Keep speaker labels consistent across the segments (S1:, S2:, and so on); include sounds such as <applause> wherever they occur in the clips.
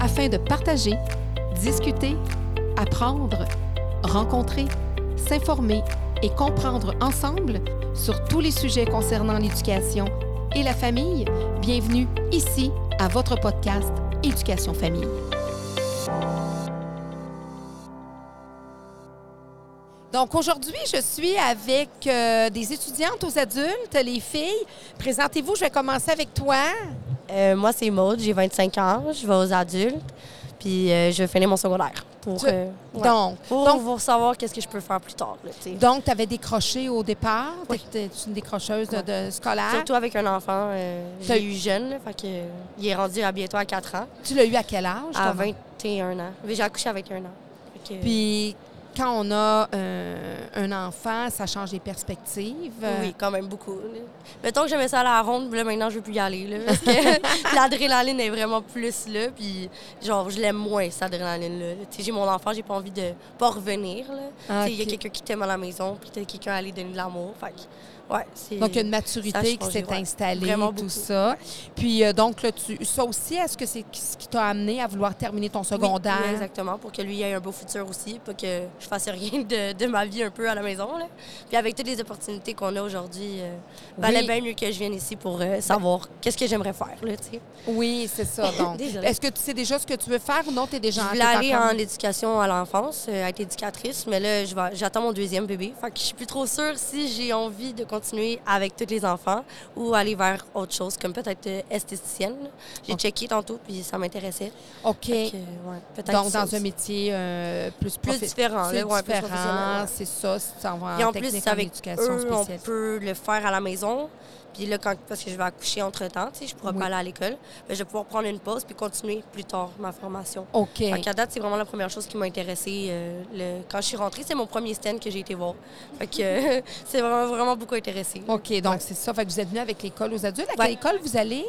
S1: afin de partager, discuter, apprendre, rencontrer, s'informer et comprendre ensemble sur tous les sujets concernant l'éducation et la famille. Bienvenue ici à votre podcast Éducation Famille. Donc aujourd'hui, je suis avec euh, des étudiantes aux adultes, les filles. Présentez-vous, je vais commencer avec toi.
S2: Euh, moi, c'est Maude, j'ai 25 ans, je vais aux adultes, puis euh, je finis mon secondaire pour,
S1: Tu-
S2: euh, ouais.
S1: Donc,
S2: pour,
S1: donc-
S2: pour savoir qu'est-ce que je peux faire plus tard. là, tu sais.
S1: Donc, tu avais décroché au départ.
S2: Oui.
S1: Tu es une décrocheuse de, de scolaire.
S2: Surtout avec un enfant, euh, je
S1: T'as-
S2: l'ai eu jeune, là, fait que, euh, il est rendu à bientôt à 4 ans,
S1: Tu l'as eu à quel âge?
S2: à
S1: ton
S2: 21 ans. Mais J'ai accouché à 21 ans. Fait que,
S1: Puis quand on a euh, un enfant, ça change les perspectives.
S2: euh, oui, quand même beaucoup. là. Mettons que j'aimais ça à la ronde, puis là, maintenant, je veux plus y aller. là, parce
S1: <laughs>
S2: que l'adrénaline est vraiment plus là, puis genre, je l'aime moins, cette adrénaline-là. Tu sais, J'ai mon enfant, j'ai pas envie de pas revenir. là.
S1: Ah,
S2: Tu sais, Il y a
S1: ok.
S2: quelqu'un qui t'aime à la maison, puis t'as quelqu'un à aller donner de l'amour. Fait que, ouais, c'est-
S1: Donc, il y a une
S2: Ça a
S1: maturité
S2: changé,
S1: qui s'est
S2: ouais.
S1: installée,
S2: Vraiment
S1: tout
S2: beaucoup.
S1: ça. Puis, euh, donc, là, tu, ça aussi, est-ce que c'est ce qui t'a amené à vouloir terminer ton
S2: Oui,
S1: secondaire?
S2: oui, exactement, pour que lui ait un beau futur aussi, pas que je fasse rien de, de ma vie un peu à la maison. Là. Puis avec toutes les opportunités qu'on a aujourd'hui, euh, valait
S1: Oui.
S2: bien mieux que je vienne ici pour euh, savoir qu'est-ce que j'aimerais faire. Là, tu sais.
S1: Oui,
S2: <laughs>
S1: c'est ça. Donc,
S2: Désolée.
S1: est-ce que tu sais déjà ce que tu veux faire ou non? Tu es déjà
S2: je voulais
S1: t'es
S2: aller
S1: encore-
S2: en éducation à l'enfance, euh, être éducatrice, mais là, je vais- j'attends mon deuxième bébé. Fait que je suis plus trop sûre si j'ai envie de continuer avec tous les enfants ou aller vers autre chose, comme peut-être euh, esthéticienne. J'ai
S1: Ok.
S2: checké tantôt, puis ça m'intéressait.
S1: OK.
S2: Fait que, ouais, peut-être
S1: Donc,
S2: ça
S1: dans un
S2: aussi.
S1: métier euh, plus,
S2: Plus
S1: profi-
S2: différent,
S1: plus
S2: là, ouais, plus
S1: différent,
S2: professionnel, ouais.
S1: c'est ça. Si tu en vas
S2: Et
S1: en,
S2: en
S1: technique
S2: plus,
S1: en
S2: avec
S1: éducation
S2: eux, on
S1: spécialisée.
S2: peut le faire à la maison. Puis là, quand, parce que je vais accoucher entre-temps, tu sais, je pourrais
S1: Oui.
S2: pas aller à l'école, mais je vais pouvoir prendre une pause puis continuer plus tard ma formation.
S1: OK.
S2: Fait qu'à date, c'est vraiment la première chose qui m'a intéressée. euh, le- Quand je suis rentrée, c'est mon premier stand que j'ai été voir. Fait que <laughs> euh, c'est vraiment, vraiment beaucoup intéressé.
S1: OK, donc c'est ça. Fait que vous êtes venu avec l'école aux adultes. À
S2: Ouais. Euh,
S1: quelle école vous allez?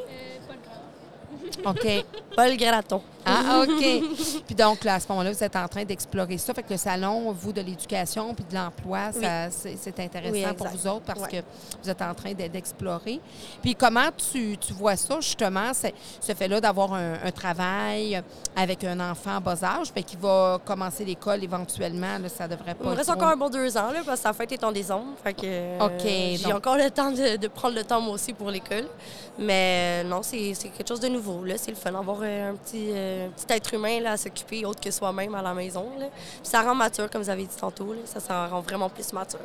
S1: OK.
S2: <laughs> Paul Graton.
S1: Ah, OK. puis donc, là, à ce moment-là, vous êtes en train d'explorer ça. Fait que le salon, vous, de l'éducation puis de l'emploi, ça, c'est c'est intéressant
S2: Oui,
S1: pour
S2: exact.
S1: vous autres parce
S2: Ouais.
S1: que vous êtes en train de- d'explorer. Puis comment tu, tu vois ça, justement, c'est- ce fait-là d'avoir un, un travail avec un enfant en bas âge, mais qui va commencer l'école éventuellement, là, ça devrait pas...
S2: Il me reste
S1: trop-
S2: encore un bon deux ans, là, parce que sa fête est en décembre. Fait que, euh,
S1: OK,
S2: J'ai
S1: donc-
S2: encore le temps de, de prendre le temps, moi aussi, pour l'école. Mais euh, non, c'est c'est quelque chose de nouveau. là. C'est le fun d'avoir euh, un petit, euh, un petit être humain là, à s'occuper, autre que soi-même à la maison. là. Puis ça rend mature, comme vous avez dit tantôt. là. Ça, ça rend vraiment plus mature.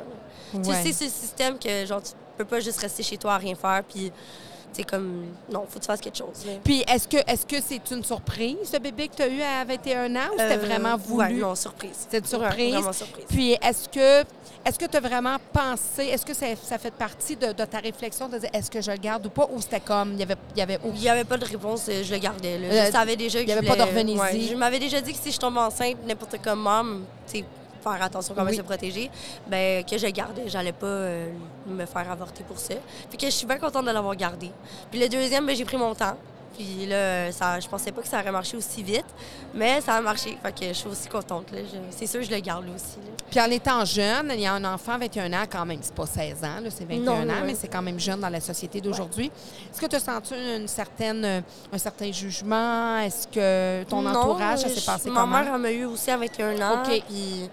S2: là. Tu
S1: Ouais.
S2: sais, c'est ce système que genre, tu peux pas juste rester chez toi à rien faire. Puis, tu sais, comme, non, faut que tu fasses quelque chose. là.
S1: Puis est-ce que est-ce que c'est une surprise, le bébé que tu as eu à 21 ans, ou c'était
S2: Euh,
S1: vraiment
S2: ouais,
S1: voulu?
S2: non, surprise.
S1: C'était une surprise.
S2: Vraiment surprise.
S1: Puis est-ce que est-ce que tu as vraiment pensé, est-ce que ça, ça fait partie de, de ta réflexion de dire est-ce que je le garde ou pas, ou c'était comme il y avait il y avait
S2: Il n'y avait pas de réponse, euh, je le gardais. là.
S1: Euh,
S2: je savais déjà
S1: il
S2: que
S1: y
S2: je
S1: avait pas
S2: voulais-
S1: d'organisé.
S2: ouais, je m'avais déjà dit que si je tombe enceinte, n'importe comment, m- tu sais, faire attention comment
S1: Oui.
S2: se protéger, ben, que je le gardais. J'allais pas euh, me faire avorter pour ça. Puis que je suis bien contente de l'avoir gardé. Puis le deuxième, ben, j'ai pris mon temps. Puis là, ça, je pensais pas que ça aurait marché aussi vite, mais ça a marché. Fait que je suis aussi contente. là. Je- C'est sûr que je le garde là, aussi. là.
S1: Puis en étant jeune, il y a un enfant 21 ans quand même, c'est pas 16 ans, là, c'est 21 ans,
S2: Non, ouais.
S1: mais c'est quand même jeune dans la société d'aujourd'hui. Est-ce que tu as senti une certaine euh, un certain jugement Est-ce que ton
S2: Non,
S1: entourage ça
S2: je-
S1: s'est passé
S2: ma
S1: comment
S2: mère, elle m'a eu aussi à 21 ans.
S1: OK.
S2: Puis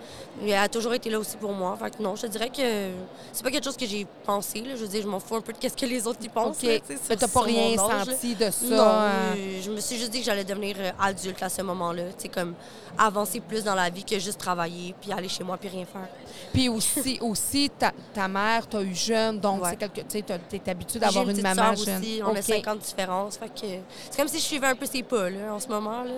S2: elle a toujours été là aussi pour moi. Fait que non, je te dirais que c'est pas quelque chose que j'ai pensé. là. Je veux dire, je m'en fous un peu de qu'est-ce que les autres y pensent.
S1: OK.
S2: là, tu sais, sur-
S1: Mais t'as pas
S2: sur mon
S1: rien
S2: âge, là.
S1: senti de ça.
S2: Non,
S1: euh,
S2: euh, je me suis juste dit que j'allais devenir euh, adulte à ce moment-là. Tu sais, comme avancer plus dans la vie que juste travailler, puis aller chez moi, puis rien faire.
S1: Puis aussi, aussi ta, ta mère, t'as eu jeune, donc
S2: Ouais.
S1: c'est quelque, tu sais, t'as- t'es habitué
S2: J'ai
S1: d'avoir
S2: une
S1: une,
S2: petite
S1: maman
S2: sœur
S1: jeune.
S2: aussi, on
S1: OK.
S2: a 50 ans de différence. Fait que c'est comme si je suivais un peu ses pas là, en ce moment. Là.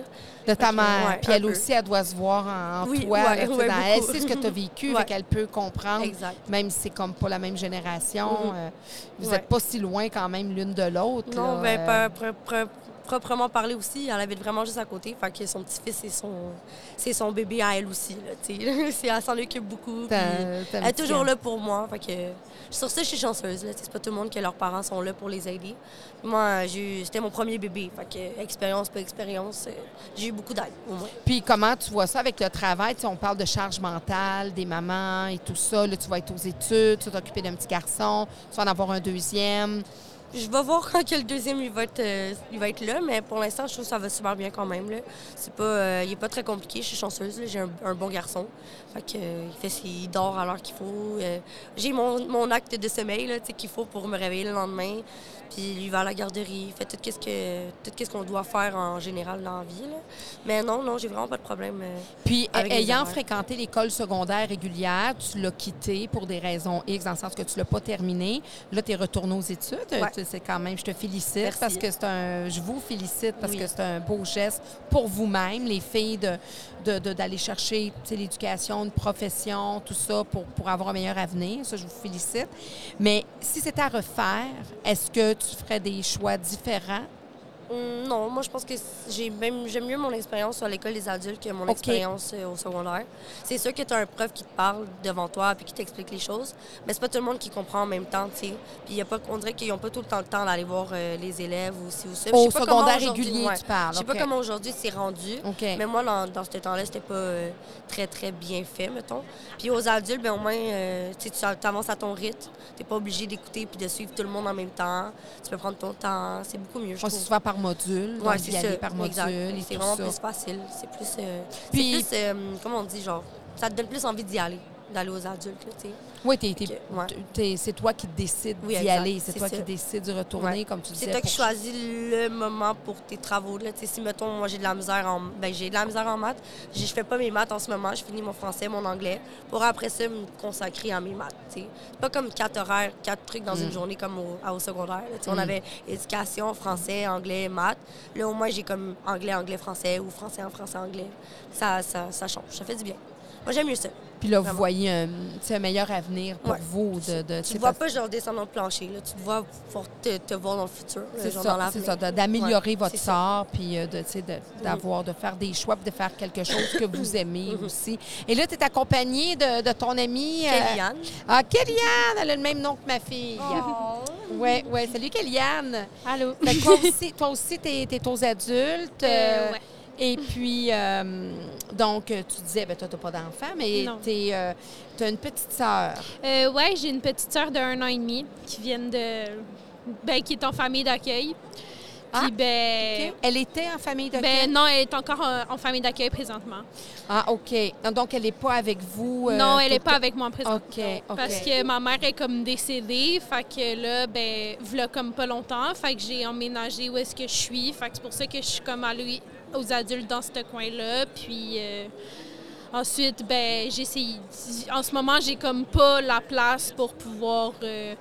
S1: De ta
S2: Fait que,
S1: mère.
S2: ouais,
S1: puis
S2: un
S1: elle
S2: peu.
S1: aussi, elle doit se voir en, en
S2: Oui,
S1: toi.
S2: ouais,
S1: là, tu sais,
S2: ouais,
S1: dans- elle
S2: beaucoup.
S1: sait ce que tu
S2: <laughs>
S1: as vécu,
S2: Ouais.
S1: fait qu'elle peut comprendre,
S2: Exact.
S1: même si c'est comme pas la même génération.
S2: Mhm.
S1: euh, vous
S2: Ouais.
S1: n'êtes pas si loin quand même l'une de l'autre.
S2: Non,
S1: là,
S2: ben, pas-
S1: euh,
S2: pro- pro- proprement parler aussi, elle habite vraiment juste à côté. Fait que son petit-fils, c'est son, c'est son bébé à elle aussi. Là, tu sais. <laughs> C'est- elle s'en occupe beaucoup.
S1: t'as-
S2: puis
S1: t'as
S2: elle est
S1: une
S2: toujours
S1: petite-
S2: là pour moi. Fait que, sur ça, je suis chanceuse. là, tu sais, C'est pas tout le monde que leurs parents sont là pour les aider. Moi, j'ai eu- c'était mon premier bébé. Fait que, expérience, pas expérience, euh, j'ai eu beaucoup d'aide, au moins.
S1: Puis comment tu vois ça avec le travail? Tu sais, on parle de charge mentale, des mamans et tout ça. Là, tu vas être aux études, tu vas t'occuper d'un petit garçon, tu vas en avoir un deuxième.
S2: Je vais voir quand que le deuxième il va, être, euh, il va être là, mais pour l'instant, je trouve que ça va super bien quand même. Là. C'est pas, euh, il n'est pas très compliqué, je suis chanceuse. là. J'ai un, un bon garçon. Fait que, euh, il, fait, ses- il dort à l'heure qu'il faut. Euh, j'ai mon, mon acte de sommeil là, tu sais, qu'il faut pour me réveiller le lendemain. Puis lui, il va à la garderie, il fait tout ce que tout ce qu'on doit faire en général dans la vie. là. Mais non, non, j'ai vraiment pas de problème. euh,
S1: Puis, eh,
S2: Avec les
S1: ayant
S2: horaires.
S1: fréquenté l'école secondaire régulière, tu l'as quittée pour des raisons X, dans le sens que tu l'as pas terminée. Là, tu es retourné aux études. Tu- C'est quand même, je te félicite
S2: Merci.
S1: parce que c'est un, je vous félicite parce
S2: Oui.
S1: que c'est un beau geste pour vous-même, les filles, de, de- de- d'aller chercher tu sais, l'éducation, une profession, tout ça pour, pour avoir un meilleur avenir. Ça, je vous félicite. Mais si c'était à refaire, est-ce que tu ferais des choix différents?
S2: Hum, Non, moi je pense que c- j'ai même j'aime mieux mon expérience à l'école des adultes que mon
S1: OK.
S2: expérience euh, au secondaire. C'est sûr que tu as un prof qui te parle devant toi puis qui t'explique les choses, mais c'est pas tout le monde qui comprend en même temps, tu sais. Puis y a pas on dirait qu'ils n'ont pas tout le temps le temps d'aller voir euh, les élèves ou si ou ça. Je
S1: Au
S2: sais pas comment
S1: secondaire
S2: aujourd'hui-
S1: régulier,
S2: ouais.
S1: tu parles.
S2: Je sais pas
S1: OK.
S2: comment aujourd'hui c'est rendu.
S1: OK.
S2: Mais moi, dans, dans ce temps-là, c'était pas euh, très, très bien fait, mettons. Puis aux adultes, ben, au moins, euh, tu sais, tu avances à ton rythme. Tu pas obligé d'écouter puis de suivre tout le monde en même temps. Tu peux prendre ton temps. C'est beaucoup mieux, je
S1: On
S2: trouve.
S1: se souvent par module,
S2: Ouais,
S1: donc d'y aller par module
S2: exact.
S1: et
S2: C'est
S1: tout
S2: vraiment
S1: ça.
S2: plus facile. C'est plus, euh, c'est
S1: Puis-
S2: plus euh, comment on dit, genre, ça te donne plus envie d'y aller, d'aller aux adultes, là, tu sais.
S1: Oui, t'es- t'es-
S2: Fait que, ouais.
S1: t- t'es- c'est toi qui décides
S2: Oui,
S1: d'y
S2: exact,
S1: aller, c'est
S2: c'est
S1: toi
S2: ça.
S1: qui décides de retourner,
S2: Ouais.
S1: comme tu disais.
S2: C'est toi qui
S1: pour-
S2: choisis le moment pour tes travaux. Là. Tu sais, Si, mettons, moi, j'ai de la misère en, ben, j'ai de la misère en maths, je je fais pas mes maths en ce moment, je finis mon français, mon anglais, pour après ça me consacrer à mes maths. tu sais. C'est pas comme quatre horaires, quatre trucs dans
S1: Mm.
S2: une journée comme au, à- au secondaire. là. Tu sais, On avait éducation, français, anglais, maths. Là, au moins, j'ai comme anglais, anglais, français ou français en français, anglais. Ça, ça, ça change, ça fait du bien. Moi, j'aime mieux ça.
S1: Puis là, vous
S2: Vraiment.
S1: voyez un, tu sais, un meilleur avenir pour
S2: Ouais.
S1: vous. De, de-
S2: Tu
S1: c'est
S2: te vois
S1: parce-
S2: pas genre descendre au plancher, là. tu te vois pour te, te voir dans le futur, là,
S1: c'est
S2: genre
S1: ça,
S2: dans
S1: c'est
S2: l'avenir.
S1: ça, de- d'améliorer
S2: Ouais,
S1: votre
S2: c'est ça.
S1: sort, puis euh, de, tu sais, de- d'avoir, de faire des choix, puis de faire quelque chose que vous aimez aussi. Et là, tu es accompagnée de, de ton amie... euh,
S2: Kellyanne.
S1: Ah, Kellyanne! Elle a le même nom que ma fille. Oui, oui. Salut, Kellyanne!
S3: Allô?
S1: Fait que toi aussi, toi aussi, t'es, t'es aux adultes. euh,
S3: ouais.
S1: Et puis, euh, donc, euh, tu disais, ben toi, t'as pas d'enfant, mais
S3: Non.
S1: t'es, euh, t'as une petite sœur.
S3: Euh, ouais, j'ai une petite sœur de un an et demi qui vient de. Ben, qui est en famille d'accueil. Puis,
S1: Ah,
S3: ben.
S1: Elle était en famille de
S3: Ben, non, elle est encore en, en famille d'accueil présentement.
S1: Ah, OK. Donc, elle n'est pas avec vous. euh,
S3: non, elle
S1: tout
S3: n'est
S1: le
S3: pas
S1: temps.
S3: avec moi en présent.
S1: OK, OK.
S3: Parce que ma mère est comme décédée, fait que là, ben, voilà comme pas longtemps, fait que j'ai emménagé où est-ce que je suis, fait que c'est pour ça que je suis comme allée aux adultes dans ce coin-là, puis euh, ensuite, ben, j'essaye, en ce moment, j'ai comme pas la place pour pouvoir euh,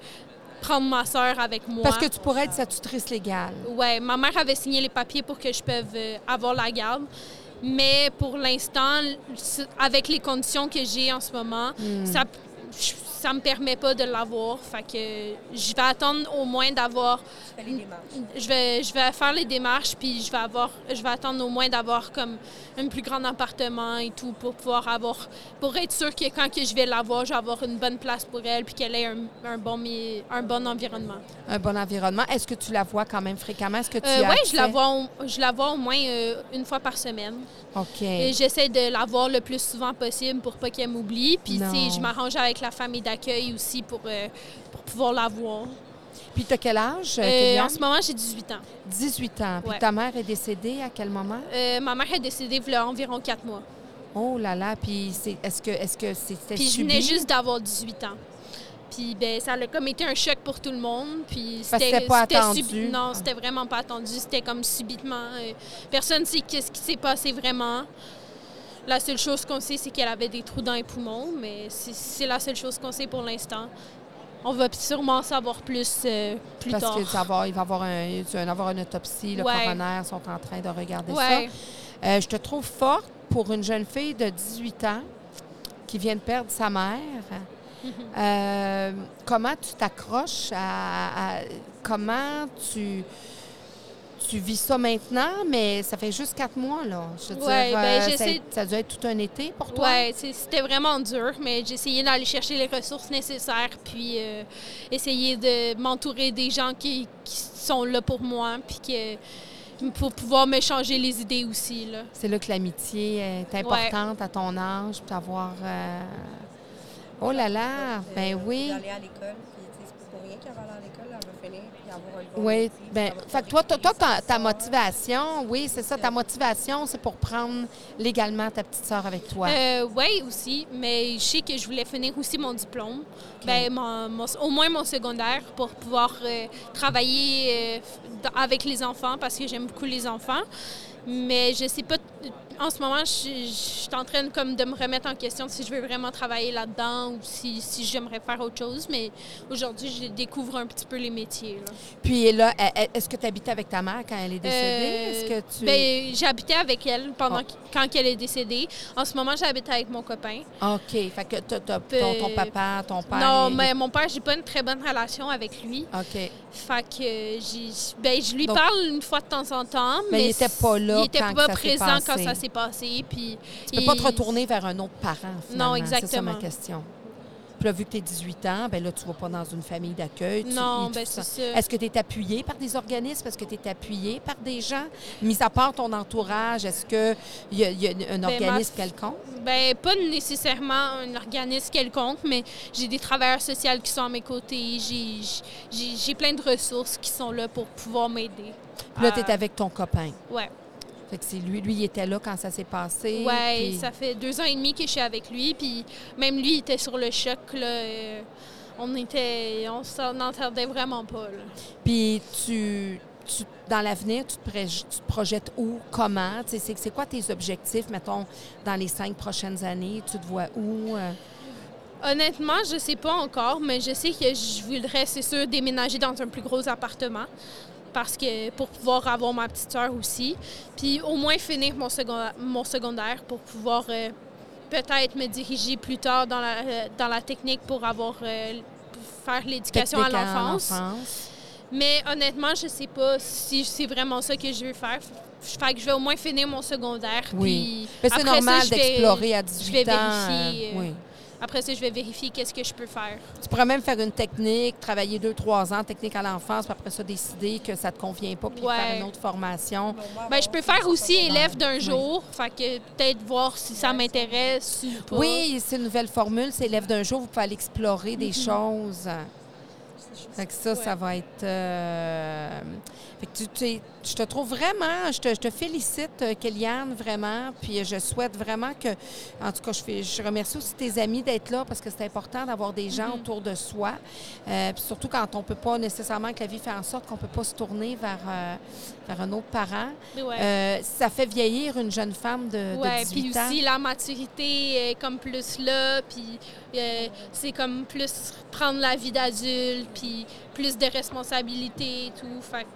S3: prendre ma sœur avec moi.
S1: Parce que tu pourrais être sa tutrice légale.
S3: Ouais, ma mère avait signé les papiers pour que je puisse euh, avoir la garde. Mais pour l'instant, s- avec les conditions que j'ai en ce moment, ça je- ça me permet pas de l'avoir. Fait que je vais attendre au moins d'avoir
S2: Fais les démarches.
S3: je vais, je vais faire les démarches, puis je vais, avoir, je vais attendre au moins d'avoir comme un plus grand appartement et tout pour pouvoir avoir, pour être sûr que quand que je vais l'avoir, je vais avoir une bonne place pour elle, puis qu'elle ait un, un bon, mi- un bon environnement.
S1: Un bon environnement. Est-ce que tu la vois quand même fréquemment? Est-ce que tu
S3: Euh,
S1: as
S3: oui,
S1: accès?
S3: je la vois, au- je la vois au moins euh, une fois par semaine.
S1: OK.
S3: Et j'essaie de la voir le plus souvent possible pour pas qu'elle m'oublie. Puis, tu
S1: Non.
S3: sais, je m'arrange avec la famille d'accueil aussi pour, euh, pour pouvoir la voir.
S1: Puis, t'as quel âge,
S3: Euh,
S1: Kellyanne?
S3: en ce moment, j'ai 18 ans.
S1: 18 ans. Puis,
S3: Ouais.
S1: ta mère est décédée à quel moment?
S3: Euh, ma mère est décédée il y a environ 4 mois.
S1: Oh là là. Puis, c'est, est-ce que, est-ce que c'était
S3: Puis, je
S1: subi?
S3: venais juste d'avoir 18 ans. Puis, ben, ça a comme été un choc pour tout le monde. Puis,
S1: Parce que c'était pas attendu. Ah.
S3: subi- Non, c'était vraiment pas attendu. C'était comme subitement. euh, personne ne sait qu'est-ce qui s'est passé vraiment. La seule chose qu'on sait, c'est qu'elle avait des trous dans les poumons, mais c'est- c'est la seule chose qu'on sait pour l'instant. On va sûrement savoir plus euh, plus
S1: Parce
S3: tard.
S1: que ça va- il va avoir un, tu vas avoir une autopsie, le
S3: Ouais.
S1: coroner sont en train de regarder
S3: Ouais.
S1: ça. Euh, je te trouve forte pour une jeune fille de 18 ans qui vient de perdre
S3: <laughs>
S1: sa mère. Euh, comment tu t'accroches à, à- comment tu tu vis ça maintenant, mais ça fait juste quatre mois là. Je veux
S3: Ouais,
S1: dire,
S3: ben,
S1: euh,
S3: j'essaie-
S1: ça- ça a dû être tout un été pour toi.
S3: Ouais, c'est- c'était vraiment dur, mais j'ai essayé d'aller chercher les ressources nécessaires, puis euh, essayer de m'entourer des gens qui, qui sont là pour moi, puis que, pour pouvoir m'échanger les idées aussi. Là.
S1: C'est là que l'amitié est importante à ton âge, puis d'avoir. euh, Oh là là, ben oui. ben
S2: D'aller à Euh, l'école, puis tu sais, c'est pas pour rien bien qu'elle va aller à l'école, elle va finir, puis avoir un bon
S1: Oui,
S2: métier, puis
S1: ben,
S2: elle va
S1: fait que toi,
S2: pouvoir
S1: toi,
S2: écrire
S1: toi,
S2: sa
S1: ta, ta
S2: sœur.
S1: motivation, oui, c'est ça, ta motivation, c'est pour prendre légalement ta petite sœur avec toi.
S3: Euh, oui, aussi, mais je sais que je voulais finir aussi mon diplôme, ben, mon- mon- au moins mon secondaire, pour pouvoir euh, travailler euh, f- dans- avec les enfants, parce que j'aime beaucoup les enfants. Mais je sais pas, t- en ce moment, je, je suis en train comme de me remettre en question si je veux vraiment travailler là-dedans ou si, si j'aimerais faire autre chose. Mais aujourd'hui, je découvre un petit peu les métiers. là.
S1: Puis là, e- e- est-ce que tu habitais avec ta mère quand elle est décédée?
S3: Euh,
S1: est-ce que tu...
S3: ben, J'habitais avec elle pendant
S1: Ah.
S3: qu- quand elle est décédée. En ce moment, j'habite avec mon copain.
S1: OK, fait que t'as- t'as- ton, ton
S3: Euh,
S1: papa, ton père...
S3: Non,
S1: il-
S3: mais mon père, j'ai pas une très bonne relation avec lui.
S1: OK.
S3: Fait que euh, j'ai- ben, je lui
S1: Donc-
S3: parle une fois de temps en temps, mais,
S1: Mais il était pas là
S3: Il était
S1: quand
S3: pas
S1: ça s'est
S3: présent quand
S1: passé.
S3: ça s'est passé. Puis
S1: Tu peux pas te retourner vers un autre parent, finalement.
S3: Non,
S1: C'est ça ma
S3: exactement.
S1: question. Puis là, vu que tu es 18 ans, ben là, tu vas pas dans une famille d'accueil. tu-
S3: Non,
S1: et
S3: ben,
S1: tout
S3: c'est
S1: ça.
S3: ça.
S1: Est-ce que tu es appuyé par des organismes? Est-ce que tu es appuyé par des gens? Mis à part ton entourage, est-ce qu'il y a, il y a un
S3: Ben, ma-
S1: organisme quelconque?
S3: Ben, pas nécessairement un organisme quelconque, mais j'ai des travailleurs sociaux qui sont à mes côtés. J'ai- J'ai j'ai plein de ressources qui sont là pour pouvoir m'aider.
S1: Puis là, tu
S3: Euh,
S1: es avec ton copain.
S3: Ouais.
S1: Fait que c'est lui, lui, il était là quand ça s'est passé.
S3: Ouais,
S1: puis-
S3: ça fait deux ans et demi que je suis avec lui, puis même lui, il était sur le choc, là. euh, on était... On s'en entendait vraiment pas, là.
S1: Puis tu, tu- dans l'avenir, tu, te proj- tu te projettes où, comment? Tu sais, C'est c'est quoi tes objectifs, mettons, dans les cinq prochaines années? Tu te vois où? euh?
S3: Honnêtement, je sais pas encore, mais je sais que je voudrais, c'est sûr, déménager dans un plus gros appartement parce que pour pouvoir avoir ma petite soeur aussi, puis au moins finir mon secondaire, mon secondaire pour pouvoir euh, peut-être me diriger plus tard dans la, euh, dans la technique pour avoir euh, pour faire l'éducation à
S1: Technique en
S3: l'enfance.
S1: enfance.
S3: Mais honnêtement, je sais pas si c'est vraiment ça que je veux faire. F- Fait que je vais au moins finir mon secondaire.
S1: Oui.
S3: Puis
S1: Mais c'est
S3: après ça,
S1: normal
S3: je vais-
S1: d'explorer à
S3: je
S1: 18
S3: vais
S1: ans. euh,
S3: vérifier, euh,
S1: oui.
S3: Après ça, je vais vérifier qu'est-ce que je peux faire.
S1: Tu pourrais même faire une technique, travailler deux, trois ans, technique à l'enfance, puis après ça, décider que ça te convient pas, puis
S3: Ouais.
S1: faire une autre formation.
S3: Ben, je peux faire aussi élève d'un
S1: Oui.
S3: jour. Fait que peut-être voir si ça m'intéresse ou pas.
S1: Oui, c'est une nouvelle formule. C'est élève d'un jour, vous pouvez aller explorer des choses. Fait que ça, ça
S3: Mm-hmm. Ouais.
S1: va être. euh, Fait que tu, tu es- je te trouve vraiment, je te, je te félicite, euh, Kéliane, vraiment. Puis euh, je souhaite vraiment que, en tout cas, je, fais- je remercie aussi tes amis d'être là parce que c'est important d'avoir des
S3: Mm-hmm.
S1: gens autour de soi. Euh, puis surtout quand on peut pas nécessairement que la vie fait en sorte qu'on peut pas se tourner vers, euh, vers un autre parent.
S3: Mais ouais.
S1: Euh, ça fait vieillir une jeune femme euh, de, de
S3: Ouais,
S1: 18
S3: puis
S1: ans.
S3: aussi la maturité est comme plus là, puis euh, c'est comme plus prendre la vie d'adulte, puis plus de responsabilités et tout. Fait que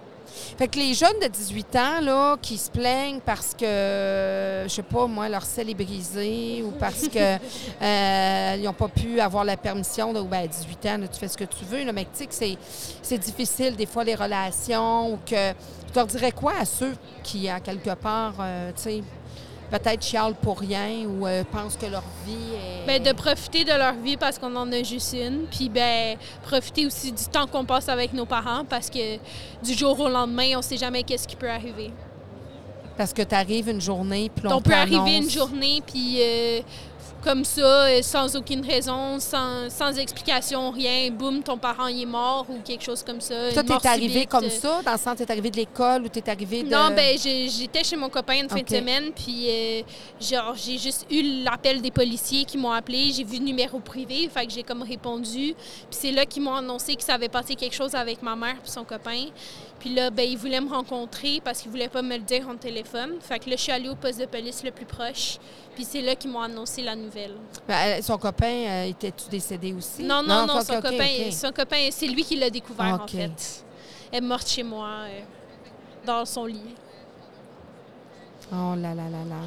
S1: Fait que les jeunes de 18 ans, là, qui se plaignent parce que, euh, je sais pas, moi, leur sel est brisé ou parce que
S3: <laughs>
S1: euh, ils n'ont pas pu avoir la permission, de, ben, à 18 ans, là, tu fais ce que tu veux, là, mais tu sais que c'est- c'est difficile, des fois, les relations ou que... Tu leur dirais quoi à ceux qui, à quelque part, euh, tu sais, peut-être chialent pour rien ou euh, pensent que leur vie est...
S3: Ben, de profiter de leur vie parce qu'on en a juste une. Puis ben, profiter aussi du temps qu'on passe avec nos parents parce que du jour au lendemain, on sait jamais qu'est-ce qui peut arriver.
S1: Parce que tu arrives une journée, puis
S3: On,
S1: on
S3: peut arriver
S1: t'annonce-
S3: une journée, puis euh, comme ça, euh, sans aucune raison, sans, sans explication, rien, boum, ton parent il est mort ou quelque chose comme ça.
S1: Toi,
S3: une mort
S1: t'es arrivé
S3: subite. euh.
S1: comme ça, dans le sens, t'es arrivé de l'école ou t'es arrivé de...
S3: Non, ben j'ai- j'étais chez mon copain une fin
S1: Ok.
S3: de semaine, puis euh, genre j'ai juste eu l'appel des policiers qui m'ont appelé, j'ai vu le numéro privé, fait que j'ai comme répondu, puis c'est là qu'ils m'ont annoncé qu'ils avaient passé quelque chose avec ma mère puis son copain, puis là ben ils voulaient me rencontrer parce qu'ils voulaient pas me le dire en téléphone, fait que là je suis allée au poste de police le plus proche, puis c'est là qu'ils m'ont annoncé la nouvelle.
S1: Ben, euh, son copain, euh, était-tu décédé aussi?
S3: Non non non,
S1: ok,
S3: son
S1: ok,
S3: copain,
S1: ok.
S3: son copain, c'est lui qui l'a découvert
S1: Ok.
S3: en fait. Elle est morte chez moi euh, dans son lit.
S1: Oh là là là là.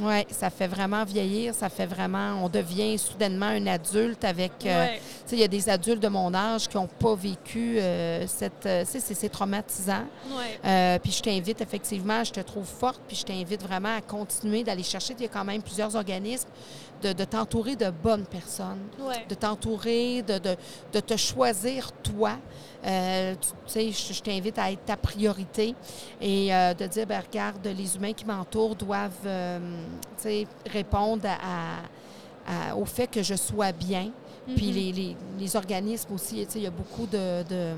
S1: Oui, ça fait vraiment vieillir, ça fait vraiment... On devient soudainement un adulte avec... euh,
S3: Ouais.
S1: tu sais, Il y a des adultes de mon âge qui n'ont pas vécu euh, cette... euh, tu sais, c'est c'est traumatisant.
S3: Ouais.
S1: Euh, puis je t'invite, effectivement, je te trouve forte, puis je t'invite vraiment à continuer d'aller chercher. Il y a quand même plusieurs organismes, de, de t'entourer de bonnes personnes,
S3: Ouais.
S1: de t'entourer, de, de- de te choisir toi. Euh, tu tu sais, je, je t'invite à être ta priorité et euh, de dire, ben, regarde, les humains qui m'entourent doivent euh, tu sais, répondre à- à- à- au fait que je sois bien
S3: Mm-hmm.
S1: Puis les, les- les organismes aussi, tu sais, il y a beaucoup de, de-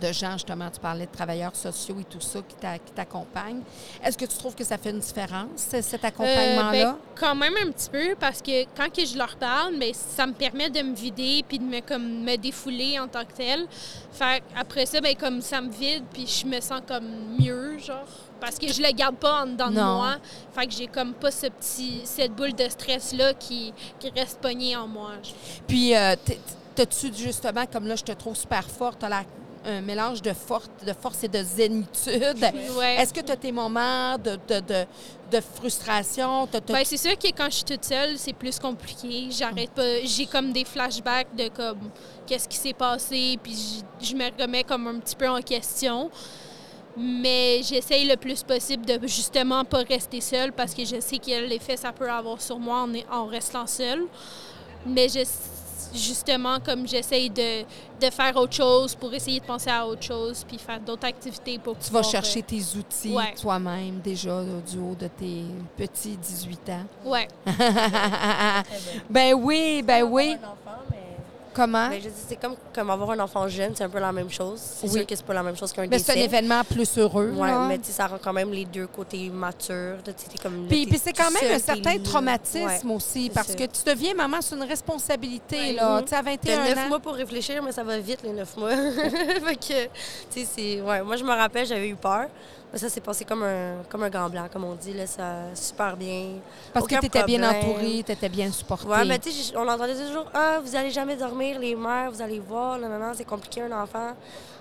S1: de gens, justement, tu parlais de travailleurs sociaux et tout ça qui t'a- qui t'accompagnent. Est-ce que tu trouves que ça fait une différence, ce- cet
S3: Euh,
S1: accompagnement-là?
S3: ben, quand même un petit peu, parce que quand que je leur parle, mais ça me permet de me vider puis de me, comme, me défouler en tant que telle. Fait, que après ça, ben, comme ça me vide, puis je me sens comme mieux, genre. Parce que je le garde pas en dedans de
S1: Non.
S3: moi. Fait que j'ai comme pas ce petit, cette boule de stress-là qui, qui reste pognée en moi.
S1: Puis, euh, t'es- t'as-tu justement, comme là, je te trouve super forte, t'as la- un mélange de, forte, de force et
S2: <laughs>
S1: de zénitude.
S3: Ouais.
S1: Est-ce que tu as tes moments de, de, de, de frustration? T'as- t'as-
S3: Ben, c'est sûr que quand je suis toute seule, c'est plus compliqué. J'arrête pas. J'ai comme des flashbacks de comme qu'est-ce qui s'est passé, puis je, je me remets comme un petit peu en question. Mais j'essaye le plus possible de justement pas rester seule parce que je sais quel effet ça peut avoir sur moi en, en restant seule. Mais je- justement, comme j'essaye de, de faire autre chose pour essayer de penser à autre chose, puis faire d'autres activités pour
S1: tu vas
S3: pouvoir, euh,
S1: chercher tes outils
S3: ouais.
S1: toi-même déjà là, du haut de tes petits 18 ans. <laughs>
S3: euh, ouais.
S2: Eh
S1: ben oui, ben oui.
S2: Avoir un enfant, mais-
S1: Comment?
S2: Ben, je dis, c'est comme, comme avoir un enfant jeune, c'est un peu la même chose. C'est
S1: Oui.
S2: sûr que c'est pas la même chose qu'un
S1: Mais
S2: décès.
S1: Ben, c'est un événement plus heureux.
S2: Ouais,
S1: là.
S2: mais tu sais, ça rend quand même les deux côtés matures. Tu sais, t'es comme, là,
S1: Puis,
S2: t'es
S1: puis c'est quand
S2: tout
S1: même
S2: seul,
S1: un
S2: t'es
S1: certain
S2: là.
S1: traumatisme
S2: Ouais.
S1: aussi,
S2: c'est
S1: parce
S2: ça.
S1: que tu deviens maman, c'est une responsabilité.
S3: Ouais.
S1: là.
S2: Mhm.
S1: Tu sais, à 21
S2: T'as
S1: ans.
S2: neuf mois pour réfléchir, mais ça va vite, les neuf
S1: <laughs>
S2: mois. <laughs> fait que, tu sais, c'est... Ouais, moi, je me rappelle, j'avais eu peur. Mais ça s'est passé comme un, comme un gant blanc, comme on dit. Là, ça super bien.
S1: Parce que
S2: Aucun
S1: tu étais bien
S2: problème.
S1: entourée, tu étais bien supportée.
S2: Ouais, mais tu sais, j- on entendait toujours Ah, vous allez jamais dormir, les mères, vous allez voir, non, non, non, c'est compliqué un enfant.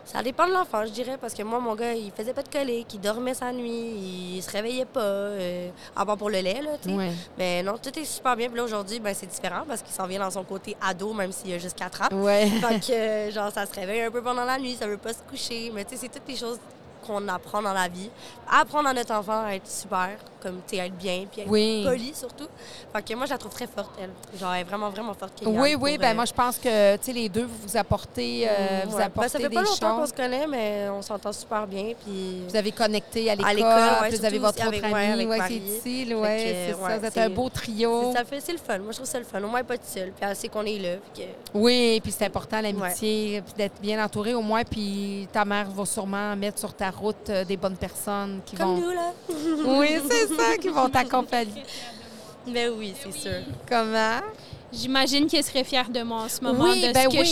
S2: Ça dépend de l'enfant, je dirais, parce que moi, mon gars, il faisait pas de colique, il dormait sa nuit, il se réveillait pas, euh, à part pour le lait, là, tu sais.
S1: Ouais.
S2: Mais Ben non, tout est super bien. Puis là, aujourd'hui, ben, c'est différent parce qu'il s'en vient dans son côté ado, même s'il a juste 4 ans.
S1: Ouais.
S2: <laughs> Fait que, euh, genre, ça se réveille un peu pendant la nuit, ça veut pas se coucher. Mais tu sais, c'est toutes les choses qu'on apprend dans la vie. Apprendre à notre enfant à être super, comme, tu sais, à être bien, puis à être
S1: Oui.
S2: polie surtout. Fait que moi, je la trouve très forte, elle. Genre, elle est vraiment, vraiment forte. Kellyanne,
S1: Oui, oui,
S2: pour,
S1: ben
S2: euh,
S1: moi je pense que tu sais, les deux, vous vous apportez, euh, vous
S2: ouais. Ben,
S1: apportez
S2: Ça fait
S1: des
S2: pas longtemps qu'on
S1: choses.
S2: se connaît, mais on s'entend super bien, puis...
S1: Vous avez connecté à l'école,
S2: l'école, ouais,
S1: puis vous
S2: surtout
S1: avez votre
S2: aussi
S1: autre
S2: avec- ouais,
S1: ami,
S2: avec
S1: ouais, qui
S2: Marie.
S1: est ici, là,
S2: que,
S1: ouais, c'est
S2: ouais,
S1: ça, vous êtes
S2: c'est-
S1: un beau trio.
S2: c'est- Ça fait, c'est le fun. Moi, je trouve ça le fun. Au moins, elle est pas toute seule. Puis elle sait qu'on est là. Puis que...
S1: Oui, puis c'est important l'amitié, puis d'être bien entouré au moins, puis ta mère va sûrement mettre sur ta route euh, des bonnes personnes qui
S2: Comme
S1: vont...
S2: nous, là.
S1: Oui, c'est ça, qui vont t'accompagner.
S2: Ben oui, c'est sûr.
S1: Comment?
S3: J'imagine qu'elle serait fière de moi en ce moment,
S1: Oui,
S3: de ce
S1: ben
S3: que
S1: oui.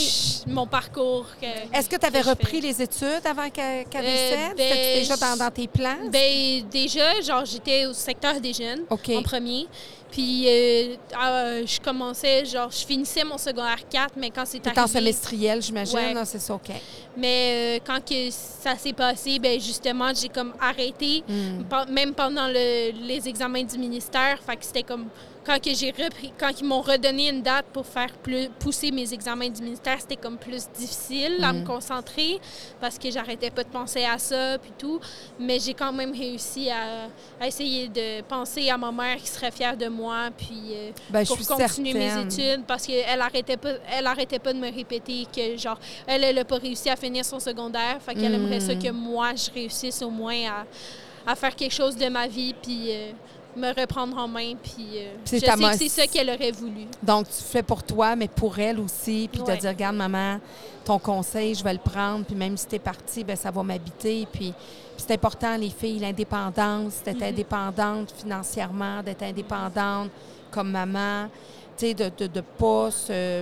S3: je- mon parcours. que-
S1: Est-ce que tu avais
S3: que je
S1: repris
S3: fais.
S1: les études avant qu'elle qu'elle
S3: Euh,
S1: décède?
S3: ben,
S1: C'était déjà dans,
S3: je-
S1: dans tes plans?
S3: Ben, déjà, genre, j'étais au secteur des jeunes
S1: OK.
S3: en premier. Puis, euh, euh, je commençais, genre, je finissais mon secondaire 4, mais quand c'est
S1: T'es en
S3: arrivé...
S1: semestriel, j'imagine,
S3: Ouais.
S1: là, c'est ça, OK.
S3: Mais euh, quand que ça s'est passé, ben justement, j'ai comme arrêté,
S1: Hmm.
S3: pen- même pendant le- les examens du ministère. Fait que c'était comme quand que j'ai repris, quand ils m'ont redonné une date pour faire plus, pousser mes examens du ministère, c'était comme plus difficile à
S1: Hmm.
S3: me concentrer parce que j'arrêtais pas de penser à ça puis tout. Mais j'ai quand même réussi à, à essayer de penser à ma mère qui serait fière de moi puis euh,
S1: Ben, je
S3: pour
S1: suis
S3: continuer
S1: certaine.
S3: mes études parce qu'elle arrêtait pas elle arrêtait pas de me répéter que genre elle elle a pas réussi à finir son secondaire fait qu'elle aimerait
S1: Mm.
S3: ça que moi je réussisse au moins à, à faire quelque chose de ma vie puis euh, me reprendre en main puis euh,
S1: C'est
S3: je
S1: ta
S3: sais
S1: mo-
S3: que c'est ça qu'elle aurait voulu
S1: Donc, tu fais pour toi, mais pour elle aussi, puis
S3: Ouais.
S1: te dire, regarde, maman, ton conseil, je vais le prendre, puis même si t'es parti, ben ça va m'habiter. Puis, puis c'est important, les filles, l'indépendance, d'être
S3: Mm-hmm.
S1: indépendante financièrement, d'être indépendante comme maman, tu sais, de, de, de pas se...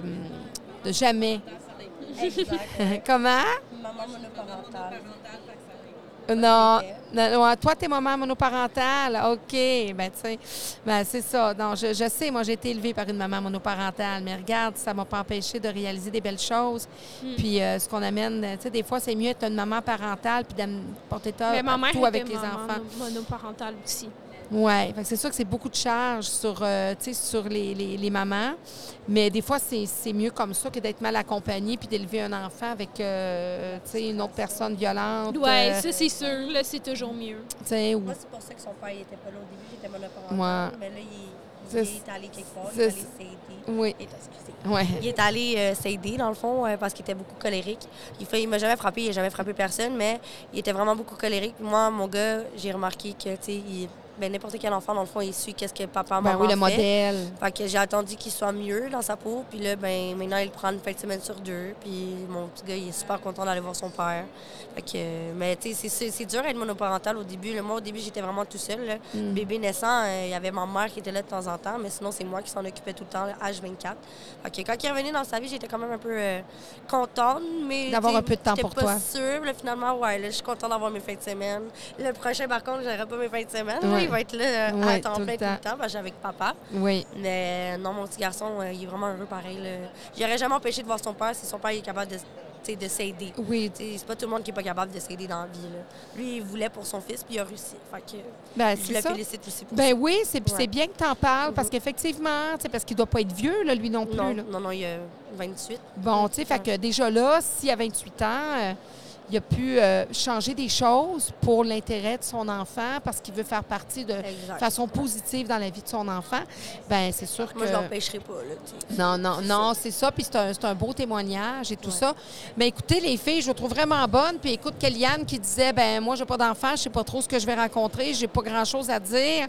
S1: de jamais... <laughs> Comment?
S2: Maman monoparentale.
S1: Non, non, ouais, toi, t'es maman monoparentale. OK. Ben, tu sais, ben, c'est ça. Non, je, je sais, moi, j'ai été élevée par une maman monoparentale, mais regarde, ça m'a pas empêché de réaliser des belles choses.
S4: Hmm.
S1: Puis, euh, ce qu'on amène, euh, tu sais, des fois, c'est mieux être une maman parentale puis d'apporter
S3: mais ma mère
S1: tout avec
S3: était
S1: les
S3: maman
S1: enfants.
S3: monoparentale aussi
S1: Oui, c'est sûr que c'est beaucoup de charges sur, euh, tu sais, sur les, les- les mamans, mais des fois, c'est c'est mieux comme ça que d'être mal accompagnée puis d'élever un enfant avec euh, tu sais, une autre personne violente.
S3: ouais
S1: euh,
S3: ça c'est sûr là c'est toujours mieux
S1: tu sais, ou-
S2: Moi, c'est pour ça que son père n'était pas là au début, il était monoparental.
S1: Ouais.
S2: Mais là, il, il
S1: C'est-
S2: est allé quelque part, il
S1: c'est-
S2: est allé s'aider.
S1: Oui.
S2: Il est- excusez.
S1: Ouais.
S2: Il est allé euh, s'aider, dans le fond, euh, parce qu'il était beaucoup colérique. Il fait, il m'a jamais frappé, il n'a jamais frappé personne, mais il était vraiment beaucoup colérique. Puis Moi, mon gars, j'ai remarqué que, tu sais, il- ben, n'importe quel enfant, dans le fond, il suit qu'est-ce que papa,
S1: Ben
S2: maman
S1: oui, le
S2: fait.
S1: modèle.
S2: Fait que j'ai attendu qu'il soit mieux dans sa peau. Puis là, ben, maintenant, il prend une fin de semaine sur deux. Puis mon petit gars, il est super content d'aller voir son père. Fait que, mais tu sais, c'est- c'est c'est dur à être monoparental au début. là. Moi, au début, j'étais vraiment tout seul. là.
S1: Mm.
S2: Bébé naissant, euh, il y avait ma mère qui était là de temps en temps. Mais sinon, c'est moi qui s'en occupais tout le temps, là, H24. Fait que quand il revenait dans sa vie, j'étais quand même un peu euh, contente. mais
S1: D'avoir
S2: tu sais,
S1: un peu de temps
S2: j'étais
S1: pour
S2: pas
S1: toi.
S2: sûre. Là, finalement, ouais, là, je suis contente d'avoir mes fins de semaine. Le prochain, par contre, j'aurai pas mes fins de semaine. là.
S1: Ouais.
S2: Il va être là euh,
S1: Ouais,
S2: à temps
S1: tout le
S2: plein tout
S1: temps.
S2: le temps. parce que j'ai avec papa.
S1: Oui.
S2: Mais non, mon petit garçon, euh, il est vraiment heureux pareil. là. J'aurais jamais empêché de voir son père si son père est capable de, tu sais, de s'aider.
S1: Oui.
S2: Tu sais, C'est pas tout le monde qui est pas capable de s'aider dans la vie. là. Lui, il voulait pour son fils, puis il a réussi. Fait que,
S1: Ben,
S2: je
S1: c'est
S2: le
S1: ça.
S2: félicite aussi pour
S1: Ben oui, c'est
S2: Ouais.
S1: c'est bien que tu en parles parce qu'effectivement, tu sais, parce qu'il doit pas être vieux, là, lui non
S2: ça.
S1: plus.
S2: Non,
S1: là.
S2: non, non, il a 28.
S1: Bon, tu sais, fait que déjà là, si à 28 ans, euh, il a pu euh, changer des choses pour l'intérêt de son enfant parce qu'il veut faire partie de
S2: Exact.
S1: façon positive dans la vie de son enfant, ben c'est sûr que...
S2: Moi, je l'empêcherai pas. Là, tu sais.
S1: Non, non, non, c'est ça. Puis c'est un, c'est un beau témoignage et tout ça. Mais écoutez, les filles, je vous trouve vraiment bonne. Puis écoute, Kellyanne qui disait, ben moi, j'ai pas d'enfant, je sais pas trop ce que je vais rencontrer, j'ai pas grand-chose à dire.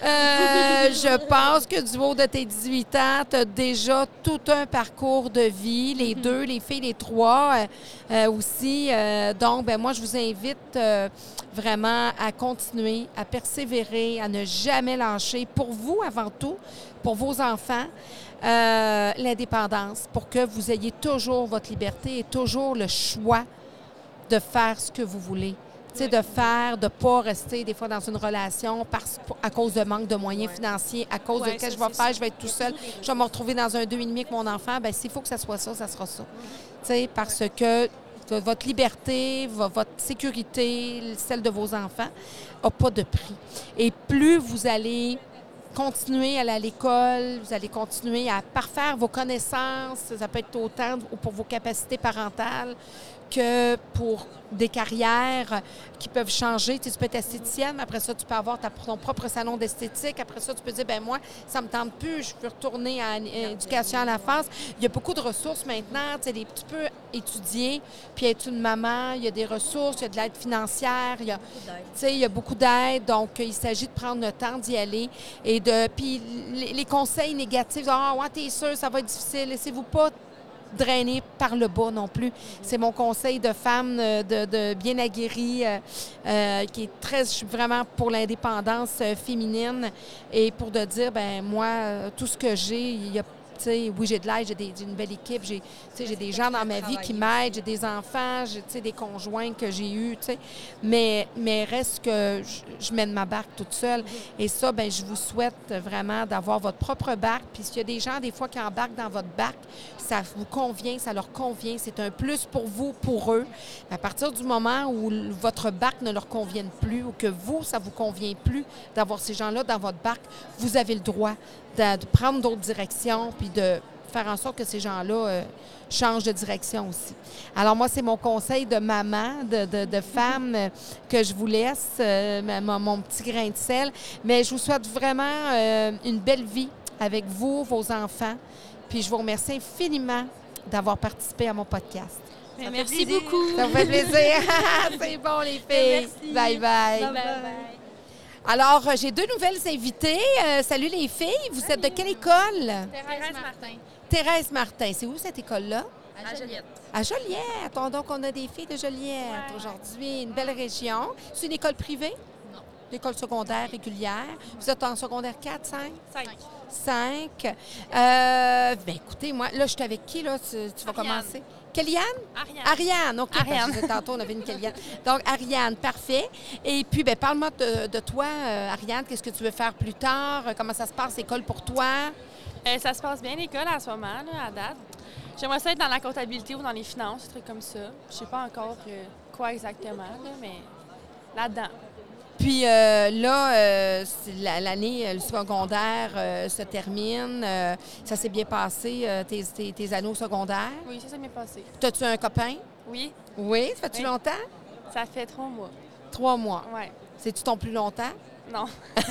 S1: Euh, je pense que du haut de tes 18 ans, tu as déjà tout un parcours de vie, les deux, les filles, les trois euh, euh, aussi. Euh, donc, ben, moi, je vous invite euh, vraiment à continuer, à persévérer, à ne jamais lâcher, pour vous avant tout, pour vos enfants, euh, l'indépendance, pour que vous ayez toujours votre liberté et toujours le choix de faire ce que vous voulez. Tu sais, de faire, de pas rester des fois dans une relation parce, pour- à cause de manque de moyens financiers, à cause
S3: Ouais,
S1: de qu'est-ce
S3: ça,
S1: que je vais
S3: c'est
S1: faire, je vais être tout seul, je vais me retrouver dans un deux et demi avec mon enfant. Ben s'il faut que ça soit ça, ça sera ça. Tu sais, parce que v- votre liberté, vo- votre sécurité, celle de vos enfants, n'a pas de prix. Et plus vous allez continuer à aller à l'école, vous allez continuer à parfaire vos connaissances, ça peut être autant pour vos capacités parentales que pour des carrières qui peuvent changer. Tu, sais, tu peux être esthéticienne, après ça, tu peux avoir ta- ton propre salon d'esthétique. Après ça, tu peux dire, ben moi, ça me tente plus, je peux retourner à l'éducation à la face. Il y a beaucoup de ressources maintenant. Tu, sais, des- tu peux étudier, puis être une maman. Il y a des ressources, il y a de l'aide financière, il y a, tu sais, il y a beaucoup d'aide, donc euh, il s'agit de prendre le temps d'y aller et de. Puis les, les conseils négatifs, ah ouais, t'es sûr, ça va être difficile, laissez-vous pas drainer par le bas non plus. C'est mon conseil de femme euh, de, de bien aguerrie, euh, euh, qui est très, je suis vraiment pour l'indépendance euh, féminine et pour de dire, ben moi, euh, tout ce que j'ai, il y a tu sais, oui, j'ai de l'aide, j'ai des- j'ai une belle équipe, j'ai tu sais, j'ai des gens dans ma vie qui m'aident, j'ai des enfants, j'ai tu sais, des conjoints que j'ai eus. tu sais. Mais, mais reste que je, je mène ma barque toute seule. Et ça, ben, je vous souhaite vraiment d'avoir votre propre barque. Puis s'il y a des gens, des fois, qui embarquent dans votre barque, ça vous convient, ça leur convient. C'est un plus pour vous, pour eux. À partir du moment où l- votre barque ne leur convienne plus ou que vous, ça vous convient plus d'avoir ces gens-là dans votre barque, vous avez le droit d'a- de, prendre d'autres directions puis de faire en sorte que ces gens-là euh, changent de direction aussi. Alors moi, c'est mon conseil de maman, de, de- de femme euh, que je vous laisse, euh, ma- mon, mon petit grain de sel. Mais je vous souhaite vraiment euh, une belle vie avec vous, vos enfants. Puis je vous remercie infiniment d'avoir participé à mon podcast.
S3: Ben,
S2: fait
S3: merci
S2: plaisir.
S3: beaucoup. Ben,
S1: Ça vous fait plaisir.
S3: <laughs>
S1: <laughs> c'est bon, les filles.
S2: Merci.
S1: Bye bye.
S3: Bye bye.
S1: Alors, euh, j'ai deux nouvelles invitées. Euh, salut les filles. Vous êtes de quelle école?
S5: Thérèse Martin.
S1: Thérèse Martin. C'est où cette école-là?
S5: À Joliette.
S1: À Joliette. On- Donc, on a des filles de Joliette aujourd'hui. Une belle région. C'est une école privée?
S5: Non.
S1: Une école secondaire régulière. Vous êtes en secondaire 4, 5? 5. Euh, ben, écoutez, moi, là, je suis avec qui, là? Tu, tu vas
S5: Ariane.
S1: commencer? Kellyanne?
S5: Ariane.
S1: Ariane, OK. parce que
S5: Ariane.
S1: je disais tantôt, on avait une Kellyanne. Donc, Ariane, parfait. Et puis, ben, parle-moi de, de toi, euh, Ariane. Qu'est-ce que tu veux faire plus tard? Euh, Comment ça se passe, école pour toi?
S5: Euh, ça se passe bien l'école à ce moment, là, à date. J'aimerais ça être dans la comptabilité ou dans les finances, des trucs comme ça. Je sais pas encore euh, quoi exactement, là, mais là-dedans.
S1: Puis euh, là, euh, c'est la- l'année, euh, le secondaire euh, se termine. Euh, ça s'est bien passé, euh, tes, tes, tes anneaux secondaires.
S5: Oui, ça, ça m'est passé.
S1: T'as-tu un copain?
S5: Oui,
S1: Oui, ça fait-tu
S5: Oui.
S1: longtemps?
S5: ça fait trois mois.
S1: Trois mois.
S5: Ouais.
S1: C'est-tu ton plus longtemps?
S5: Non. <laughs>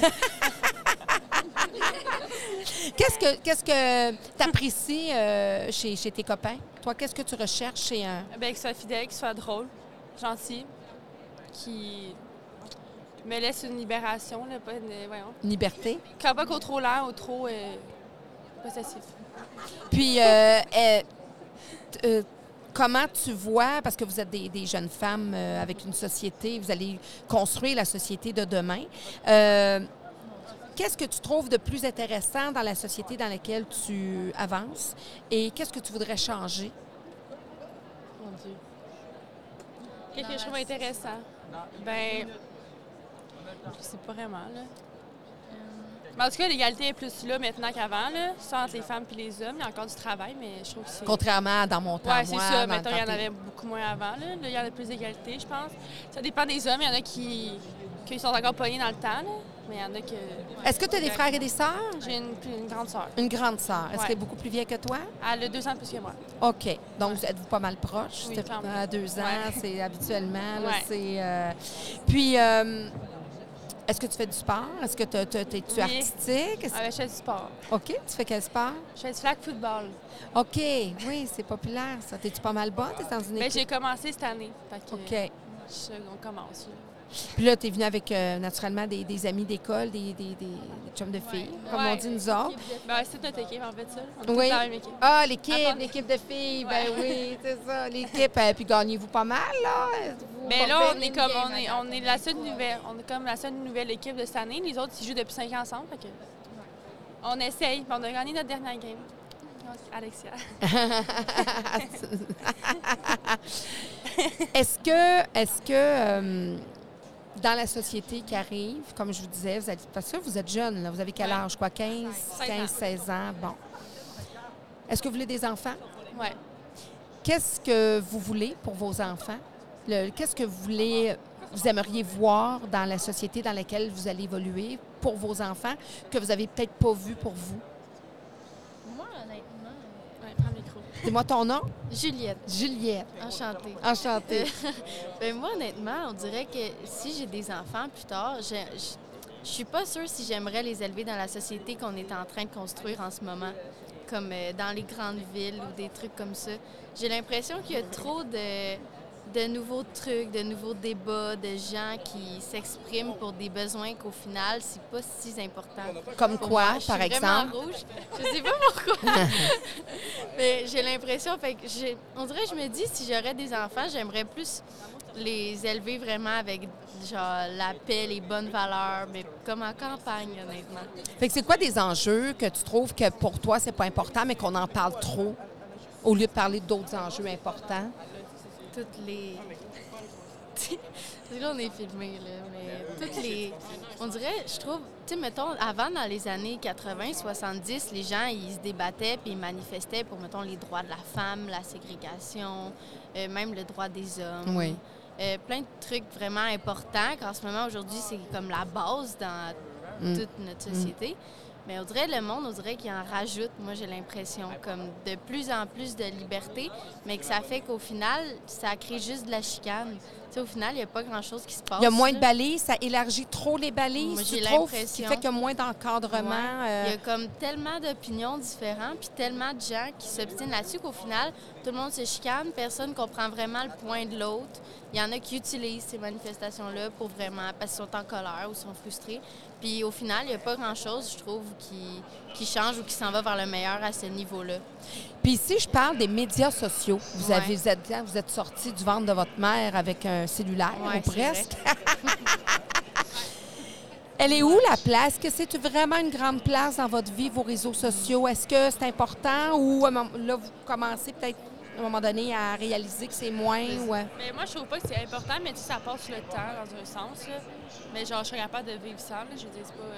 S1: Qu'est-ce que qu'est-ce que t'apprécies euh, chez, chez tes copains? Toi, qu'est-ce que tu recherches chez un
S5: Ben, qu'il soit fidèle, qu'il soit drôle, gentil, qui me laisse une libération, là, pas une- euh, voyons.
S1: Une liberté.
S5: Quand pas trop l'air ou trop euh, possessif.
S1: Puis, euh, euh, t- euh, comment tu vois, parce que vous êtes des, des jeunes femmes euh, avec une société, vous allez construire la société de demain. euh, Qu'est-ce que tu trouves de plus intéressant dans la société dans laquelle tu avances et qu'est-ce que tu voudrais changer?
S5: Mon Dieu. Quelque chose d'intéressant. Ben, je sais pas vraiment, là. Mais en tout cas, l'égalité est plus là maintenant qu'avant, là. Ça, entre les femmes et les hommes, il y a encore du travail, mais je trouve que c'est...
S1: Contrairement à dans mon temps,
S5: Ouais, c'est
S1: moi,
S5: ça.
S1: dans le
S5: Mettons, il y en
S1: temps-
S5: avait beaucoup moins avant. Là, Là, il y en a plus d'égalité, je pense. Ça dépend des hommes. Il y en a qui, qui sont encore pognés dans le temps, là. mais il y en a que.
S1: Est-ce que tu as des frères et des sœurs?
S5: J'ai une, plus- une grande sœur.
S1: Une grande sœur. Est-ce
S5: Ouais.
S1: qu'elle est beaucoup plus vieille que toi?
S5: Elle a deux ans de plus que moi.
S1: OK. Donc, vous êtes-vous pas mal proches?
S5: Oui,
S1: C'est
S5: quand même.
S1: à deux ans,
S5: Ouais.
S1: c'est habituellement. là,
S5: Ouais.
S1: c'est, euh, Puis, euh, est-ce que tu fais du sport? Est-ce que t'as- t'as- t'es-tu
S5: Oui.
S1: artistique? Est-ce-
S5: Ah, ben, je fais du sport.
S1: OK. Tu fais quel sport?
S5: Je fais du flag football.
S1: OK. Oui, c'est populaire, ça. T'es-tu pas mal bonne? T'es dans une
S5: Mais
S1: équipe?
S5: Ben, j'ai commencé cette année. Fait que
S1: OK.
S5: je- on commence. là.
S1: Puis là, t'es venue avec, euh, naturellement, des, des amis d'école, des, des, des, des chums de filles, comme on
S5: Ouais.
S1: dit nous autres.
S5: Ben, c'est notre équipe, en fait, ça. On est tous
S1: Oui.
S5: dans la même équipe.
S1: Ah, l'équipe,
S5: Attends.
S1: l'équipe de filles, ben oui, c'est ça, l'équipe. Euh, puis gagnez-vous pas mal, là? Vous
S5: Mais Ben, là, on
S1: bombez
S5: est
S1: ben, une
S5: comme
S1: game
S5: on est,
S1: à
S5: on est la seule nouvelle, on est comme la seule nouvelle équipe de cette année. Les autres, ils jouent depuis cinq ans ensemble. fait que on essaye. puis On a gagné notre dernière game. Alexia.
S1: <laughs> Est-ce que, est-ce que euh, dans la société qui arrive, comme je vous disais, vous êtes, parce que vous êtes jeune, là, vous avez quel
S5: Ouais.
S1: âge, quoi, 15,
S5: ans.
S1: 15, 16 ans, bon. Est-ce que vous voulez des enfants?
S5: Ouais.
S1: Qu'est-ce que vous voulez pour vos enfants? Le- qu'est-ce que vous voulez, vous aimeriez voir dans la société dans laquelle vous allez évoluer pour vos enfants que vous avez peut-être pas vu pour vous?
S6: Moi, honnêtement, euh,
S5: Ouais, prends le micro.
S1: Dis-moi ton nom,
S6: Juliette,
S1: Juliette.
S6: enchantée.
S1: Enchantée.
S6: <laughs> Ben moi, honnêtement, on dirait que si j'ai des enfants plus tard, je, je, je suis pas sûre si j'aimerais les élever dans la société qu'on est en train de construire en ce moment, comme euh, dans les grandes villes ou des trucs comme ça. J'ai l'impression qu'il y a trop de, de nouveaux trucs, de nouveaux débats, de gens qui s'expriment pour des besoins qu'au final, c'est pas si important.
S1: Comme
S6: pour
S1: quoi,
S6: moi. Je suis
S1: par
S6: vraiment
S1: exemple?
S6: rouge. Je sais pas pourquoi. <laughs> Mais j'ai l'impression, fait que j'ai- on dirait que je me dis, si j'aurais des enfants, j'aimerais plus les élever vraiment avec genre la paix, les bonnes valeurs, mais comme en campagne, honnêtement.
S1: Fait que c'est quoi des enjeux que tu trouves que pour toi, c'est pas important, mais qu'on en parle trop au lieu de parler d'autres enjeux importants?
S6: Toutes les. <laughs> là, on est filmé, là, mais toutes les. On dirait, je trouve, tu sais, mettons, avant, dans les années 80, 70, les gens, ils se débattaient puis ils manifestaient pour, mettons, les droits de la femme, la ségrégation, euh, même le droit des hommes.
S1: Oui.
S6: Euh, plein de trucs vraiment importants qu'en ce moment, aujourd'hui, c'est comme la base dans
S1: Mm.
S6: toute notre société. Mais on dirait le monde, on dirait qu'il en rajoute, moi j'ai l'impression, comme de plus en plus de liberté, mais que ça fait qu'au final, ça crée juste de la chicane. Tu sais, au final, il n'y a pas grand-chose qui se passe.
S1: Il y a moins de
S6: là.
S1: balises, ça élargit trop les
S6: Moi,
S1: balises,
S6: j'ai
S1: tu trouves, ce qui
S6: l'impression.
S1: fait qu'il y a moins d'encadrement. euh,
S6: Il y a comme tellement d'opinions différentes, puis tellement de gens qui s'obstinent là-dessus qu'au final, tout le monde se chicane, personne ne comprend vraiment le point de l'autre. Il y en a qui utilisent ces manifestations-là pour vraiment, parce qu'ils sont en colère ou sont frustrés. Puis au final, il n'y a pas grand-chose, je trouve, qui, qui change ou qui s'en va vers le meilleur à ce niveau-là.
S1: Puis ici, je parle des médias sociaux. Vous,
S6: Ouais.
S1: avez, vous êtes, hein, vous êtes sorti du ventre de votre mère avec un cellulaire,
S6: Ouais,
S1: ou
S6: c'est vrai.
S1: presque. <laughs> Elle est où la place? Est-ce que c'est vraiment une grande place dans votre vie, vos réseaux sociaux? Est-ce que c'est important ou à un moment- là, vous commencez peut-être à un moment donné à réaliser que c'est moins? ou, euh,
S5: Mais Ben, moi, je trouve pas que c'est important, mais tu sais, ça passe le temps dans un sens. là. Mais genre, je serais capable de vivre sans. là. Je veux dire, c'est pas. euh,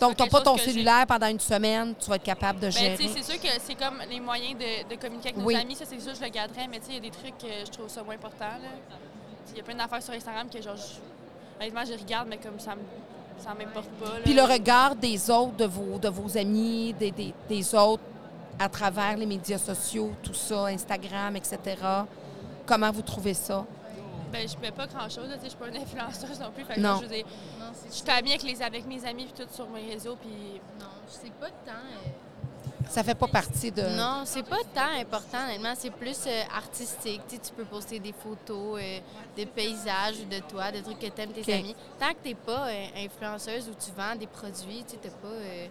S1: Donc, tu n'as
S5: quelque
S1: pas
S5: chose
S1: ton
S5: que j'ai-
S1: cellulaire pendant une semaine, tu vas être capable de
S5: Ben,
S1: gérer.
S5: tu sais, c'est sûr que c'est comme les moyens de, de communiquer avec nos
S1: Oui.
S5: amis, ça c'est sûr, je le garderais, mais tu sais, il y a des trucs que je trouve ça moins important. là. Il y a plein d'affaires sur Instagram que, genre, je- honnêtement, je regarde, mais comme ça me- ça m'importe pas. là.
S1: Puis le regard des autres, de vos, de vos amis, des, des- des autres à travers les médias sociaux, tout ça, Instagram, etc. Comment vous trouvez ça?
S5: Ben, je mets pas grand chose, je suis pas une influenceuse non plus. Fait que
S1: Non.
S5: je veux dire,
S6: Non,
S5: je suis amie avec, les, avec mes amis, puis tout sur mes réseaux, puis
S6: euh, Non, je sais pas tant.
S1: Ça fait pas partie de.
S6: Non, c'est pas tant important, honnêtement. C'est plus euh, artistique. Tu, sais, tu peux poster des photos euh, de paysages ou de toi, de trucs que t'aimes tes
S1: OK.
S6: amis. Tant que t'es pas euh, influenceuse ou tu vends des produits, tu sais, t'as pas... euh,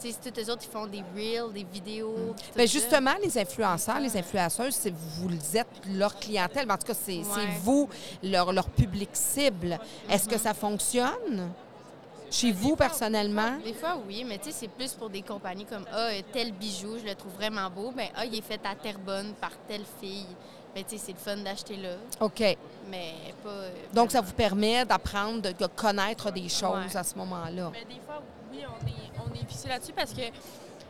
S6: tu sais, c'est tous les autres qui font des reels, des vidéos. puis tout
S1: Mais
S6: ça.
S1: Hmm. Ben, justement, les influenceurs, les influenceuses, c'est vous êtes leur clientèle. Mais En tout cas, c'est c'est
S6: Ouais.
S1: vous, leur, leur public cible. Est-ce que ça fonctionne chez vous personnellement?
S6: Des fois, oui, mais tu sais, c'est plus pour des compagnies comme Ah, euh, tel bijou, je le trouve vraiment beau. Ben, Ah, il est fait à Terrebonne par telle fille. Mais tu sais, c'est le fun d'acheter là.
S1: OK.
S6: Mais pas. euh,
S1: Donc, ça vous permet d'apprendre, de, de connaître des choses
S6: Ouais.
S1: à ce moment-là.
S5: Mais des fois, oui, on est, on est vicieux là-dessus parce que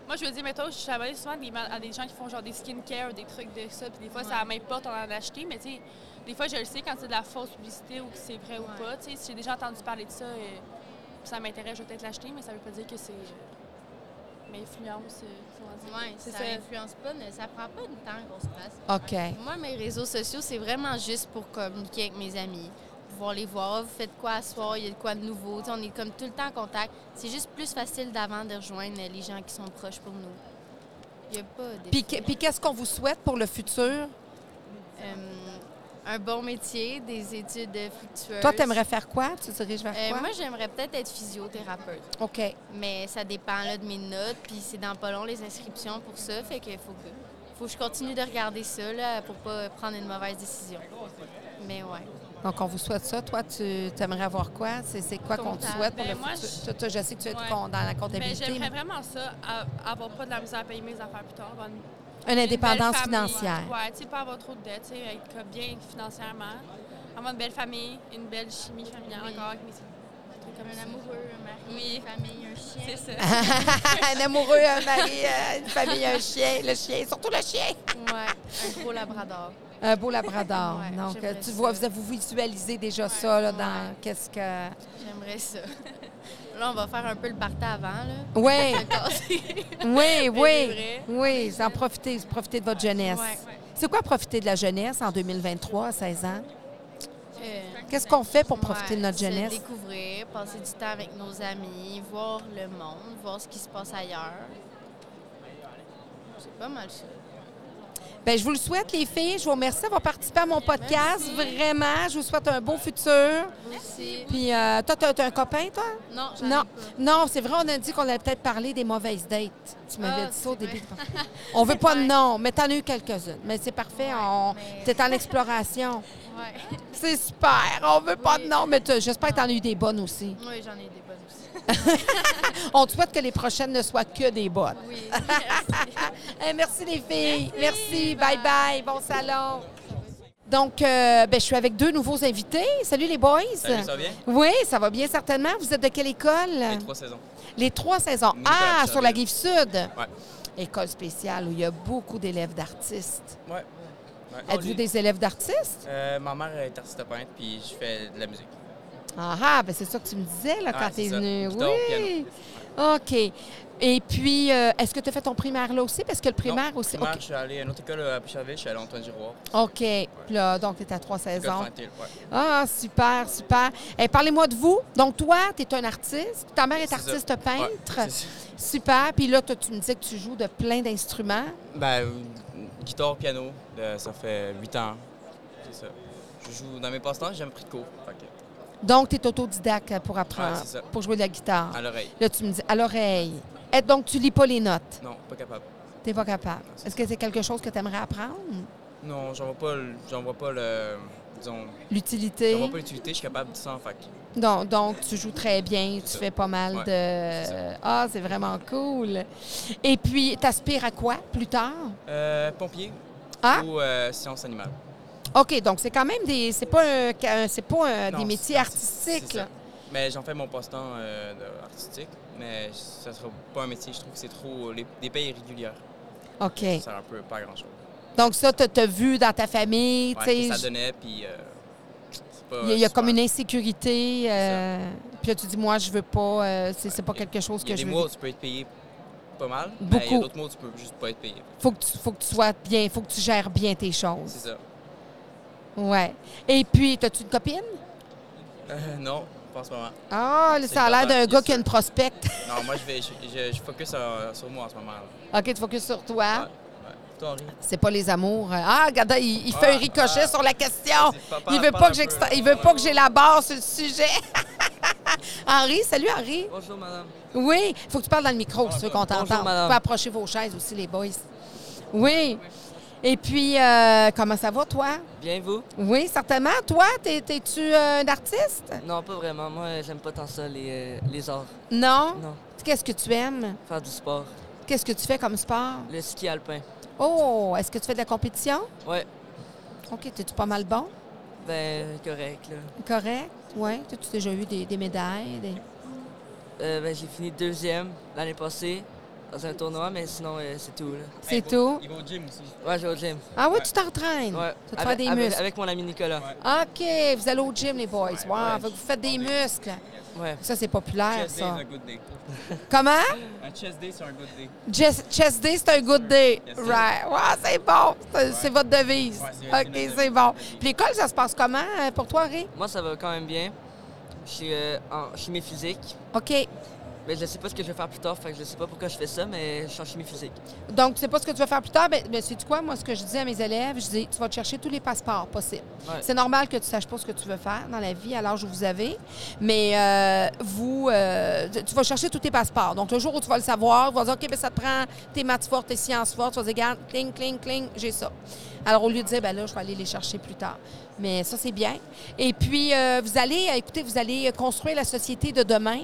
S5: moi, je veux dire, mettons, je suis abonnée souvent à des, ma- à des gens qui font genre des skincare, des trucs de ça, puis des fois, ça m'importe on en acheter, mais tu sais, des fois, je le sais quand c'est de la fausse publicité ou que c'est vrai ou pas. Tu sais, si j'ai déjà entendu parler de ça, euh, puis ça m'intéresse, je vais peut-être l'acheter, mais ça veut pas dire que c'est. Mais influence, euh, comment dire?
S6: Ouais,
S5: c'est
S6: ça,
S5: ça.
S6: influence pas, mais ça prend pas de temps qu'on se passe.
S1: OK.
S6: Moi, mes réseaux sociaux, c'est vraiment juste pour communiquer avec mes amis, pouvoir les voir, vous faites quoi à soir, il y a de quoi de nouveau. Tu sais, on est comme tout le temps en contact. C'est juste plus facile d'avant de rejoindre les gens qui sont proches pour nous. Il n'y a pas de.
S1: Puis, que- puis qu'est-ce qu'on vous souhaite pour le futur?
S6: Euh, un bon métier, des études fructueuses.
S1: Toi, t'aimerais faire quoi? Tu te diriges vers
S6: Euh,
S1: quoi?
S6: Moi, j'aimerais peut-être être physiothérapeute,
S1: OK.
S6: mais ça dépend là, de mes notes, puis c'est dans pas long les inscriptions pour ça, fait qu'il faut que, faut que je continue de regarder ça là, pour pas prendre une mauvaise décision. Mais ouais.
S1: Donc, on vous souhaite ça. Toi, tu aimerais avoir quoi? C'est c'est quoi qu'on te
S6: Comptable.
S1: souhaite pour
S5: Ben,
S1: le
S5: moi,
S1: futur?
S5: je-
S1: Toi, toi, je sais que tu es
S5: Ouais.
S6: Ben,
S1: con- dans la
S6: <laughs>
S5: Mais
S1: comptabilité.
S5: j'aimerais
S1: mais-
S5: vraiment ça, à- avoir pas de la misère à payer mes affaires plus tard. avoir une-
S1: Une
S5: Une belle
S1: indépendance
S5: famille.
S1: financière.
S5: Ouais, tu sais, pas avoir trop de dettes, tu sais, être comme bien financièrement. Avoir une belle famille, une belle chimie familiale
S6: Oui.
S5: encore avec mes des trucs comme ça.
S6: Un amoureux, un mari,
S5: Oui.
S6: une famille, un chien.
S5: C'est
S1: <laughs>
S5: ça.
S1: un amoureux, un mari, euh, une famille, un chien, le chien, surtout le chien.
S6: Ouais, un gros labrador.
S1: Un beau labrador.
S6: Ouais,
S1: Donc,
S6: j'aimerais
S1: tu
S6: ça.
S1: vois, vous, vous visualisez déjà ça là, dans
S6: Ouais.
S1: qu'est-ce que.
S6: J'aimerais ça. Là, on va faire un peu le partage avant, là. <laughs>
S1: Oui, oui,
S5: c'est
S1: oui.
S5: vrai.
S1: Oui, en profitez, profitez de votre jeunesse.
S6: Ouais.
S1: C'est quoi profiter de la jeunesse en 2023, à 16 ans?
S6: Euh,
S1: Qu'est-ce qu'on fait pour profiter
S6: Ouais,
S1: de notre jeunesse?
S6: Se découvrir, passer du temps avec nos amis, voir le monde, voir ce qui se passe ailleurs. C'est pas mal ça.
S1: Bien, Ben, je vous le souhaite, les filles. Je vous remercie d'avoir participé à mon podcast. Vraiment, je vous souhaite un beau futur.
S6: Merci.
S1: Puis, euh, toi, t'as t'as un copain, toi?
S6: Non, j'en ai
S1: Non,
S6: pas.
S1: non c'est vrai, on a dit qu'on allait peut-être parler des mauvaises dates. Tu m'avais
S6: Ah,
S1: dit ça au
S6: c'est
S1: début.
S6: vrai.
S1: On veut pas de nom, mais t'en as eu quelques-unes. Mais c'est parfait, on...
S6: mais-
S1: t'es en exploration.
S6: <laughs> Ouais.
S1: C'est super, on veut pas de
S6: Oui.
S1: nom, mais t'as- j'espère que t'en as eu des bonnes
S6: <laughs>
S1: aussi.
S6: Oui, j'en ai des bonnes aussi.
S1: On te souhaite que les prochaines ne soient que des bonnes. <laughs>
S6: Oui.
S1: Eh, merci les filles. Merci. Bye bye. Bon salon. Donc, euh, ben, je suis avec deux nouveaux invités. Salut les boys.
S7: Salut, ça va bien?
S1: Oui, ça va bien certainement. Vous êtes de quelle école?
S7: Les trois saisons.
S1: Les trois saisons.
S7: Nicolas
S1: Ah,
S7: Pichardet.
S1: sur la rive sud.
S7: Ouais.
S1: École spéciale où il y a beaucoup d'élèves d'artistes.
S7: Ouais. Ouais.
S1: Êtes-vous des élèves d'artistes?
S7: Euh, ma mère est artiste peintre, puis je fais de la musique.
S1: Ah, ah, ben c'est ça que tu me disais là,
S7: Ouais,
S1: quand
S7: Ah, c'est
S1: tu es
S7: ça.
S1: venu.
S7: Guitare,
S1: Oui. OK. Et puis, euh, est-ce que tu as fait ton primaire là aussi? Parce que le primaire
S7: Non,
S1: aussi.
S7: primaire, je suis allé à une autre école à Boucherville, je suis allé à Antoine Giroir.
S1: OK. Puis là, donc, tu es à trois
S7: École
S1: saisons.
S7: Fantil, ouais.
S1: Ah, super, super. Eh, Parlez-moi de vous. Donc, toi, tu es un artiste. Ta mère est,
S7: C'est ça.
S1: artiste
S7: Ouais,
S1: peintre.
S7: c'est ça.
S1: super. Puis là, toi, tu me disais que tu joues de plein d'instruments.
S7: Ben, euh, guitare, piano, de- ça fait 8 ans. C'est ça. Je joue dans mes passe-temps, j'ai jamais pris de cours. Fait que,
S1: Donc, tu es autodidacte pour apprendre,
S7: Ouais, c'est ça.
S1: pour jouer de la guitare.
S7: à l'oreille.
S1: Là, tu me dis à l'oreille. Et donc, tu lis pas les notes.
S7: Non, pas capable.
S1: Tu pas capable.
S7: c'est
S1: Est-ce que c'est quelque chose que tu aimerais apprendre?
S7: Non, j'en vois pas, le- j'en vois pas le. Disons,
S1: L'utilité?
S7: j'en vois pas l'utilité, je suis capable de ça en fac.
S1: Donc, donc, tu joues très bien, tu
S7: ça.
S1: fais pas mal
S7: Ouais,
S1: de... Ah, c'est vraiment cool. Et puis, tu aspires à quoi plus tard?
S7: Euh, pompier
S1: Ah!
S7: ou euh, sciences animales.
S1: OK, donc c'est quand même des... C'est pas, un- un- c'est pas un- des
S7: Non,
S1: métiers
S7: c'est-
S1: artistiques.
S7: c'est ça.
S1: là.
S7: Mais j'en fais mon passe-temps euh, de- artistique, mais ça sera pas un métier. Je trouve que c'est trop. Les, les payes irrégulières,
S1: OK.
S7: ça sert un peu pas à grand-chose.
S1: Donc ça, tu as vu dans ta famille,
S7: Ouais,
S1: tu
S7: que ça
S1: sais,
S7: donnait, puis. euh, c'est pas
S1: il y a, il y a
S7: super.
S1: comme une insécurité. euh, puis là, tu dis, moi, je veux pas... euh, c'est c'est pas quelque chose
S7: Il y
S1: que
S7: a
S1: je
S7: des
S1: veux
S7: mois où tu peux être payé pas mal, mais il y
S1: Beaucoup.
S7: a d'autres mois où tu peux juste pas être payé.
S1: faut que tu, faut que tu sois bien, faut que tu gères bien tes
S7: C'est
S1: choses.
S7: ça.
S1: Ouais. Et puis, as-tu une copine?
S7: Euh, non, pas en ce moment.
S1: Ah, là,
S7: C'est
S1: ça a l'air
S7: pas mal,
S1: d'un
S7: bien
S1: gars
S7: sûr.
S1: qui a une prospecte.
S7: <laughs> Non, moi, je, vais, je, je- je focus euh, sur moi en ce moment. là.
S1: OK, tu focuses sur toi.
S7: Ouais. Toi, Henri.
S1: C'est pas les amours. Ah, regarde, il, il fait
S7: Ah,
S1: un ricochet
S7: ah.
S1: sur la question.
S7: Vas-y, pa-
S1: Il
S7: parle-
S1: veut
S7: parle
S1: pas
S7: un
S1: que j'extra-
S7: peu.
S1: il veut pas que j'élabore sur le sujet. <laughs> Henri, salut Henri.
S8: Bonjour, madame.
S1: Oui, il faut que tu parles dans le micro, si tu veux qu'on t'entende.
S8: Bonjour, madame.
S1: Vous pouvez approcher vos chaises aussi, les boys. Oui. Et puis, euh, comment ça va, toi?
S8: Bien, vous?
S1: Oui, certainement. Toi, t'es- t'es-tu euh, un artiste?
S8: Non, pas vraiment. Moi, euh, j'aime pas tant ça, les, euh, les arts.
S1: Non.
S8: Non.
S1: Qu'est-ce que tu aimes?
S8: Faire du sport.
S1: Qu'est-ce que tu fais comme sport?
S8: Le ski alpin.
S1: Oh, est-ce que tu fais de la compétition?
S8: Ouais,
S1: OK, t'es-tu pas mal bon?
S8: ben, correct, là.
S1: Correct? Oui. T'as-tu déjà eu des, des médailles? des-
S8: Euh, ben, j'ai fini deuxième l'année passée dans un tournoi, mais sinon, euh, c'est tout, là.
S1: C'est
S7: Il va-
S1: tout?
S7: Il va au gym aussi.
S8: Ouais, je vais au gym.
S1: Ah oui, tu t'entraînes?
S8: Ouais.
S1: Tu vas te faire
S8: Avec,
S1: des
S8: avec-
S1: muscles.
S8: avec mon ami Nicolas.
S1: OK, vous allez au gym, les boys. Wow, fait que vous faites des muscles.
S8: Ouais.
S1: Ça, c'est populaire,
S7: Chest day
S1: ça.
S7: is a good day.
S1: Comment?
S7: Un chest day, c'est un good day.
S1: Chess, chess day, c'est un good day.
S7: Yes, sir.
S1: Right. Ouais, c'est bon. C'est c'est votre devise.
S7: Ouais, c'est- c'est
S1: OK,
S7: notre
S1: c'est
S7: devise.
S1: bon. Puis l'école, ça se passe comment euh, pour toi, Ré?
S8: Moi, ça va quand même bien. Je suis euh, en chimie physique.
S1: OK.
S8: Mais je sais pas ce que je vais faire plus tard, fait que je sais pas pourquoi je fais ça, mais je suis en chimie physique.
S1: Donc, tu sais pas ce que tu vas faire plus tard, mais, mais sais-tu quoi? Moi, ce que je dis à mes élèves, je dis, tu vas te chercher tous les passeports possibles.
S8: Ouais.
S1: C'est normal que tu saches pas ce que tu veux faire dans la vie à l'âge où vous avez, mais euh, vous, euh, tu- tu vas chercher tous tes passeports. Donc, le jour où tu vas le savoir, tu vas dire, OK, ben, ça te prend tes maths fortes, tes sciences fortes. Tu vas dire, regarde, cling, cling, cling, j'ai ça. Alors, au lieu de dire, ben là, je vais aller les chercher plus tard. Mais ça, c'est bien. Et puis, euh, vous allez, euh, écoutez, vous allez construire la société de demain.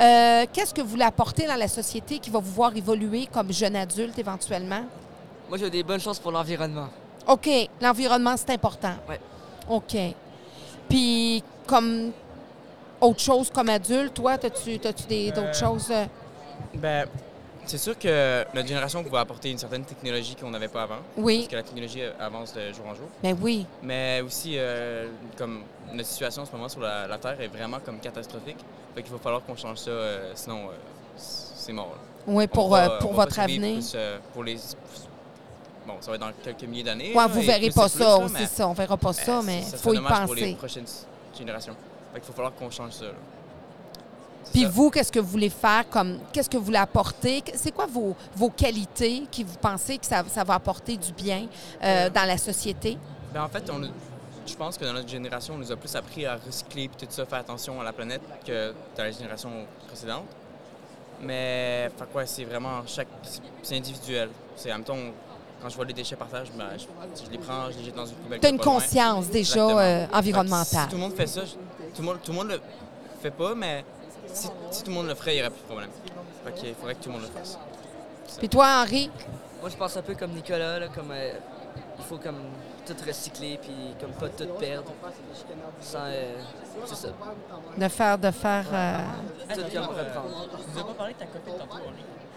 S1: Euh, Qu'est-ce que vous voulez apporter dans la société qui va vous voir évoluer comme jeune adulte éventuellement?
S8: Moi, j'ai des bonnes chances pour l'environnement.
S1: OK, l'environnement, c'est important.
S8: Ouais.
S1: OK. Puis, comme autre chose, comme adulte, toi, as-tu des d'autres
S7: Euh,
S1: choses? euh?
S7: Ben, c'est sûr que notre génération va apporter une certaine technologie qu'on n'avait pas avant.
S1: Oui,
S7: Parce que la technologie euh, avance de jour en jour.
S1: mais oui.
S7: Mais aussi, euh, comme notre situation en ce moment sur la, la Terre est vraiment comme catastrophique. Fait qu'il va falloir qu'on change ça, euh, sinon euh, c- c'est mort. là.
S1: Oui,
S7: On
S1: pour,
S7: va-
S1: euh, pour
S7: on va pas
S1: votre
S7: survivre
S1: avenir.
S7: plus, euh, pour les... plus- bon, ça va être dans quelques milliers d'années.
S1: Ouais,
S7: là,
S1: vous
S7: et
S1: verrez
S7: plus
S1: pas
S7: c'est
S1: ça,
S7: plus, là,
S1: c'est
S7: mais-
S1: ça. On verra pas ça,
S7: ben,
S1: mais
S7: ça
S1: il
S7: serait
S1: faut y
S7: dommage pour les
S1: penser.
S7: prochaines s- générations. Fait qu'il va falloir qu'on change ça. là. C'est
S1: Puis
S7: ça.
S1: vous, qu'est-ce que vous voulez faire comme qu'est-ce que vous voulez apporter? Que- C'est quoi vos, vos qualités qui vous pensez que ça, ça va apporter du bien euh, dans la société?
S7: Ben, en fait, on, nous- je pense que dans notre génération, on nous a plus appris à recycler puis tout ça, faire attention à la planète que dans les générations précédentes. Mais fait que ouais, c'est vraiment chaque c'est- c'est individuel. C'est en même temps quand je vois les déchets par terre, je, me- je- je les prends, je les jette dans une poubelle.
S1: Tu as
S7: qui
S1: une
S7: est pas loin.
S1: conscience déjà
S7: Exactement.
S1: euh,
S7: Fait que Si
S1: environnementale.
S7: tout le monde fait ça, je- tout le monde tout le monde le fait pas, mais si, si tout le monde le ferait, il n'y aurait plus de problème. Fait qu'il faudrait que tout le monde le fasse.
S1: Puis toi, Henri,
S8: Moi, je pense un peu comme Nicolas, là, comme euh, il faut comme tout recycler, puis comme pas tout perdre. Sans, euh, c'est ça,
S1: de faire de faire euh,
S8: tout comme reprendre.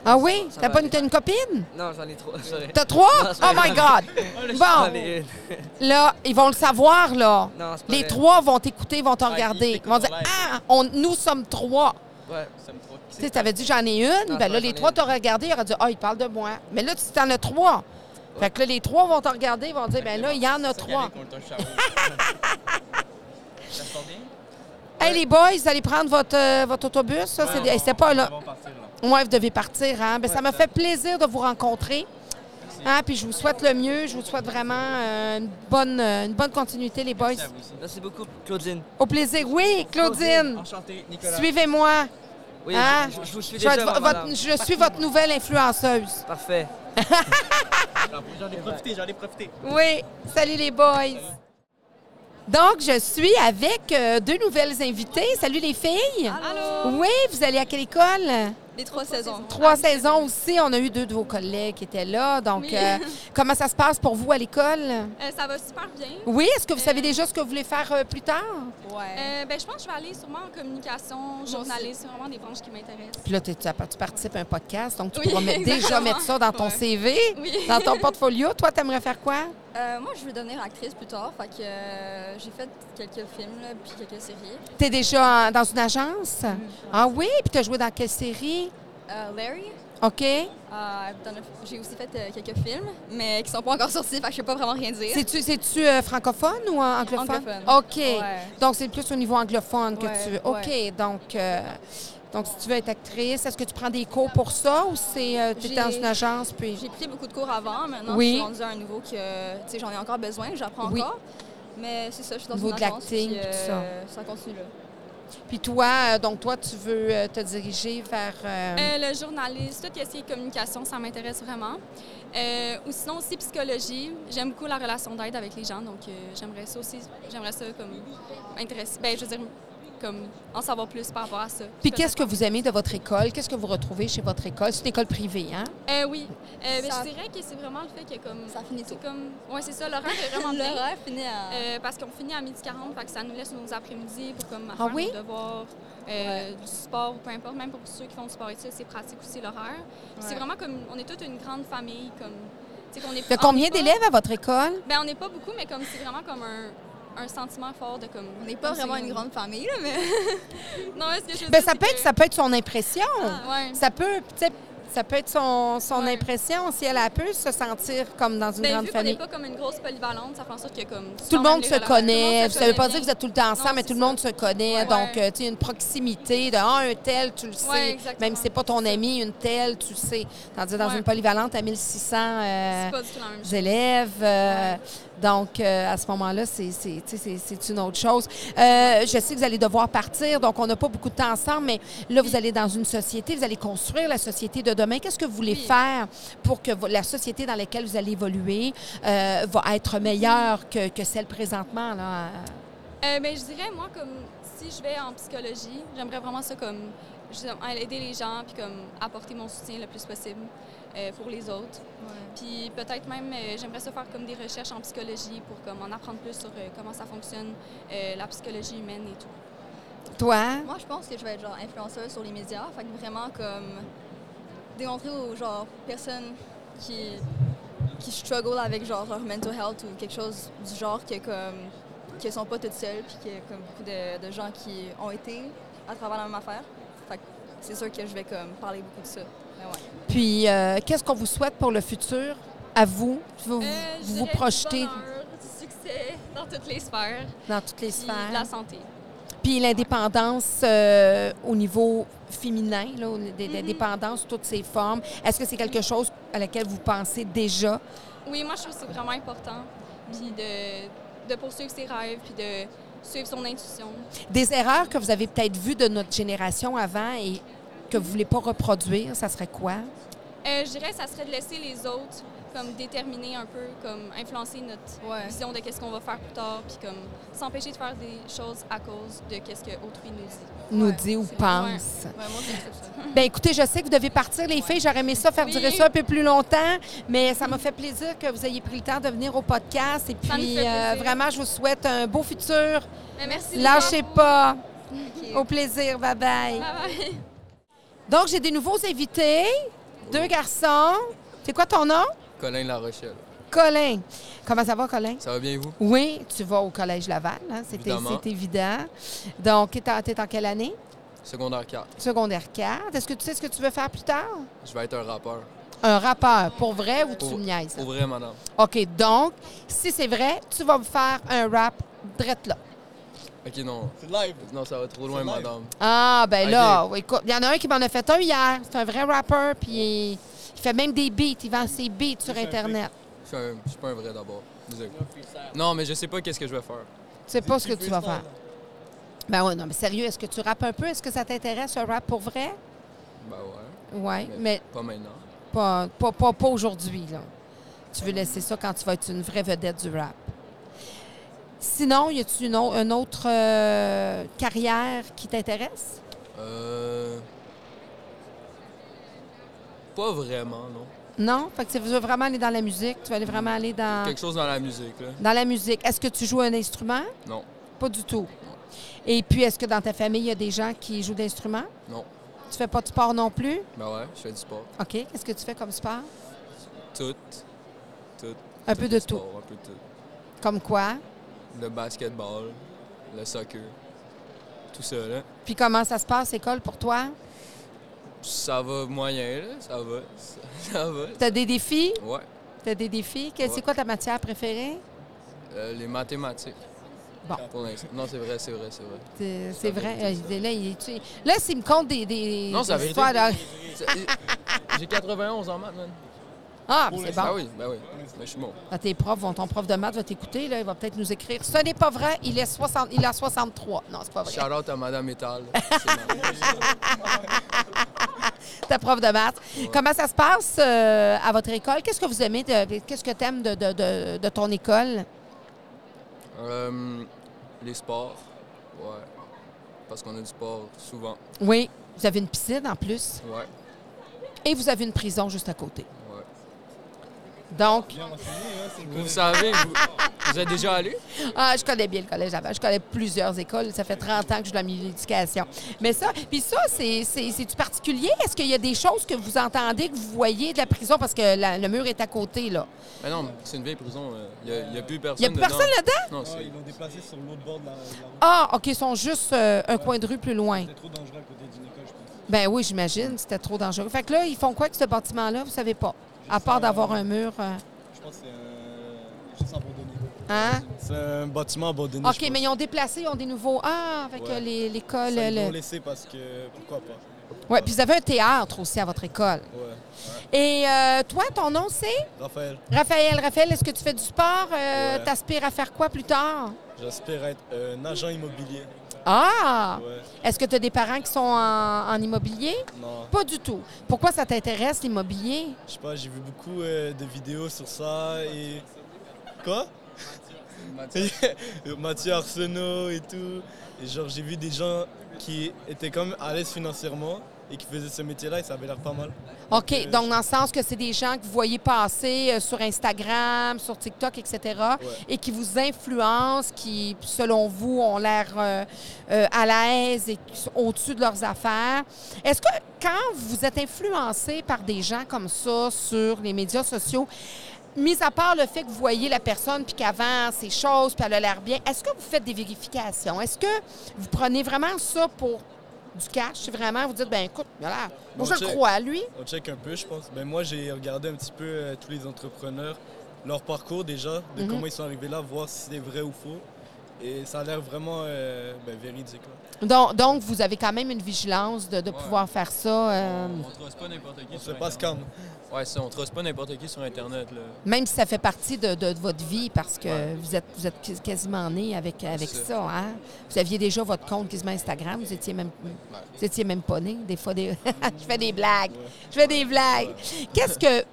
S1: Ah oui?
S8: Ça
S1: T'as
S8: va
S1: pas
S8: aller.
S1: une, t'as une copine?
S8: Non, j'en ai trop, sorry.
S1: T'as trois?
S8: Non, c'est
S1: Oh
S8: vrai.
S1: my God!
S8: <laughs> J'en
S1: Bon,
S8: ai une.
S1: là, ils vont le savoir, là.
S8: Non, c'est pas
S1: Les
S8: vrai. Ah,
S1: trois vont t'écouter, vont te
S7: ils
S1: regarder. Ils
S7: t'écoutent
S1: vont
S7: en
S1: dire
S7: live.
S1: Ah, on, nous sommes trois.
S8: Ouais.
S1: Tu sais, t'avais dit j'en ai une,
S8: Non,
S1: ben
S8: c'est
S1: là,
S8: vrai,
S1: les
S8: j'en ai
S1: trois
S8: une.
S1: t'ont regardé, ils auraient dit Ah, il parle de moi. Mais là, tu t'en as trois. Fait que là, les trois vont te regarder, ils vont dire ben là, il y en a trois.
S7: Ça se passe bien?
S1: Hey, les boys, vous allez prendre votre, euh, votre autobus, ça? c'est hey, c'était pas là. Moi, vous devez partir, hein? Ben, ça m'a fait plaisir de vous rencontrer. Hein? Puis je vous souhaite le mieux. Je vous souhaite vraiment euh, une, bonne, euh, une bonne continuité, les boys.
S8: Merci beaucoup, Claudine.
S1: Au plaisir. Oui, Claudine,
S7: Enchanté, Nicolas.
S1: suivez-moi.
S8: Oui,
S1: Hein?
S8: je, je vous suis
S1: Je,
S8: déjà.
S1: vais être vo-
S8: ma
S1: votre-
S8: madame.
S1: je suis votre nouvelle influenceuse. <laughs>
S8: Parfait.
S7: J'en ai profité, j'en ai profité.
S1: Oui, salut les boys. Donc, je suis avec euh, deux nouvelles invitées. Salut les filles.
S2: Allô?
S1: Oui, vous allez à quelle école?
S2: Les trois saisons.
S1: Trois saisons aussi. On a eu deux de vos collègues qui étaient là. Donc,
S3: Oui.
S1: euh, comment ça se passe pour vous à l'école?
S4: Euh, ça va super bien.
S1: Oui, est-ce que vous savez déjà ce que vous voulez faire euh, plus tard?
S2: Ouais.
S4: Euh, ben, je pense que je vais aller sûrement en communication, journaliste, c'est vraiment des branches qui m'intéressent.
S1: Puis là, t'es- tu, tu participes à un podcast, donc tu
S4: Oui,
S1: pourras mettre- déjà
S4: exactement.
S1: mettre ça dans ton
S4: Ouais.
S1: CV,
S4: Oui.
S1: dans ton portfolio. Toi, t'aimerais faire quoi?
S4: Euh, moi, je veux devenir actrice plus tard. Fait que euh, j'ai fait quelques films là, puis quelques séries.
S1: euh, T'es déjà en- dans une agence? Ah oui? Puis t'as joué dans quelle série?
S4: Euh, Larry,
S1: OK?
S4: Euh, dans le- J'ai aussi fait euh, quelques films, mais qui sont pas encore sortis, fait que je peux pas vraiment rien dire.
S1: C'est-tu, c'est-tu, euh, francophone ou euh, anglophone?
S4: Anglophone.
S1: OK.
S4: Ouais.
S1: Donc, c'est plus au niveau anglophone que
S4: Ouais,
S1: tu veux. OK. Donc, euh, donc, si tu veux être actrice, est-ce que tu prends des cours pour ça ou c'est tu es
S4: J'ai-
S1: euh, dans une agence? Puis...
S4: J'ai pris beaucoup de cours avant, maintenant
S1: Oui.
S4: je suis rendue à un niveau que tu sais, j'en ai encore besoin, j'apprends
S1: Oui.
S4: encore. Mais c'est ça, je suis dans
S1: Niveau
S4: une
S1: de
S4: agence,
S1: l'acting,
S4: puis,
S1: tout ça.
S4: euh, ça continue là.
S1: Puis toi, euh, donc toi, tu veux euh, te diriger vers... euh,
S9: Euh, le journalisme, tout ce qui est communication, ça m'intéresse vraiment. Euh, ou sinon aussi psychologie. J'aime beaucoup la relation d'aide avec les gens, donc euh, j'aimerais ça aussi, j'aimerais ça comme m'intéresser, ben je veux dire comme en savoir plus par rapport à ça.
S1: Puis qu'est-ce que vous aimez de votre école? Qu'est-ce que vous retrouvez chez votre école? C'est une école privée, hein?
S9: Euh, oui, Euh, ben,
S4: Ça-
S9: je dirais que c'est vraiment le fait que comme
S4: Ça finit tôt.
S9: c'est comme ouais c'est ça l'horaire
S4: <laughs>
S9: est vraiment bien.
S4: L'horaire finit à.
S9: Euh, parce qu'on finit à 12h40, fait que ça nous laisse nos après-midi pour comme
S1: Ah
S9: faire
S1: oui?
S9: nos devoirs, euh, du sport ou peu importe. Même pour ceux qui font du sport études, c'est pratique aussi l'horaire. Puis C'est vraiment comme, on est toute une grande famille. Comme, tu sais, qu'on est-
S1: Il y a
S9: on
S1: combien
S9: est pas-
S1: d'élèves à votre école?
S9: Ben, on n'est pas beaucoup, mais comme c'est vraiment comme un, un sentiment fort de comme...
S4: on n'est pas
S9: comme
S4: vraiment
S9: c'est-
S4: une grande famille, là, mais
S9: <laughs> Non, est-ce que je veux
S1: Ben,
S9: dire,
S1: ça
S9: c'est
S1: peut être,
S9: que-
S1: ça peut être son impression.
S9: Ah, Ouais.
S1: Ça peut, tu sais, ça peut être son, son
S9: Ouais.
S1: impression si elle a pu se sentir comme dans une
S9: Ben,
S1: grande
S9: vu qu'on n'est
S1: famille.
S9: pas comme une grosse polyvalente, ça fait en sorte que comme...
S1: Tout le monde se connaît. Ça ne veut pas dire que vous
S9: êtes
S1: êtes tout le temps ensemble,
S9: Non,
S1: mais
S9: c'est
S1: tout le monde se connaît.
S9: Ouais.
S1: Donc,
S9: Ouais.
S1: euh, tu sais, une proximité de Ah, un tel, tu le sais.
S9: Ouais, exactement.
S1: Même si c'est pas ton ami, une telle, tu le sais. Tandis que dans
S9: Ouais.
S1: une polyvalente à 1600 euh,
S9: C'est pas du tout la même chose.
S1: élèves. euh, Donc, euh, à ce moment-là, c'est- c'est tu sais, c'est- c'est une autre chose. Euh, je sais que vous allez devoir partir, donc on n'a pas beaucoup de temps ensemble, mais là, vous allez dans une société, vous allez construire la société de demain. Qu'est-ce que vous voulez faire pour que vo- la société dans laquelle vous allez évoluer euh, va être meilleure que, que celle présentement? Là?
S9: Euh, ben, je dirais, moi, comme si je vais en psychologie, j'aimerais vraiment ça comme justement, aider les gens puis comme apporter mon soutien le plus possible euh, pour les autres. Puis peut-être même, euh, j'aimerais ça faire comme des recherches en psychologie pour comme en apprendre plus sur euh, comment ça fonctionne, euh, la psychologie humaine et tout.
S1: Toi?
S4: moi je pense que je vais être genre influenceuse sur les médias, fait que vraiment comme démontrer aux genre personnes qui qui struggle avec genre leur mental health ou quelque chose du genre que comme qui sont pas toutes seules puis qu'il y a comme beaucoup de, de gens qui ont été à travers la même affaire. Fait que c'est sûr que je vais comme parler beaucoup de ça. Mais ouais.
S1: Puis, euh, qu'est-ce qu'on vous souhaite pour le futur? À vous, vous
S9: Euh,
S1: vous,
S9: je
S1: vous
S9: dirais du
S1: projetez
S9: bonheur, du succès dans toutes les sphères,
S1: dans toutes les
S9: puis de la
S1: sphères.
S9: santé.
S1: Puis l'indépendance euh, au niveau féminin, là, au- des-
S9: Mm-hmm.
S1: des- l'indépendance, toutes ses formes, est-ce que c'est quelque chose à laquelle vous pensez déjà?
S9: Oui, moi, je trouve que c'est vraiment important. Puis de, de poursuivre ses rêves, puis de suivre son intuition.
S1: Des erreurs que vous avez peut-être vues de notre génération avant et que vous ne voulez pas reproduire, ça serait
S9: <laughs>
S1: quoi?
S9: Euh, je dirais que ça serait de laisser les autres comme déterminer un peu, comme influencer notre
S4: Ouais.
S9: vision de qu'est-ce qu'on va faire plus tard, puis comme s'empêcher de faire des choses à cause de qu'est-ce que autrui nous dit.
S1: Nous
S4: Ouais,
S1: dit ou
S4: c'est-
S1: pense.
S4: Ouais, moi, c'est ça.
S1: Bien, Ben, écoutez, je sais que vous devez partir, les filles. J'aurais aimé ça, faire
S9: Oui.
S1: durer ça un peu plus longtemps, mais ça m'a fait plaisir que vous ayez pris le temps de venir au podcast. Et
S9: Ça nous
S1: puis, euh,
S9: fait plaisir.
S1: vraiment, je vous souhaite un beau futur.
S9: Mais merci.
S1: Lâchez pas.
S4: Ok.
S1: Au plaisir. Bye-bye.
S9: Bye bye.
S1: Donc, j'ai des nouveaux invités, deux garçons. C'est quoi ton nom?
S10: Colin La Rochelle.
S1: Colin. Comment ça va, Colin?
S10: Ça va bien vous?
S1: Oui, tu vas au Collège Laval, hein, c'est
S10: Évidemment.
S1: c'est évident. Donc, tu es en quelle année?
S10: Secondaire 4.
S1: Secondaire 4. Est-ce que tu sais ce que tu veux faire plus tard?
S10: Je vais être un rappeur.
S1: Un rappeur, pour vrai ou tu
S10: Pour-
S1: me niaises?
S10: Pour vrai, madame.
S1: OK, donc, si c'est vrai, tu vas me faire un rap drette là.
S10: Ok, non. C'est live. Non, ça va trop loin, madame.
S1: Ah, ben
S10: OK.
S1: là, écoute, il y en a un qui m'en a fait un hier. C'est un vrai rappeur, puis il fait même des beats. Il vend ses beats sur Internet.
S10: Je suis, un- je suis pas un vrai d'abord. Désolé. Non, mais je sais pas qu'est-ce que je vais faire.
S1: Tu sais pas ce que tu vas faire. Ben oui, non, mais sérieux, est-ce que tu rappes un peu? Est-ce que ça t'intéresse, un rap pour vrai?
S10: Ben ouais.
S1: Oui,
S10: Mais,
S1: mais
S10: pas maintenant.
S1: pas, pas, pas, pas aujourd'hui, là. Tu veux laisser ça quand tu vas être une vraie vedette du rap. Sinon, y a-tu une, au- une autre euh, carrière qui t'intéresse?
S10: Euh. Pas vraiment, non.
S1: Non? Fait que tu veux vraiment aller dans la musique, tu veux aller vraiment aller dans,
S10: Quelque chose dans la musique, là.
S1: dans la musique. Est-ce que tu joues un instrument?
S10: Non.
S1: Pas du tout. Et puis, est-ce que dans ta famille, il y a des gens qui jouent d'instruments?
S10: Non.
S1: Tu fais pas de sport non plus?
S10: Ben ouais, je fais du sport.
S1: OK. Qu'est-ce que tu fais comme sport?
S10: Tout.
S1: Un peu
S10: Tout
S1: de
S10: le
S1: tout.
S10: sport, Un peu de tout.
S1: Comme quoi?
S10: Le basketball, le soccer. Tout ça, là.
S1: Puis comment ça se passe, école, pour toi?
S10: Ça va moyen, là. Ça va. Ça, ça va.
S1: T'as des défis?
S10: Ouais.
S1: T'as des défis? Que- C'est
S10: Ouais.
S1: quoi ta matière préférée?
S10: Euh, les mathématiques.
S1: Bon.
S10: Pour l'instant. Non, c'est vrai, c'est vrai, c'est vrai.
S1: C'est c'est vrai. euh, Là, il, tu- là, s'il me compte des, des,
S10: Non,
S1: des
S10: ça avait
S1: histoires, là-
S10: J'ai 91 en maths, man.
S1: Ah, c'est bon.
S10: Ah oui, ben oui. Mais je suis bon.
S1: Ah, tes profs vont, ton prof de maths va t'écouter, là, il va peut-être nous écrire. Ce n'est pas vrai, il est 60, il a 63. Non, c'est pas vrai.
S10: Shout out à
S1: <laughs>
S10: Madame Étal.
S1: Ta prof de maths. Comment ça se passe euh, à votre école? Qu'est-ce que vous aimez, de- qu'est-ce que t'aimes de, de- de- de ton école?
S10: Euh, les sports. Ouais. Parce qu'on a du sport souvent.
S1: Oui. Vous avez une piscine en plus
S10: Ouais.
S1: et vous avez une prison juste à côté.
S10: Ouais.
S1: Donc,
S10: Vous savez, vous, vous êtes déjà allé?
S1: Ah, je connais bien le collège avant. Je connais plusieurs écoles. Ça fait 30 ans que je suis dans le milieu de l'éducation. Mais ça, puis ça, c'est- c'est- c'est-tu particulier? Est-ce qu'il y a des choses que vous entendez, que vous voyez de la prison? Parce que la- le mur est à côté, là.
S10: Mais Ah non, c'est une vieille prison. euh. Il n'y a, plus personne
S1: Y a plus personne
S10: Non,
S1: là-dedans?
S10: c'est...
S11: Ils l'ont déplacé sur l'autre bord de la, de la route.
S1: Ah, OK, ils sont juste euh, un coin de rue plus loin.
S11: C'était trop dangereux à côté d'une école, je pense.
S1: Ben oui, j'imagine. C'était trop dangereux. Fait que là, ils font quoi avec ce bâtiment-là? Vous savez pas. À part d'avoir un mur. euh,
S11: Je pense que c'est un. Juste abandonné.
S1: Hein?
S11: C'est un bâtiment abandonné.
S1: OK, mais ils ont déplacé, ils ont des nouveaux. Ah, avec
S11: Ouais.
S1: euh, les- l'école.
S11: Ils l'ont
S1: le-
S11: laissé parce que. Pourquoi pas
S1: Ouais, puis vous avez un théâtre aussi à votre école.
S11: Ouais. ouais.
S1: Et euh, toi, ton nom, c'est?
S11: Raphaël,
S1: Raphaël, Raphaël, est-ce que tu fais du sport? Euh,
S11: Ouais.
S1: T'aspires à faire quoi plus tard?
S11: j'aspire à être euh, un agent immobilier.
S1: Ah!
S11: Ouais.
S1: Est-ce que tu as des parents qui sont en, en immobilier?
S11: Non.
S1: Pas du tout. Pourquoi ça t'intéresse, l'immobilier?
S11: Je sais pas, j'ai vu beaucoup euh, de vidéos sur ça et. Quoi <laughs> Mathieu Arsenault et tout. Et genre, j'ai vu des gens qui étaient comme à l'aise financièrement et qui faisaient ce métier-là et ça avait l'air pas mal.
S1: OK, donc dans le sens que c'est des gens que vous voyez passer euh, sur Instagram, sur TikTok, etc., et qui vous influencent, qui, selon vous, ont l'air euh, euh, à l'aise et qui sont au-dessus de leurs affaires. Est-ce que quand vous êtes influencé par des gens comme ça sur les médias sociaux, mis à part le fait que vous voyez la personne puis qu'avant ses choses, puis elle a l'air bien, est-ce que vous faites des vérifications? Est-ce que vous prenez vraiment ça pour du cash, vraiment, vous dites, ben écoute, il a l'air- moi
S11: On
S1: je le
S11: check-
S1: crois, lui.
S11: On check un peu, je pense. Ben, moi, j'ai regardé un petit peu euh, tous les entrepreneurs, leur parcours déjà, de
S1: Mhm.
S11: comment ils sont arrivés là, voir si c'est vrai ou faux. Et ça a l'air vraiment euh, ben, véridique. là.
S1: Donc, donc, vous avez quand même une vigilance de, de pouvoir faire ça, euh,
S10: On trosse pas n'importe qui.
S11: On se passe calme.
S10: Ouais, ça, on trosse pas n'importe qui sur Internet, là.
S1: même si ça fait partie de, de- de votre vie, parce que vous êtes, vous êtes quas- quasiment né avec, avec
S10: C'est
S1: ça. hein? Vous aviez déjà votre compte quasiment Instagram, vous étiez même, vous étiez même pas né. Des fois, des... <laughs> je fais des blagues. Je fais des blagues. Qu'est-ce que.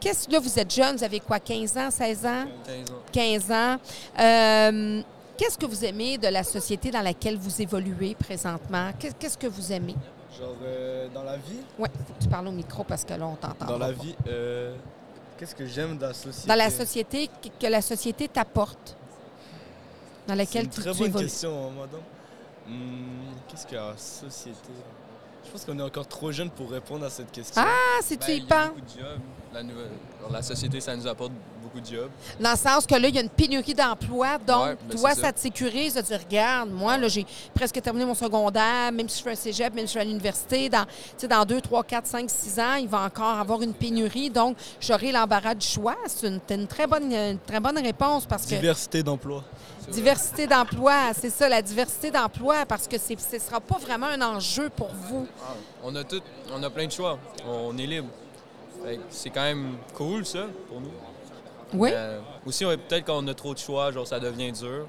S1: Qu'est-ce que là, vous êtes jeune, vous avez quoi, 15 ans, 16 ans?
S10: 15 ans.
S1: 15 ans. Euh, Qu'est-ce que vous aimez de la société dans laquelle vous évoluez présentement? Qu'est- Qu'est-ce que vous aimez?
S11: Genre, euh, dans la vie,
S1: Oui, faut que tu parles au micro parce que là, on t'entend.
S11: dans la
S1: pas.
S11: vie, euh, qu'est-ce que j'aime de la société
S1: Dans la société, que- que la société t'apporte, dans
S11: C'est
S1: laquelle
S11: une
S1: tu,
S11: très
S1: tu
S11: bonne
S1: évolues.
S11: question, hein, madame. Hmm, qu'est-ce que la société Je pense qu'on est encore trop jeune pour répondre à cette question. Ben,
S1: Ah, si tu y penses.
S10: Beaucoup de jobs. La, nouvelle... alors, la société, ça nous apporte beaucoup de jobs.
S1: Dans le sens que là, il y a une pénurie d'emplois, donc
S10: Ouais, ben,
S1: toi,
S10: c'est
S1: ça
S10: ça.
S1: te sécurise de dire, regarde, moi, là, j'ai presque terminé mon secondaire, même si je suis un cégep, même si je suis à l'université, dans, tu sais, dans 2, 3, 4, 5, 6 ans, il va encore avoir une pénurie, donc j'aurai l'embarras du choix. C'est une, t'as une très bonne, une très bonne réponse parce que...
S11: Diversité d'emploi.
S1: Diversité d'emploi, c'est ça, la diversité d'emploi, parce que c'est- ce ne sera pas vraiment un enjeu pour vous.
S10: Ah On a tout, on a plein de choix. On est libre. Fait que C'est quand même cool, ça, pour nous.
S1: Oui.
S10: Mais euh, aussi, on- peut-être qu'on a trop de choix, genre, ça devient dur.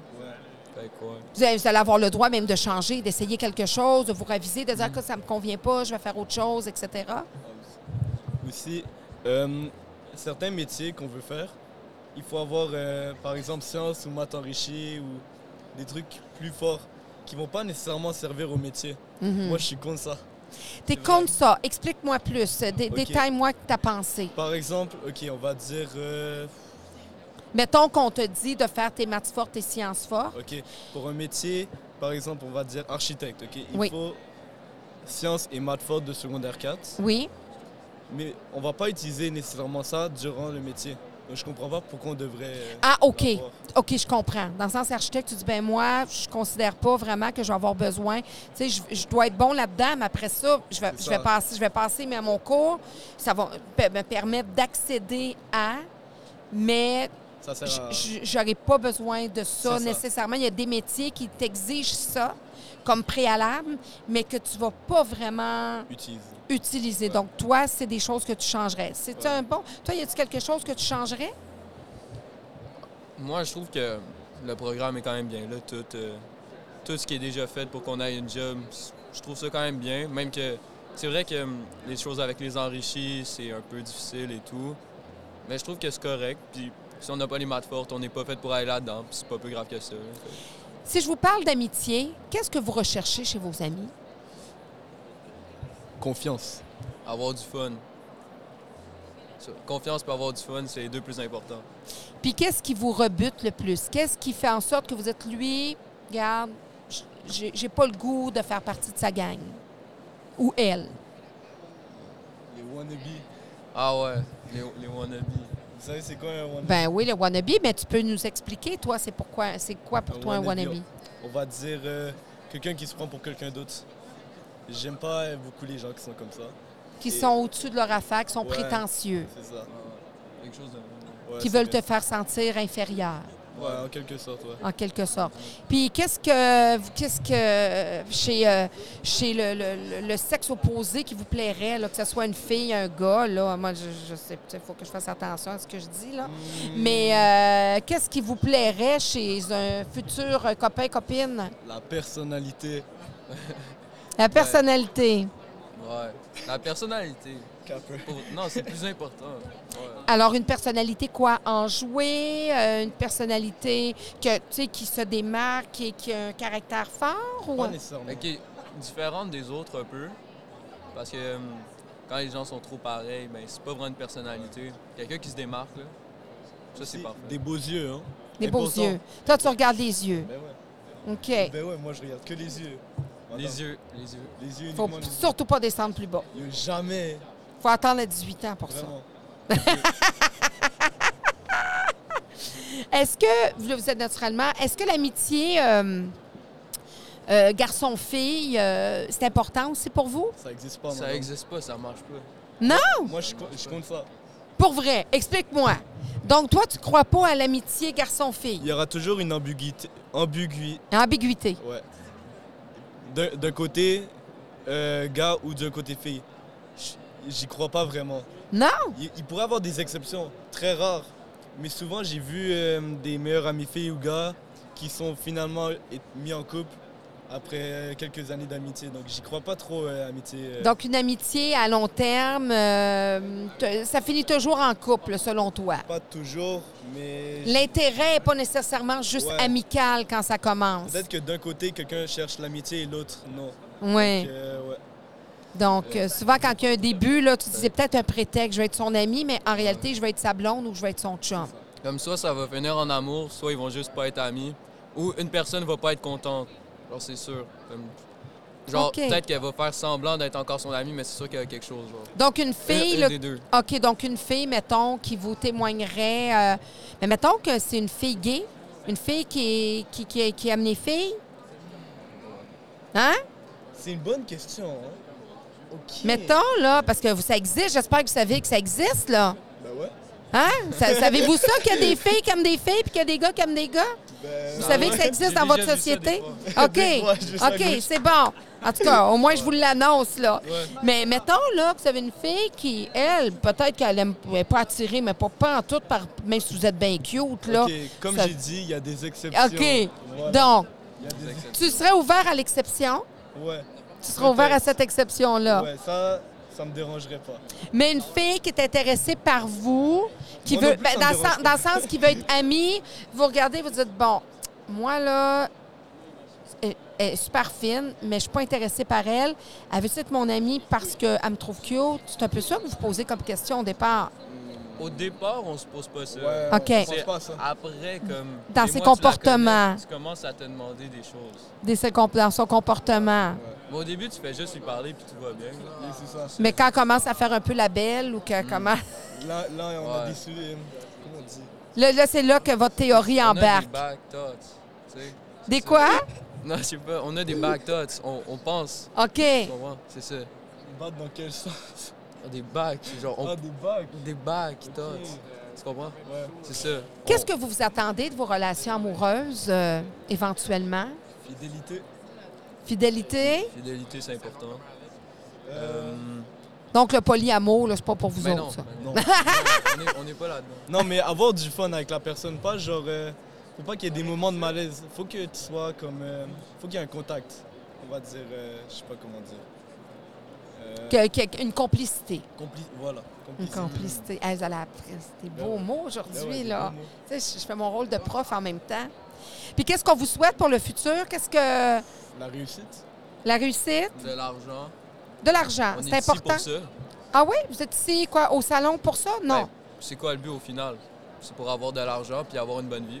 S10: Fait que, ouais.
S1: Vous allez vous allez avoir le droit même de changer, d'essayer quelque chose, de vous raviser, de
S11: Mm.
S1: dire que ça ne me convient pas, je vais faire autre chose, etc.
S11: Aussi, euh, certains métiers qu'on veut faire, il faut avoir, euh, par exemple, sciences ou maths enrichies ou des trucs plus forts qui vont pas nécessairement servir au métier.
S1: Mhm.
S11: Moi, je suis contre ça.
S1: T'es contre ça? Explique-moi plus. euh, Dé-
S11: OK.
S1: Détaille-moi ta pensée.
S11: Par exemple, ok, on va dire, euh,
S1: Mettons qu'on te dit de faire tes maths fortes, tes sciences fortes.
S11: ok, pour un métier, par exemple, on va dire architecte, ok, il
S1: Oui.
S11: faut sciences et maths fortes de secondaire 4.
S1: Oui.
S11: Mais on va pas utiliser nécessairement ça durant le métier. Je comprends pas pourquoi on devrait. euh,
S1: Ah, OK.
S11: l'avoir.
S1: OK, je comprends. Dans le sens architecte, tu dis, ben moi, je considère pas vraiment que je vais avoir besoin. Tu sais, je, je dois être bon là-dedans, mais après ça, je vais, je
S11: C'est ça.
S1: vais passer, je vais passer mais à mon cours. Ça va pe- me permettre d'accéder à, mais
S11: Ça sert à-
S1: j- j- j'aurais pas besoin de ça
S11: C'est ça.
S1: nécessairement. Il y a des métiers qui t'exigent ça comme préalable, mais que tu vas pas vraiment
S11: Utilise.
S1: utiliser. Donc, toi, c'est des choses que tu changerais. C'est un bon. Toi, y a-tu quelque chose que tu changerais?
S10: Moi, je trouve que le programme est quand même bien. Là, tout, euh, tout ce qui est déjà fait pour qu'on aille une job, c- je trouve ça quand même bien. Même que c'est vrai que hum, les choses avec les enrichis, c'est un peu difficile et tout. Mais je trouve que c'est correct. Puis si on n'a pas les maths fortes, on n'est pas fait pour aller là-dedans. Puis c'est pas plus grave que ça. Fait-
S1: Si je vous parle d'amitié, qu'est-ce que vous recherchez chez vos amis?
S11: Confiance.
S10: Avoir du fun. Ça, Confiance pour avoir du fun, c'est les deux plus importants.
S1: Puis qu'est-ce qui vous rebute le plus? Qu'est-ce qui fait en sorte que vous êtes lui, regarde, j- j'ai j'ai pas le goût de faire partie de sa gang? Ou elle?
S11: Les wannabes.
S10: Ah ouais, les, les wannabes.
S11: Vous savez, c'est quoi un wannabe?
S1: Ben oui, le wannabe, mais tu peux nous expliquer, toi, c'est pourquoi c'est quoi pour toi un wannabe?
S11: On, on va dire euh, quelqu'un qui se prend pour quelqu'un d'autre. J'aime pas euh, beaucoup les gens qui sont comme ça.
S1: Qui
S11: Et-
S1: sont au-dessus de leur affaire, qui sont
S11: Ouais,
S1: prétentieux,
S11: C'est ça.
S10: Ah, Quelque chose de...
S1: qui veulent te faire sentir inférieur.
S11: Ouais, en quelque sorte, ouais.
S1: en quelque sorte. Puis qu'est-ce que qu'est-ce que chez euh, chez le, le- le- le sexe opposé qui vous plairait, là, que ce soit une fille, un gars, là, moi je, je sais, il faut que je fasse attention à ce que je dis là. Mais euh, qu'est-ce qui vous plairait chez un futur euh, copain copine
S11: La personnalité. <laughs>
S1: La personnalité.
S10: Ouais. La personnalité. Pour- Non, c'est plus important. Ouais.
S1: Alors une personnalité quoi enjouée, euh, une personnalité que tu sais qui se démarque et qui a un caractère fort ou
S10: Ok, différente des autres un peu. Parce que hum, quand les gens sont trop pareils, ben c'est pas vraiment une personnalité. Quelqu'un qui se démarque, là, ça c'est parfait.
S11: Des beaux yeux, hein?
S1: des
S11: Des
S1: beaux
S11: beaux
S1: yeux. Toi tu regardes les yeux.
S11: Ben ouais.
S1: OK.
S11: Ben ouais, moi je regarde que les yeux.
S10: Les yeux, les yeux.
S11: Les yeux
S1: Faut
S11: uniquement, les-
S1: surtout pas descendre plus bas.
S11: Il y a Jamais.
S1: Faut attendre à 18 ans pour
S11: Vraiment.
S1: ça. <laughs> Est-ce que, là, vous êtes naturellement, est-ce que l'amitié euh, euh, garçon-fille, euh, c'est important aussi pour vous?
S11: Ça existe pas,
S10: Ça
S11: madame.
S10: existe pas, ça marche pas.
S1: Non?
S11: Moi, je, co- je compte ça.
S1: Pour vrai, explique-moi. Donc, toi, tu crois pas à l'amitié garçon-fille?
S11: Il y aura toujours une ambiguïté. ambiguïté.
S1: Ambiguïté.
S11: Ouais. D'un d'un côté euh, gars ou d'un côté fille. J- J'y crois pas vraiment.
S1: Non?
S11: Il, il pourrait y avoir des exceptions, très rares. Mais souvent, j'ai vu euh, des meilleurs amis filles ou gars qui sont finalement é- mis en couple après euh, quelques années d'amitié. Donc, j'y crois pas trop, euh, amitié. euh.
S1: Donc, une amitié à long terme, euh, te- ça finit toujours en couple, selon toi.
S11: Pas toujours, mais.
S1: L'intérêt n'est pas nécessairement juste
S11: Ouais.
S1: amical quand ça commence.
S11: Peut-être que d'un côté, quelqu'un cherche l'amitié et l'autre, non.
S1: Ouais.
S11: Donc, euh, ouais.
S1: Donc, euh, souvent, quand il y a un début, là, tu te dis c'est peut-être un prétexte, je vais être son ami, mais en réalité, je vais être sa blonde ou je vais être son chum.
S10: Comme soit ça va finir en amour, soit ils vont juste pas être amis, ou une personne va pas être contente. Genre, c'est sûr. Comme- Genre,
S1: Ok.
S10: peut-être qu'elle va faire semblant d'être encore son amie, mais c'est sûr qu'il y a quelque chose. genre.
S1: Donc, une fille.
S10: une
S1: là-
S10: des deux.
S1: OK, donc une fille, mettons, qui vous témoignerait. euh, Mais mettons que c'est une fille gay, une fille qui, est- qui, qui, qui aime les filles. Hein?
S11: C'est une bonne question. hein. Ok.
S1: Mettons, là, parce que vous- ça existe, j'espère que vous savez que ça existe, là.
S11: Ben ouais.
S1: Hein?
S11: <laughs>
S1: Ça- Savez-vous ça, qu'il y a des filles qui aiment des filles puis qu'il y a des gars qui aiment des gars? vous
S11: Ah
S1: savez que
S11: ouais?
S1: ça existe
S11: J'ai
S1: dans votre
S11: déjà vu ça des
S1: société?
S11: fois.
S1: OK.
S11: <laughs> Des fois, juste à
S1: OK,
S11: gauche.
S1: c'est bon. En tout cas, au moins, je vous l'annonce, là. Mais mettons, là, que vous avez une fille qui, elle, peut-être qu'elle n'est pas attirée, mais pas, pas en tout, par, même si vous êtes bien cute, là.
S11: Ok, Comme
S1: ça-
S11: j'ai dit, il y a des exceptions.
S1: OK.
S11: Voilà.
S1: Donc,
S11: Il y a des
S1: tu serais ouvert à l'exception?
S11: Ouais.
S1: Tu serais ouvert à
S11: Peut-être.
S1: cette exception-là.
S11: Ouais, ça, ça me dérangerait pas.
S1: Mais une fille qui est intéressée par vous, qui
S11: Moi
S1: veut,
S11: non plus, ça
S1: ben,
S11: me
S1: dans, le
S11: dérange
S1: sens-
S11: pas.
S1: dans le sens qui veut être amie, vous regardez, vous dites bon, moi là, elle elle est super fine, mais je suis pas intéressée par elle. Elle veut être mon amie parce qu'elle me trouve cute. C'est un peu ça que vous posez comme question au départ.
S10: Au départ, on se pose pas ça.
S1: on OK. se pose
S10: C'est Après, comme.
S1: Dans ses
S10: des mois que tu la
S1: comportements.
S10: connais, Tu commences à te demander des choses.
S1: Des ses comp- dans son comportement.
S10: Mais au début, tu fais juste lui parler puis tout va bien. Hmm.
S1: Mais quand elle commence à faire un peu la belle ou que comment
S11: Là, là on a
S10: Ouais.
S11: des sou- euh, comment
S12: on dit.
S1: Là, là, c'est là que votre théorie
S10: On a
S1: embarque.
S10: des back thoughts, tu sais.
S1: Des quoi?
S10: <laughs> Non, je sais pas, on a des back thoughts, on, on pense.
S1: OK.
S10: Tu comprends? C'est ça.
S11: Battre dans quel sens?
S10: Ah, Des back, genre on...
S11: Ah, des back.
S10: Des back thoughts. Tu comprends? C'est ça.
S1: Qu'est-ce que vous vous attendez de vos relations amoureuses, euh, éventuellement?
S10: Fidélité.
S1: Fidélité?
S10: Fidélité, c'est important. Euh,
S1: Donc, le polyamour, là, c'est pas pour vous
S10: Ben
S1: autres,
S10: non,
S1: ça. <laughs>
S10: ben non. on est- on n'est pas là-dedans.
S11: Non, mais avoir du fun avec la personne, pas genre. euh, faut pas qu'il y ait des moments de malaise. Faut que tu sois comme. euh, faut qu'il y ait un contact. On va dire. euh, je sais pas comment dire. Euh,
S1: Que- que- une complicité.
S11: compli- voilà.
S1: Une
S11: complicité.
S1: complicité. Ah, vous allez apprendre des beaux
S11: ouais.
S1: mots aujourd'hui,
S11: Ben ouais, des
S1: là.
S11: beaux mots.
S1: Tu sais, Je je fais mon rôle de prof en même temps. Puis qu'est-ce qu'on vous souhaite pour le futur? Qu'est-ce que...
S11: La réussite.
S1: La réussite?
S10: De l'argent.
S1: De l'argent,
S10: On
S1: c'est
S10: est ici
S1: important.
S10: pour ça. Ben.
S1: Ah oui? Vous êtes ici, quoi, au salon pour ça? Non.
S10: C'est quoi le but au final? C'est pour avoir de l'argent puis avoir une bonne vie.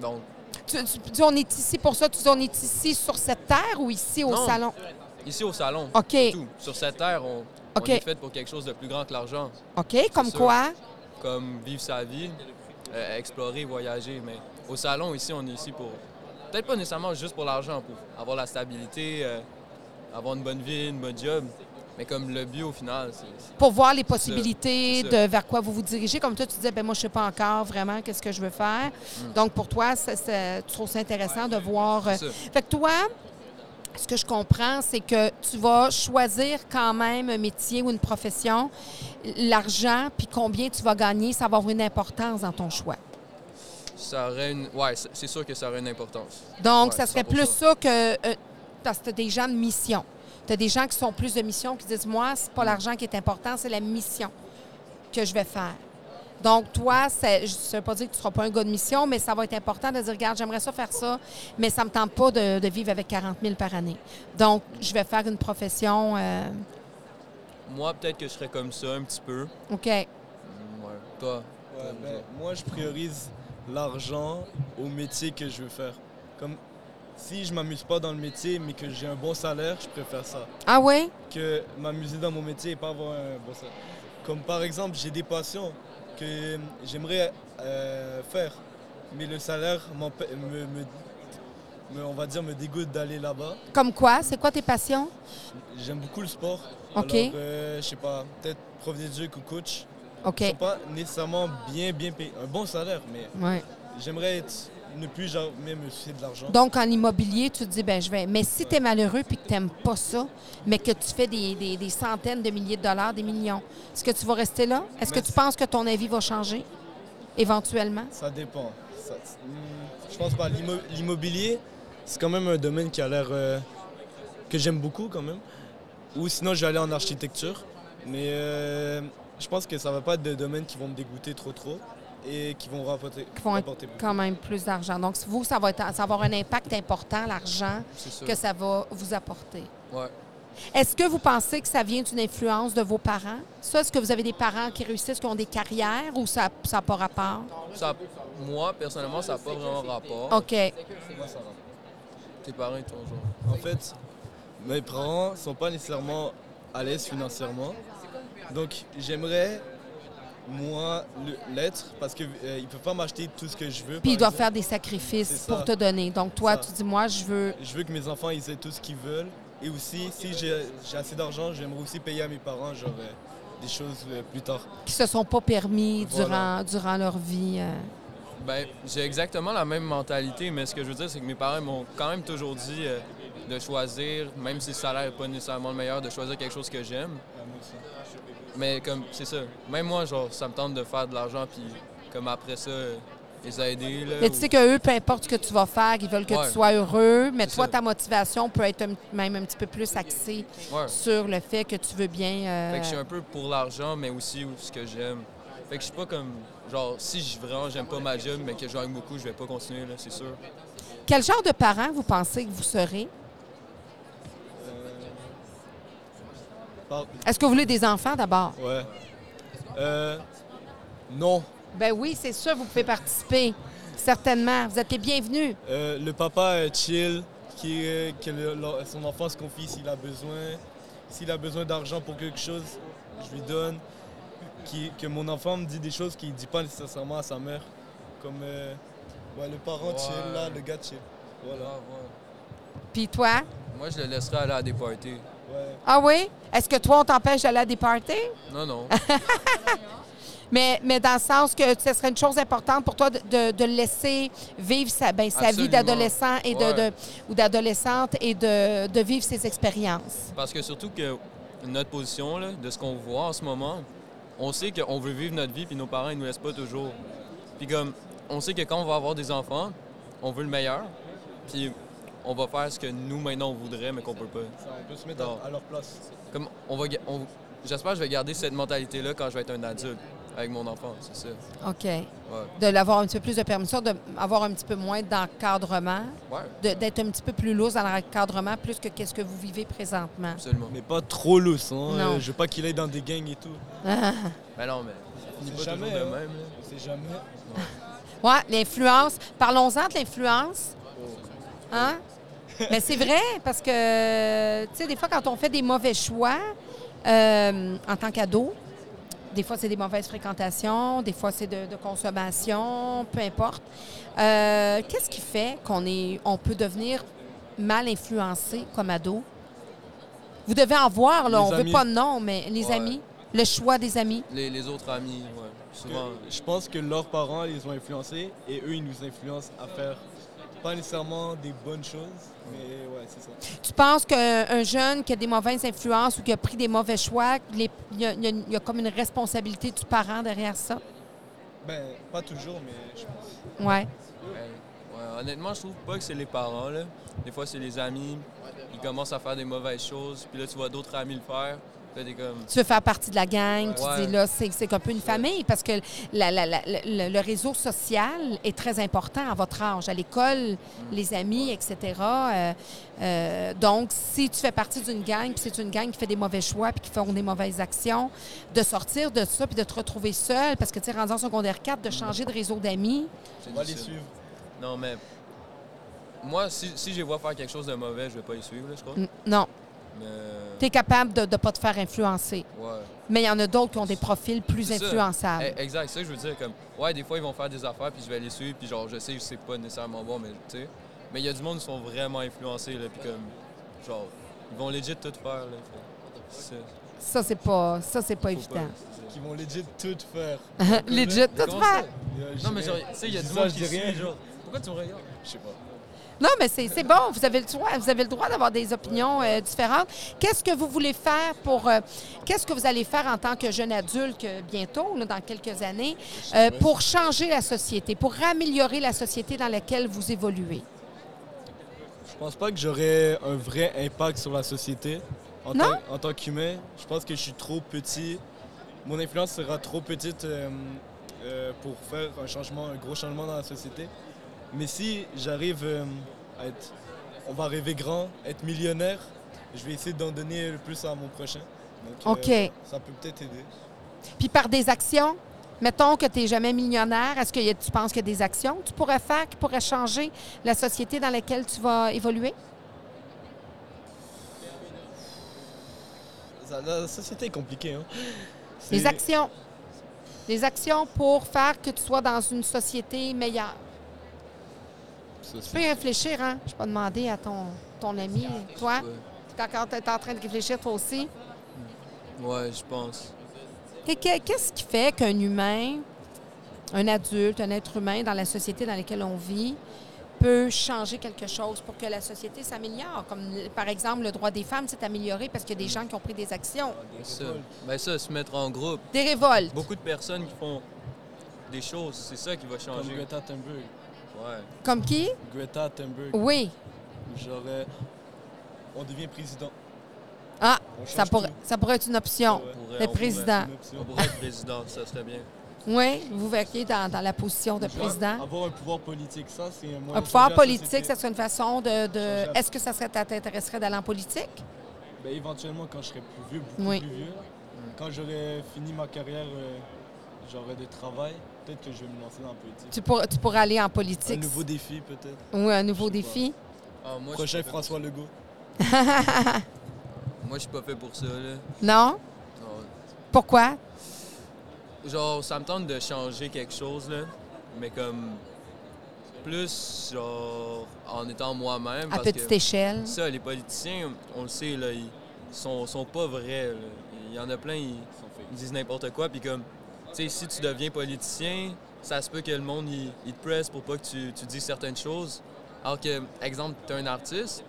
S10: Donc,
S1: Tu, tu- tu dis on est ici pour ça, tu dis on est ici sur cette terre ou ici au
S10: Non.
S1: salon?
S10: ici au salon,
S1: OK.
S10: c'est tout. Sur cette terre, on, on
S1: OK.
S10: est fait pour quelque chose de plus grand que l'argent.
S1: OK, comme
S10: sûr.
S1: quoi?
S10: Comme vivre sa vie, euh, explorer, voyager. Mais au salon, ici, on est ici pour. Peut-être pas nécessairement juste pour l'argent, pour avoir la stabilité, euh, avoir une bonne vie, une bonne job. Mais comme le but au final, c'est. c'est-
S1: Pour voir les
S10: c'est ça.
S1: possibilités
S10: C'est ça.
S1: de vers quoi vous vous dirigez. Comme toi, tu disais, ben moi, je sais pas encore vraiment qu'est-ce que je veux faire. Donc, pour toi, ça- ça- tu trouves ça intéressant de voir. euh,
S10: Hmm. C'est ça.
S1: Fait que toi, ce que je comprends, c'est que tu vas choisir quand même un métier ou une profession. L'argent, puis combien tu vas gagner, ça va avoir une importance dans ton choix.
S10: Ça aurait une. Ouais, c'est c'est sûr que ça aurait une importance.
S1: Donc,
S10: Ouais,
S1: ça serait
S10: 100%.
S1: plus ça que. euh, parce que tu des gens de mission. Tu as des gens qui sont plus de mission, qui disent Moi, c'est pas l'argent qui est important, c'est la mission que je vais faire. Donc, toi, c'est- je ne veux pas dire que tu ne seras pas un gars de mission, mais ça va être important de dire Regarde, j'aimerais ça faire ça, mais ça me tente pas de, de vivre avec 40 000 par année. Donc, je vais faire une profession. euh,
S10: Moi, peut-être que je serais comme ça un petit peu.
S1: OK.
S10: Mm, Ouais. Toi,
S11: Ouais, ben, moi, je priorise l'argent au métier que je veux faire. Comme si je m'amuse pas dans le métier, mais que j'ai un bon salaire, je préfère ça.
S1: Ah ouais?
S11: Que m'amuser dans mon métier et pas avoir un bon salaire. Comme par exemple, j'ai des passions que j'aimerais euh, faire, mais le salaire m'empê- me, me- me- on va dire, me dégoûte d'aller là-bas.
S1: Comme quoi? C'est quoi tes passions?
S11: J'aime beaucoup le sport.
S1: Ok.
S11: Alors, euh, je sais pas, peut-être prof des jeux ou coach.
S1: Ok.
S11: Ils sont pas nécessairement bien, bien payés. Un bon salaire, mais
S1: Ouais.
S11: j'aimerais être- ne plus jamais me soucier de l'argent.
S1: Donc, en immobilier, tu te dis, ben je vais. Mais si tu es malheureux puis que tu n'aimes pas ça, mais que tu fais des, des- des centaines de milliers de dollars, des millions, est-ce que tu vas rester là? Est-ce que
S11: Mais-
S1: tu penses que ton avis va changer éventuellement?
S11: Ça dépend. Ça- hmm, je pense pas. L'immo- L'immobilier, c'est quand même un domaine qui a l'air. euh, que j'aime beaucoup quand même. Ou sinon, je vais aller en architecture. Mais euh, je pense que ça va pas être des domaines qui vont me dégoûter trop, trop. Et qui vont rapporter.
S1: Qui vont être
S11: rapporter beaucoup.
S1: quand même plus d'argent. Donc, vous, ça va, être- ça va avoir un impact important, l'argent
S11: C'est sûr.
S1: que ça va vous apporter.
S10: Ouais.
S1: Est-ce que vous pensez que ça vient d'une influence de vos parents? Ça, est-ce que vous avez des parents qui réussissent, qui ont des carrières ou ça n'a pas rapport?
S10: ça, moi, personnellement, ça n'a pas vraiment rapport.
S1: OK.
S10: Tes parents, ils t'ont genre.
S11: En fait, mes parents sont pas nécessairement à l'aise financièrement. Donc j'aimerais, moi, le- l'être parce qu'ils ne peuvent pas m'acheter tout ce que je veux.
S1: Puis ils
S11: par
S1: doivent faire
S11: exemple.
S1: des sacrifices
S11: C'est ça.
S1: pour te donner. Donc, toi,
S11: Ça.
S1: tu dis, moi, je veux
S11: Je veux que mes enfants ils aient tout ce qu'ils veulent. Et aussi, si j'ai j'ai assez d'argent, j'aimerais aussi payer à mes parents genre, euh, des choses euh, plus tard.
S1: qui se sont pas permis
S10: Voilà.
S1: durant, durant leur vie. euh.
S10: Ben, j'ai exactement la même mentalité, mais ce que je veux dire, c'est que mes parents m'ont quand même toujours dit euh, de choisir, même si le salaire n'est pas nécessairement le meilleur, de choisir quelque chose que j'aime. Mais comme, c'est ça. Même moi, genre, ça me tente de faire de l'argent, puis comme après ça, euh, les aider. Là,
S1: Mais tu sais qu'eux, peu importe ce que tu vas faire, ils veulent que
S10: Ouais.
S1: tu sois heureux, mais
S10: C'est
S1: toi,
S10: ça.
S1: ta motivation peut être un- même un petit peu plus axée
S10: Ouais.
S1: sur le fait que tu veux bien... euh,
S10: Fait que je suis un peu pour l'argent, mais aussi ce que j'aime. Fait que je suis pas comme, genre, si j- vraiment j'aime pas ma job, mais que je gagne beaucoup, je vais pas continuer, là, c'est sûr.
S1: Quel genre de parent vous pensez que vous serez?
S11: Par-
S1: Est-ce que vous voulez des enfants d'abord?
S11: Ouais. Euh, non.
S1: Ben oui, c'est sûr, vous pouvez participer. Certainement. Vous êtes les bienvenus.
S11: Euh, le papa euh, chill, qui, euh, que le- le- son enfant se confie s'il a besoin. S'il a besoin d'argent pour quelque chose, je lui donne. qui- que mon enfant me dit des choses qu'il ne dit pas nécessairement à sa mère. Comme euh, ouais, le parent chill,
S10: Ouais.
S11: là, le gars chill. Voilà.
S1: Puis toi?
S10: Moi, je le laisserais aller à des parties.
S1: Ah oui? Est-ce que toi, on t'empêche d'aller à des parties?
S10: Non, non.
S1: <laughs> mais, mais dans le sens que ce serait une chose importante pour toi de, de, de le laisser vivre sa, ben, sa vie
S10: Absolument.
S1: d'adolescent et de,
S10: Ouais.
S1: de- ou d'adolescente et de, de vivre ses expériences.
S10: Parce que surtout que notre position, là, de ce qu'on voit en ce moment, on sait qu'on veut vivre notre vie, puis nos parents, ils nous laissent pas toujours. Puis comme, on sait que quand on va avoir des enfants, on veut le meilleur, puis on va faire ce que nous, maintenant, on voudrait, mais qu'on peut pas.
S11: On peut se mettre à- à leur place.
S10: Comme, on va... ga- on- J'espère que je vais garder cette mentalité-là quand je vais être un adulte, avec mon enfant, c'est ça.
S1: OK.
S10: Ouais.
S1: De l'avoir un petit peu plus de permission, d'avoir un petit peu moins d'encadrement,
S10: Ouais.
S1: de- d'être un petit peu plus loose dans l'encadrement, plus que qu'est-ce que vous vivez présentement.
S10: Absolument.
S11: Mais pas trop lousse, hein.
S1: Non.
S11: Euh, je veux pas qu'il aille dans des gangs et tout. hein.
S1: Ah.
S10: Ben non, mais ça finit pas toujours de même. là.
S11: C'est jamais.
S1: Oui, l'influence. Parlons-en de l'influence. Hein? Mais c'est vrai, parce que, tu sais, des fois, quand on fait des mauvais choix euh, en tant qu'ado, des fois, c'est des mauvaises fréquentations, des fois, c'est de, de consommation, peu importe. Euh, Qu'est-ce qui fait qu'on est, on peut devenir mal influencé comme ado? Vous devez en voir, là.
S10: Les
S1: on ne veut
S10: amis.
S1: pas de nom, mais les
S10: Ouais.
S1: amis, le choix des amis.
S10: Les, les autres amis, ouais. Souvent,
S11: que je pense que leurs parents les ont influencés et eux ils nous influencent à faire pas nécessairement des bonnes choses, mais ouais, c'est ça.
S1: Tu penses qu'un jeune qui a des mauvaises influences ou qui a pris des mauvais choix, les- il y, a- il y a- il y a comme une responsabilité du parent derrière ça?
S11: Ben, pas toujours, mais je pense.
S1: Ouais.
S10: Ben, ouais, honnêtement, je trouve pas que c'est les parents. Là. Des fois, c'est les amis. Ils commencent à faire des mauvaises choses. Puis là, tu vois d'autres amis le faire. Là, t'es comme...
S1: Tu veux faire partie de la gang, tu
S10: Ouais.
S1: dis là, c'est c'est un peu une famille parce que la- la- la- le, le réseau social est très important à votre âge, à l'école, les amis, etc. Euh, euh, donc, si tu fais partie d'une gang, puis c'est une gang qui fait des mauvais choix, puis qui font des mauvaises actions, de sortir de ça, puis de te retrouver seul, parce que tu es rendu en secondaire 4, de changer de réseau d'amis,
S10: c'est
S11: On va les
S10: difficile.
S11: suivre.
S10: Non, mais... Moi, si, si je les vois faire quelque chose de mauvais, je vais pas les suivre, là, je crois.
S1: N- non.
S10: Mais- euh,
S1: Tu es capable de ne pas te faire influencer.
S10: Ouais.
S1: Mais il y en a d'autres qui ont des profils plus
S10: C'est ça.
S1: influençables.
S10: Eh, Exact, c'est ça que je veux dire. Comme, ouais, des fois, ils vont faire des affaires, puis je vais les suivre, puis genre, je sais que c'est pas nécessairement bon, mais tu sais. Mais il y a du monde qui sont vraiment influencés, là, puis comme, genre, ils vont legit tout faire, là. Fait- c'est-
S1: Ça, c'est pas, ça, c'est pas évident.
S11: Qui vont legit tout faire.
S1: <laughs> Legit tout
S10: Comment
S1: faire.
S10: ça?
S11: Euh, je
S10: Non, mais
S11: dis
S10: genre,
S11: rien.
S10: tu sais, il y a
S11: Je
S10: du
S11: dis ça,
S10: monde
S11: je
S10: qui
S11: dis rien.
S10: suit, genre, pourquoi tu me regardes? Je sais pas.
S1: Non, mais c'est c'est bon. Vous avez le droit, vous avez le droit d'avoir des opinions euh, différentes. Qu'est-ce que vous voulez faire pour euh, Qu'est-ce que vous allez faire en tant que jeune adulte euh, bientôt, là, dans quelques années, euh, pour changer la société, pour améliorer la société dans laquelle vous évoluez
S11: Je pense pas que j'aurais un vrai impact sur la société en,
S1: Non?
S11: tant- en tant qu'humain. Je pense que je suis trop petit. Mon influence sera trop petite euh, euh, pour faire un changement, un gros changement dans la société. Mais si j'arrive euh, à être, on va rêver grand, être millionnaire, je vais essayer d'en donner le plus à mon prochain. Donc, euh,
S1: Ok.
S11: ça peut peut-être aider.
S1: Puis par des actions. Mettons que tu n'es jamais millionnaire, est-ce que y a- tu penses qu'il y a des actions que tu pourrais faire qui pourraient changer la société dans laquelle tu vas évoluer?
S11: Ça- La société est compliquée. Hein.
S1: Les
S11: C'est-
S1: actions. Les actions pour faire que tu sois dans une société meilleure. Tu peux y réfléchir, hein? Je peux demander à ton, ton ami, toi, quand, tu es en train de réfléchir, toi aussi.
S10: Ouais, je pense.
S1: Que- que- Qu'est-ce qui fait qu'un humain, un adulte, un être humain dans la société dans laquelle on vit, peut changer quelque chose pour que la société s'améliore? Comme, par exemple, le droit des femmes s'est amélioré parce qu'il y a des gens qui ont pris des actions.
S10: Ça. Ben ça, se mettre en groupe.
S1: Des révoltes.
S10: Beaucoup de personnes qui font des choses, c'est ça qui va changer.
S11: Comme Greta Thunberg.
S10: Ouais.
S1: Comme qui?
S11: Greta Thunberg.
S1: Oui.
S11: Genre, euh, on devient président.
S1: Ah,
S11: On
S1: ça
S11: change
S1: pourrait,
S11: tout.
S1: ça pourrait être une option.
S10: On pourrait-
S1: Le
S10: on pourrait-
S1: président.
S10: On pourrait être président, ça serait bien.
S1: Oui, vous verriez dans, dans la position de président.
S11: Avoir un pouvoir politique, ça, c'est un moyen
S1: Un
S11: de
S1: pouvoir
S11: changer la
S1: politique,
S11: société.
S1: ça serait une façon de. de-
S11: la-
S1: Est-ce que ça serait ça t'intéresserait d'aller en politique? <laughs>
S11: Ben, éventuellement, quand je serai plus vieux, beaucoup
S1: Oui.
S11: plus vieux, quand j'aurai fini ma carrière, euh, j'aurai de travail, peut-être que je vais me lancer dans la politique.
S1: Tu pourrais, tu pourrais aller en
S11: Un
S1: politique.
S11: nouveau défi, peut-être.
S1: Oui, un nouveau
S11: Je sais
S1: défi.
S10: Ah, moi, je
S11: Prochain
S10: suis pas
S11: François Legault.
S10: Moi, je suis pas fait pour ça, là.
S1: non?
S10: Non.
S1: Pourquoi?
S10: genre, ça me tente de changer quelque chose, là, mais comme plus, genre, en étant moi-même.
S1: À
S10: parce que-
S1: petite échelle.
S10: Ça, les politiciens, on le sait, là, ils sont, sont pas vrais. là. Il y en a plein, ils, ils disent n'importe quoi, puis comme, tu sais, si tu deviens politicien, ça se peut que le monde, il, il te presse pour pas que tu, tu dises certaines choses. Alors que, exemple, t'es un artiste,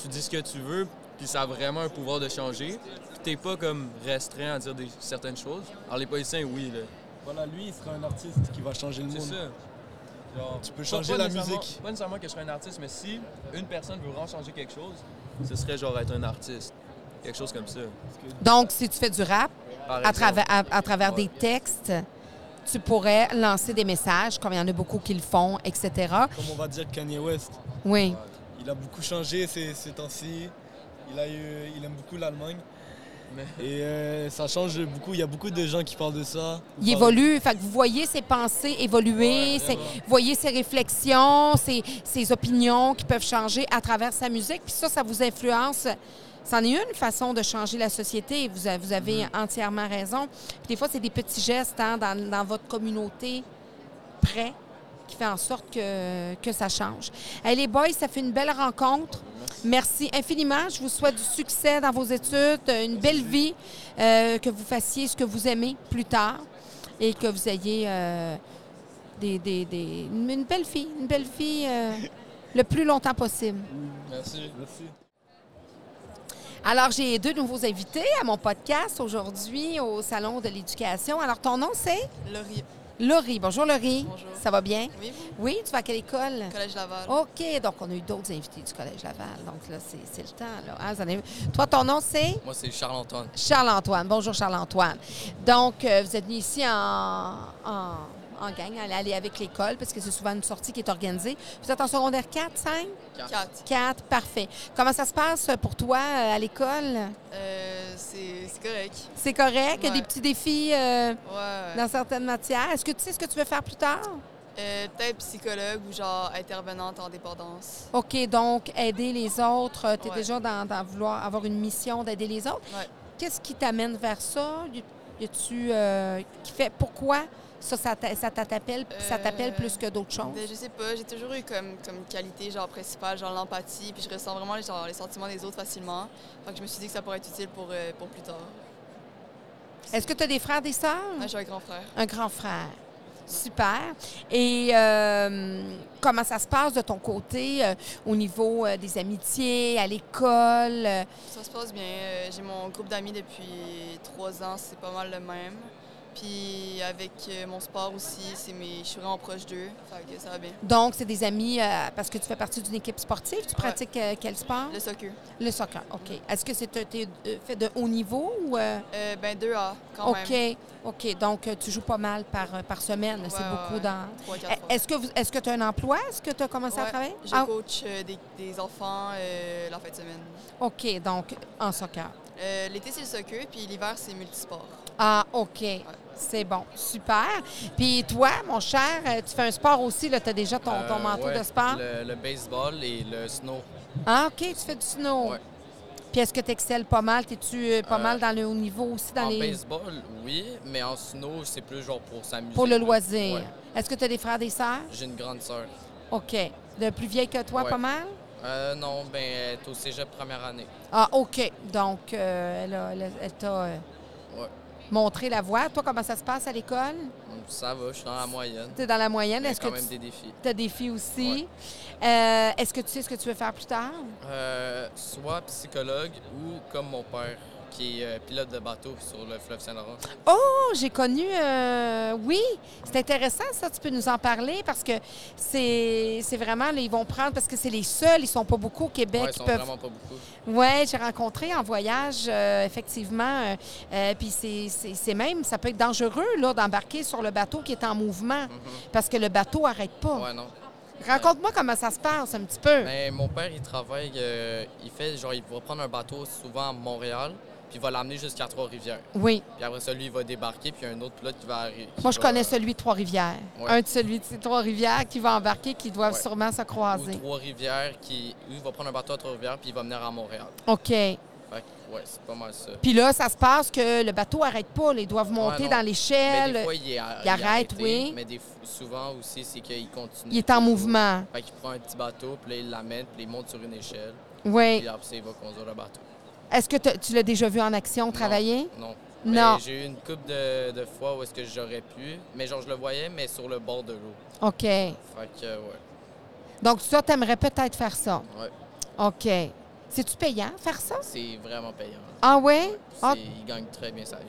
S10: tu dis ce que tu veux, puis ça a vraiment un pouvoir de changer. Puis t'es pas comme restreint à dire des- certaines choses. Alors les politiciens, oui. Là.
S11: Voilà, lui, il sera un artiste qui va changer le monde.
S10: C'est ça. Genre,
S11: tu peux
S10: pas-
S11: changer
S10: pas
S11: la
S10: nécessairement-
S11: musique.
S10: Pas nécessairement que je sois un artiste, mais si une personne veut vraiment changer quelque chose, ce serait genre être un artiste. Quelque chose comme ça.
S1: Donc, si tu fais du rap,
S10: Par
S1: à
S10: exemple.
S1: travers, à, à travers
S10: Ouais.
S1: des textes, tu pourrais lancer des messages, comme il y en a beaucoup qui le font, etc.
S11: Comme on va dire Kanye West.
S1: Hein Oui.
S11: Il a beaucoup changé ces, ces temps-ci. Il, a eu- il aime beaucoup l'Allemagne. Et euh, ça change beaucoup. Il y a beaucoup de gens qui parlent de ça.
S1: Il
S11: Parlent-
S1: évolue, fait que vous voyez ses pensées évoluer, ses- vous voyez ses réflexions, ses, ses opinions qui peuvent changer à travers sa musique. Puis ça, ça vous influence. C'en est une façon de changer la société. Vous, a- vous avez
S10: Mm-hmm.
S1: entièrement raison. Puis des fois, c'est des petits gestes hein, dans, dans votre communauté près qui fait en sorte que, que ça change. Hey, les boys, ça fait une belle rencontre. Merci infiniment. Je vous souhaite du succès dans vos études, une belle vie, euh, que vous fassiez ce que vous aimez plus tard et que vous ayez euh, des, des- des- une une belle vie, une belle vie euh, le plus longtemps possible.
S10: Merci.
S11: Merci.
S1: Alors, j'ai deux nouveaux invités à mon podcast aujourd'hui au Salon de l'éducation. Alors, ton nom, c'est?
S12: Laurie.
S1: Laurie. Bonjour, Laurie. Bonjour. Ça va bien?
S12: Oui, vous?
S1: Oui, tu vas à quelle école?
S12: Collège Laval.
S1: OK. Donc, on a eu d'autres invités du Collège Laval. Donc, là, c'est c'est le temps. Là. Ah, vous en avez- Toi, ton nom, c'est?
S13: Moi, c'est Charles-Antoine.
S1: Charles-Antoine. Bonjour, Charles-Antoine. Donc, euh, vous êtes venu ici en, en, en gang, à aller avec l'école, parce que c'est souvent une sortie qui est organisée. Vous êtes en secondaire 4, 5?
S12: Quatre.
S1: 4. parfait. Comment ça se passe pour toi euh, à l'école?
S12: Euh, c'est c'est correct.
S1: C'est correct? Il y a des
S12: Ouais.
S1: petits défis euh,
S12: ouais.
S1: dans certaines matières. Est-ce que tu sais ce que tu veux faire plus tard?
S12: Euh, Peut-être psychologue ou genre intervenante en dépendance.
S1: OK, donc aider les autres. Tu es
S12: Ouais.
S1: déjà dans, dans vouloir avoir une mission d'aider les autres.
S12: Ouais.
S1: Qu'est-ce qui t'amène vers ça? Y- Y tu qui fait pourquoi ça, ça t'a- ça t'a- t'appelle ça t'appelle
S12: Euh,
S1: plus que d'autres choses?
S12: Ben, je sais pas, j'ai toujours eu comme, comme qualité genre principale, genre l'empathie, puis je ressens vraiment les, genre, les sentiments des autres facilement. Fait que je me suis dit que ça pourrait être utile pour, euh, pour plus tard.
S1: Est-ce que tu as des frères, des sœurs?
S12: Ouais, j'ai un grand frère.
S1: Un grand frère. Super. Et euh, comment ça se passe de ton côté euh, au niveau euh, des amitiés, à l'école? euh,
S12: Ça se passe bien. Euh, J'ai mon groupe d'amis depuis trois ans, c'est pas mal le même. Puis avec euh, mon sport aussi, c'est mes... je suis vraiment proche d'eux. Fait que ça va bien.
S1: Donc, c'est des amis euh, parce que tu fais partie d'une équipe sportive. Tu pratiques euh, quel sport?
S12: Le soccer.
S1: Le soccer, OK. Est-ce que c'est t'es, euh, fait de haut niveau ou... euh?
S12: Euh, ben 2A quand
S1: OK,
S12: même.
S1: OK. Donc, euh, tu joues pas mal par, euh, par semaine. c'est
S12: Ouais,
S1: beaucoup
S12: ouais.
S1: dans... E,
S12: Trois, quatre fois.
S1: Est-ce que vous- est-ce que tu as un emploi? Est-ce que tu as commencé à
S12: Ouais,
S1: travailler?
S12: Je
S1: Ah,
S12: coach euh, des, des enfants euh, la fin de semaine.
S1: Ah, OK, donc en soccer.
S12: Euh, L'été, c'est le soccer, puis l'hiver, c'est multisport.
S1: Ah, OK. C'est bon. Super. Puis toi, mon cher, euh, tu fais un sport aussi. Tu as déjà ton, ton
S13: Euh,
S1: manteau
S13: ouais,
S1: de sport.
S13: Le, le baseball et le snow.
S1: Ah, OK, tu fais du snow. Puis est-ce que tu excelles pas mal? Es-tu pas
S13: Euh,
S1: mal dans le haut niveau aussi? Dans
S13: en
S1: les...
S13: baseball, oui, mais en snow, c'est plus genre pour s'amuser.
S1: Pour le loisir.
S13: Ouais.
S1: Est-ce que tu as des frères, des sœurs?
S13: J'ai une grande sœur.
S1: OK. De plus vieille que toi,
S13: Ouais.
S1: pas mal?
S13: Euh, non, ben, elle est au cégep première année.
S1: Ah, OK. Donc, euh, elle, a- elle a- elle t'a euh,
S13: Ouais.
S1: montré la voie. Toi, comment ça se passe à l'école?
S13: Hum, Ça va, je suis dans la moyenne.
S1: Tu es dans la moyenne.
S13: Il y a
S1: Est-ce que
S13: quand même
S1: tu
S13: des défis.
S1: as des filles aussi? Euh, Est-ce que tu sais ce que tu veux faire plus tard?
S13: Euh, soit psychologue ou comme mon père, qui est euh, pilote de bateau sur le fleuve Saint-Laurent.
S1: Oh, j'ai connu. euh, oui, c'est intéressant ça. Tu peux nous en parler parce que c'est c'est vraiment, là, ils vont prendre parce que c'est les seuls. Ils sont pas beaucoup au Québec.
S13: Ouais, ils
S1: qui
S13: sont
S1: peuvent-
S13: vraiment pas beaucoup.
S1: Ouais, j'ai rencontré en voyage, euh, effectivement. euh, euh, Puis c'est- c'est c'est même, ça peut être dangereux là d'embarquer sur le bateau qui est en mouvement parce que le bateau arrête pas.
S13: Mhm. Ouais, non.
S1: Raconte-moi comment ça se passe un petit peu.
S13: Ben, mon père, il travaille, euh, il fait, genre, il va prendre un bateau souvent à Montréal, puis il va l'amener jusqu'à Trois-Rivières.
S1: Oui.
S13: Puis après ça, lui, il va débarquer, puis il y a un autre pilote qui va arriver.
S1: Moi, je connais celui de Trois-Rivières.
S13: Ouais.
S1: Un de celui de ces Trois-Rivières qui va embarquer, qui doivent
S13: Ouais.
S1: sûrement se
S13: Ou
S1: croiser.
S13: Trois-Rivières, qui, lui, il va prendre un bateau à Trois-Rivières, puis il va venir à Montréal.
S1: OK.
S13: Fait que, ouais, c'est pas mal ça.
S1: Puis là, ça se passe que le bateau arrête pas. là. Ils doivent monter
S13: Ouais, non.
S1: dans l'échelle.
S13: Mais des fois, il, est a-
S1: Il
S13: est
S1: arrête,
S13: arrêté,
S1: oui.
S13: Mais des f- souvent aussi, c'est qu'il continue.
S1: Il est en mouvement.
S13: Fait qu'il prend un petit bateau, puis là, il l'amène, puis il monte sur une échelle.
S1: Oui.
S13: Puis après, ça, il va conduire le bateau.
S1: Est-ce que t'as- tu l'as déjà vu en action travailler?
S13: Non.
S1: Non.
S13: Mais J'ai eu une coupe de, de fois où est-ce que j'aurais pu, mais genre, je le voyais, mais sur le bord de l'eau.
S1: OK.
S13: Fait que, ouais.
S1: Donc, ça, tu aimerais peut-être faire ça.
S13: Ouais.
S1: OK. C'est-tu payant, faire ça?
S13: C'est vraiment payant.
S1: Ah ouais?
S13: C'est-
S1: Ah,
S13: Il gagne très bien sa vie.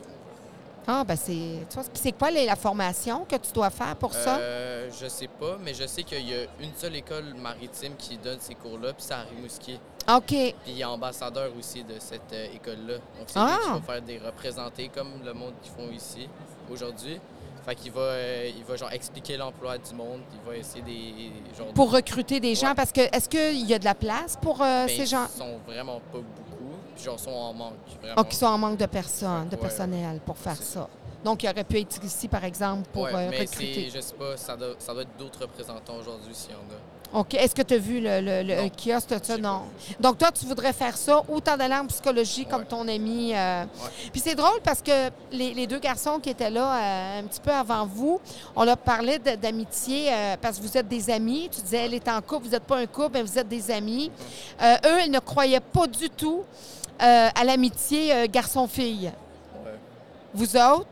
S1: ah, ben c'est... tu vois, puis c'est quoi les- la formation que tu dois faire pour ça?
S13: Euh, je sais pas, mais je sais qu'il y a une seule école maritime qui donne ces cours-là, puis c'est à Rimouski.
S1: OK.
S13: Puis il est ambassadeur aussi de cette euh, école-là. Donc, c'est lui qui
S1: Ah!
S13: va faire des représentés comme le monde qu'ils font ici aujourd'hui. Fait qu'il va, euh, il va genre expliquer l'emploi du monde, il va essayer des genre,
S1: Pour
S13: de-
S1: recruter des gens,
S13: Ouais.
S1: parce que est-ce qu'il y a de la place pour euh,
S13: Ben,
S1: ces gens?
S13: Ils sont vraiment pas beaucoup, puis genre sont en manque vraiment.
S1: Ah, qui sont en manque de personnes, de
S13: Ouais,
S1: personnel pour faire ça. Donc, il aurait pu être ici, par exemple, pour
S13: Ouais,
S1: euh,
S13: mais c'est-
S1: recruter.
S13: je sais pas, ça doit, ça doit être d'autres représentants aujourd'hui s'il y en a.
S1: OK. Est-ce que tu as vu le, le- le kiosque, tout ça? Non. Donc, toi, tu voudrais faire ça ou t'en aller en psychologie comme ton ami. euh. Puis c'est drôle parce que les, les deux garçons qui étaient là euh, un petit peu avant vous, on leur parlait de- d'amitié euh, parce que vous êtes des amis. Tu disais, elle est en couple, vous n'êtes pas un couple, mais vous êtes des amis. Euh, eux, ils ne croyaient pas du tout euh, à l'amitié euh, garçon-fille.
S13: Ouais.
S1: Vous autres?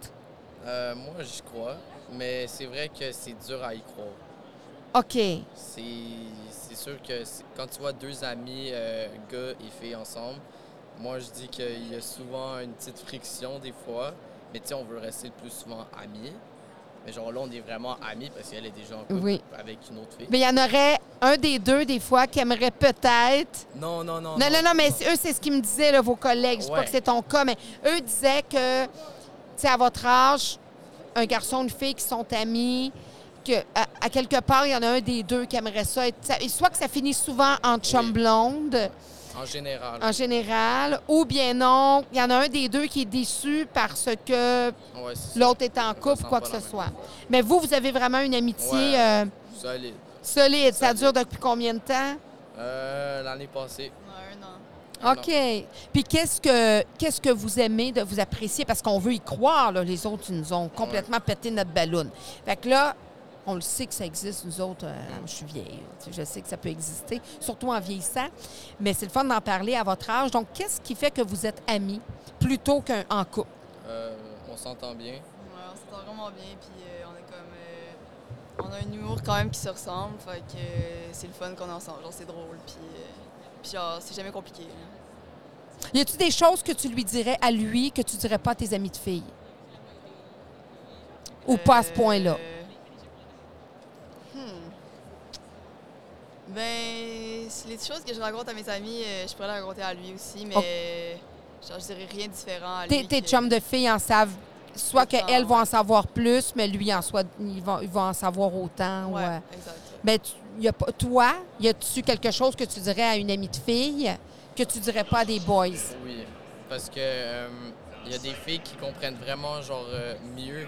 S13: Euh, moi, j'y crois, mais c'est vrai que c'est dur à y croire.
S1: OK.
S13: C'est c'est sûr que c'est- quand tu vois deux amis, euh, gars et filles ensemble, moi je dis qu'il y a souvent une petite friction des fois, mais tu sais, on veut rester le plus souvent amis. Mais genre là, on est vraiment amis parce qu'elle est déjà en couple
S1: Oui.
S13: avec une autre fille.
S1: Mais il y en aurait un des deux, des fois, qui aimerait peut-être.
S13: Non, non,
S1: Non,
S13: non.
S1: non, non, mais eux, c'est ce qu'ils me disaient, là, vos collègues. Je sais pas
S13: Ouais.
S1: que c'est ton cas, mais eux disaient que, tu sais, à votre âge, un garçon, une fille qui sont amis, que à, à quelque part, il y en a un des deux qui aimerait ça. être- ça- et soit que ça finit souvent en chum blonde,
S13: En général.
S1: en général, ou bien non, il y en a un des deux qui est déçu parce que
S13: Ouais, c'est ça.
S1: l'autre est en couple,
S13: sent
S1: quoi
S13: pas
S1: que
S13: la
S1: ce
S13: même
S1: soit. Mais vous, vous avez vraiment une amitié
S13: Ouais,
S1: euh,
S13: solide.
S1: solide. Ça dure depuis combien de temps?
S13: Euh, L'année passée.
S12: Un an.
S1: OK. Puis qu'est-ce que qu'est-ce que vous aimez de vous apprécier? Parce qu'on veut y croire, là. Les autres, ils nous ont complètement pété notre ballon. Fait que là, on le sait que ça existe, nous autres. euh, Je suis vieille. tu sais, Je sais que ça peut exister, surtout en vieillissant. Mais c'est le fun d'en parler à votre âge. Donc, qu'est-ce qui fait que vous êtes amis plutôt qu'en couple?
S13: Euh, on s'entend bien.
S12: Ouais, on s'entend vraiment bien, puis euh, on est comme. euh, on a un humour quand même qui se ressemble, fait que euh, c'est le fun qu'on est ensemble, genre c'est drôle, puis. euh, puis genre, c'est jamais compliqué. hein. là.
S1: Y a-tu des choses que tu lui dirais à lui que tu dirais pas à tes amis de filles? Ou pas à ce point-là?
S12: Euh, Hmm. Ben, c'est les choses que je raconte à mes amis, euh, je pourrais les raconter à lui aussi, mais.
S1: Oh.
S12: Genre, je dirais rien de différent à
S1: Tes,
S12: lui.
S1: tes
S12: que-
S1: chums de filles en savent, soit
S12: Autant,
S1: qu'elles vont en savoir plus, mais lui, en soit, il, va, il va en savoir autant.
S12: Ouais,
S1: ouais.
S12: exact.
S1: Mais tu- y a pas, toi, y a-tu quelque chose que tu dirais à une amie de fille que tu dirais pas à des boys?
S13: Oui, parce que euh, il y a des filles qui comprennent vraiment genre euh, mieux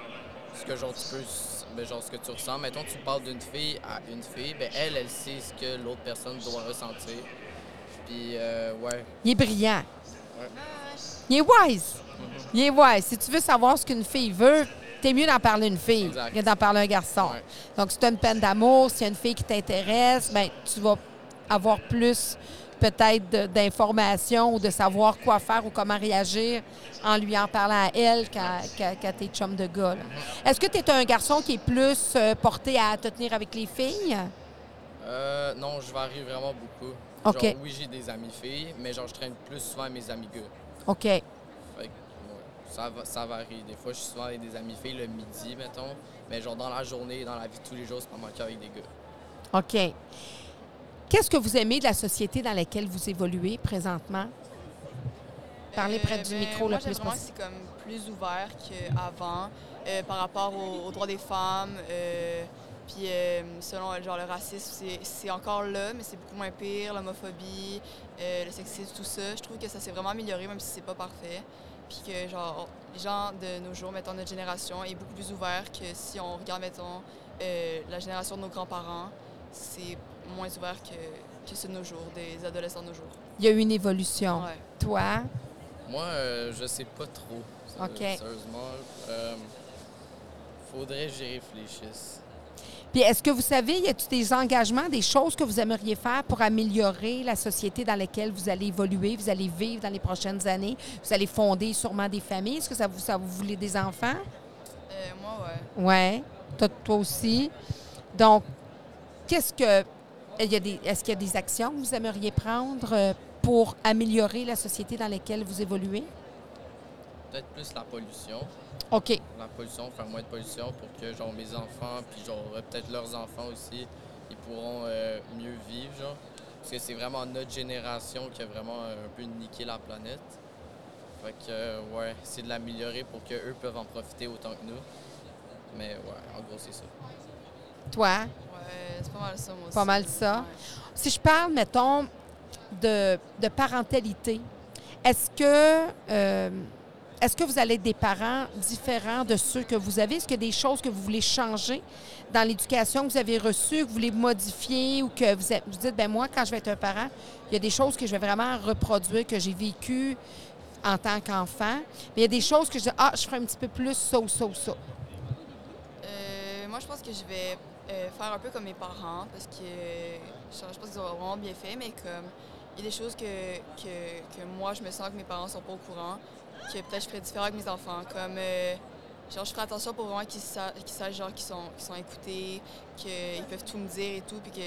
S13: ce que genre tu peux s- ben, genre ce que tu ressens. Mettons tu parles d'une fille à une fille, ben elle elle sait ce que l'autre personne doit ressentir. Puis euh, ouais.
S1: Il est brillant.
S13: Ouais.
S1: Il est wise. Il est wise. Si tu veux savoir ce qu'une fille veut, t'es mieux d'en parler à une fille
S13: Exact.
S1: que d'en parler à un garçon. Donc, si tu as une peine d'amour, s'il y a une fille qui t'intéresse, ben, tu vas avoir plus peut-être de- d'informations ou de savoir quoi faire ou comment réagir en lui en parlant à elle qu'à qu'à- qu'à tes chums de gars. là. Est-ce que tu es un garçon qui est plus euh, porté à te tenir avec les filles?
S13: Euh, non, je varie vraiment beaucoup.
S1: Ok.
S13: Genre, oui, j'ai des amis filles, mais genre je traîne plus souvent avec mes amis gars.
S1: OK.
S13: Fait que, ouais, ça, va- ça varie. Des fois, je suis souvent avec des amis filles le midi, mettons. Mais genre dans la journée, dans la vie de tous les jours, c'est pas manqué avec des gars.
S1: OK. Qu'est-ce que vous aimez de la société dans laquelle vous évoluez présentement? Parlez près
S12: Euh,
S1: du
S12: ben,
S1: micro
S12: moi,
S1: le
S12: j'aime
S1: plus
S12: vraiment que
S1: possible.
S12: C'est comme plus ouvert qu'avant euh, par rapport aux, aux droits des femmes. euh, puis euh, selon euh, genre, le racisme, c'est- c'est encore là, mais c'est beaucoup moins pire, l'homophobie, euh, le sexisme, tout ça. Je trouve que ça s'est vraiment amélioré, même si c'est pas parfait. Puis que genre les gens de nos jours, mettons notre génération, est beaucoup plus ouvert que si on regarde, mettons, euh, la génération de nos grands-parents, c'est moins ouvert que, que ceux de nos jours, des adolescents de nos jours.
S1: Il y a eu une évolution.
S12: Ouais.
S1: Toi?
S13: Moi, euh, je sais pas trop. Ça,
S1: OK.
S13: Sérieusement, euh, faudrait que j'y réfléchisse.
S1: Puis est-ce que vous savez, y a-t-il des engagements, des choses que vous aimeriez faire pour améliorer la société dans laquelle vous allez évoluer, vous allez vivre dans les prochaines années? Vous allez fonder sûrement des familles. Est-ce que ça vous, ça vous voulez des enfants?
S12: Euh, moi, ouais.
S1: Oui. Toi, toi aussi. Donc, qu'est-ce que. il y a des- Est-ce qu'il y a des actions que vous aimeriez prendre euh, pour améliorer la société dans laquelle vous évoluez?
S13: Peut-être plus la pollution.
S1: OK.
S13: La pollution, faire moins de pollution pour que genre mes enfants, puis genre euh, peut-être leurs enfants aussi, ils pourront euh, mieux vivre, genre. Parce que c'est vraiment notre génération qui a vraiment euh, un peu niqué la planète. Fait que, euh, ouais, c'est de l'améliorer pour qu'eux peuvent en profiter autant que nous. Mais ouais, en gros, c'est ça.
S1: Toi?
S12: Ouais, c'est pas mal ça, moi aussi.
S1: Pas mal ça. Si je parle, mettons, de, de parentalité, est-ce que, euh, est-ce que vous allez être des parents différents de ceux que vous avez? Est-ce qu'il y a des choses que vous voulez changer dans l'éducation que vous avez reçue, que vous voulez modifier ou que vous, êtes- vous dites, ben moi, quand je vais être un parent, il y a des choses que je vais vraiment reproduire, que j'ai vécues en tant qu'enfant. Mais il y a des choses que je dis, ah, je ferai un petit peu plus ça ou ça ou ça.
S12: Euh, moi, je pense que je vais euh, faire un peu comme mes parents parce que euh, je je pense qu'ils ont vraiment bien fait, mais comme il y a des choses que, que, que moi, je me sens que mes parents sont pas au courant, que peut-être je ferais différent avec mes enfants. Comme, euh, genre, je ferais attention pour vraiment qu'ils sa- qu'ils sachent, genre, qu'ils sont, qu'ils sont écoutés, qu'ils peuvent tout me dire et tout, puis que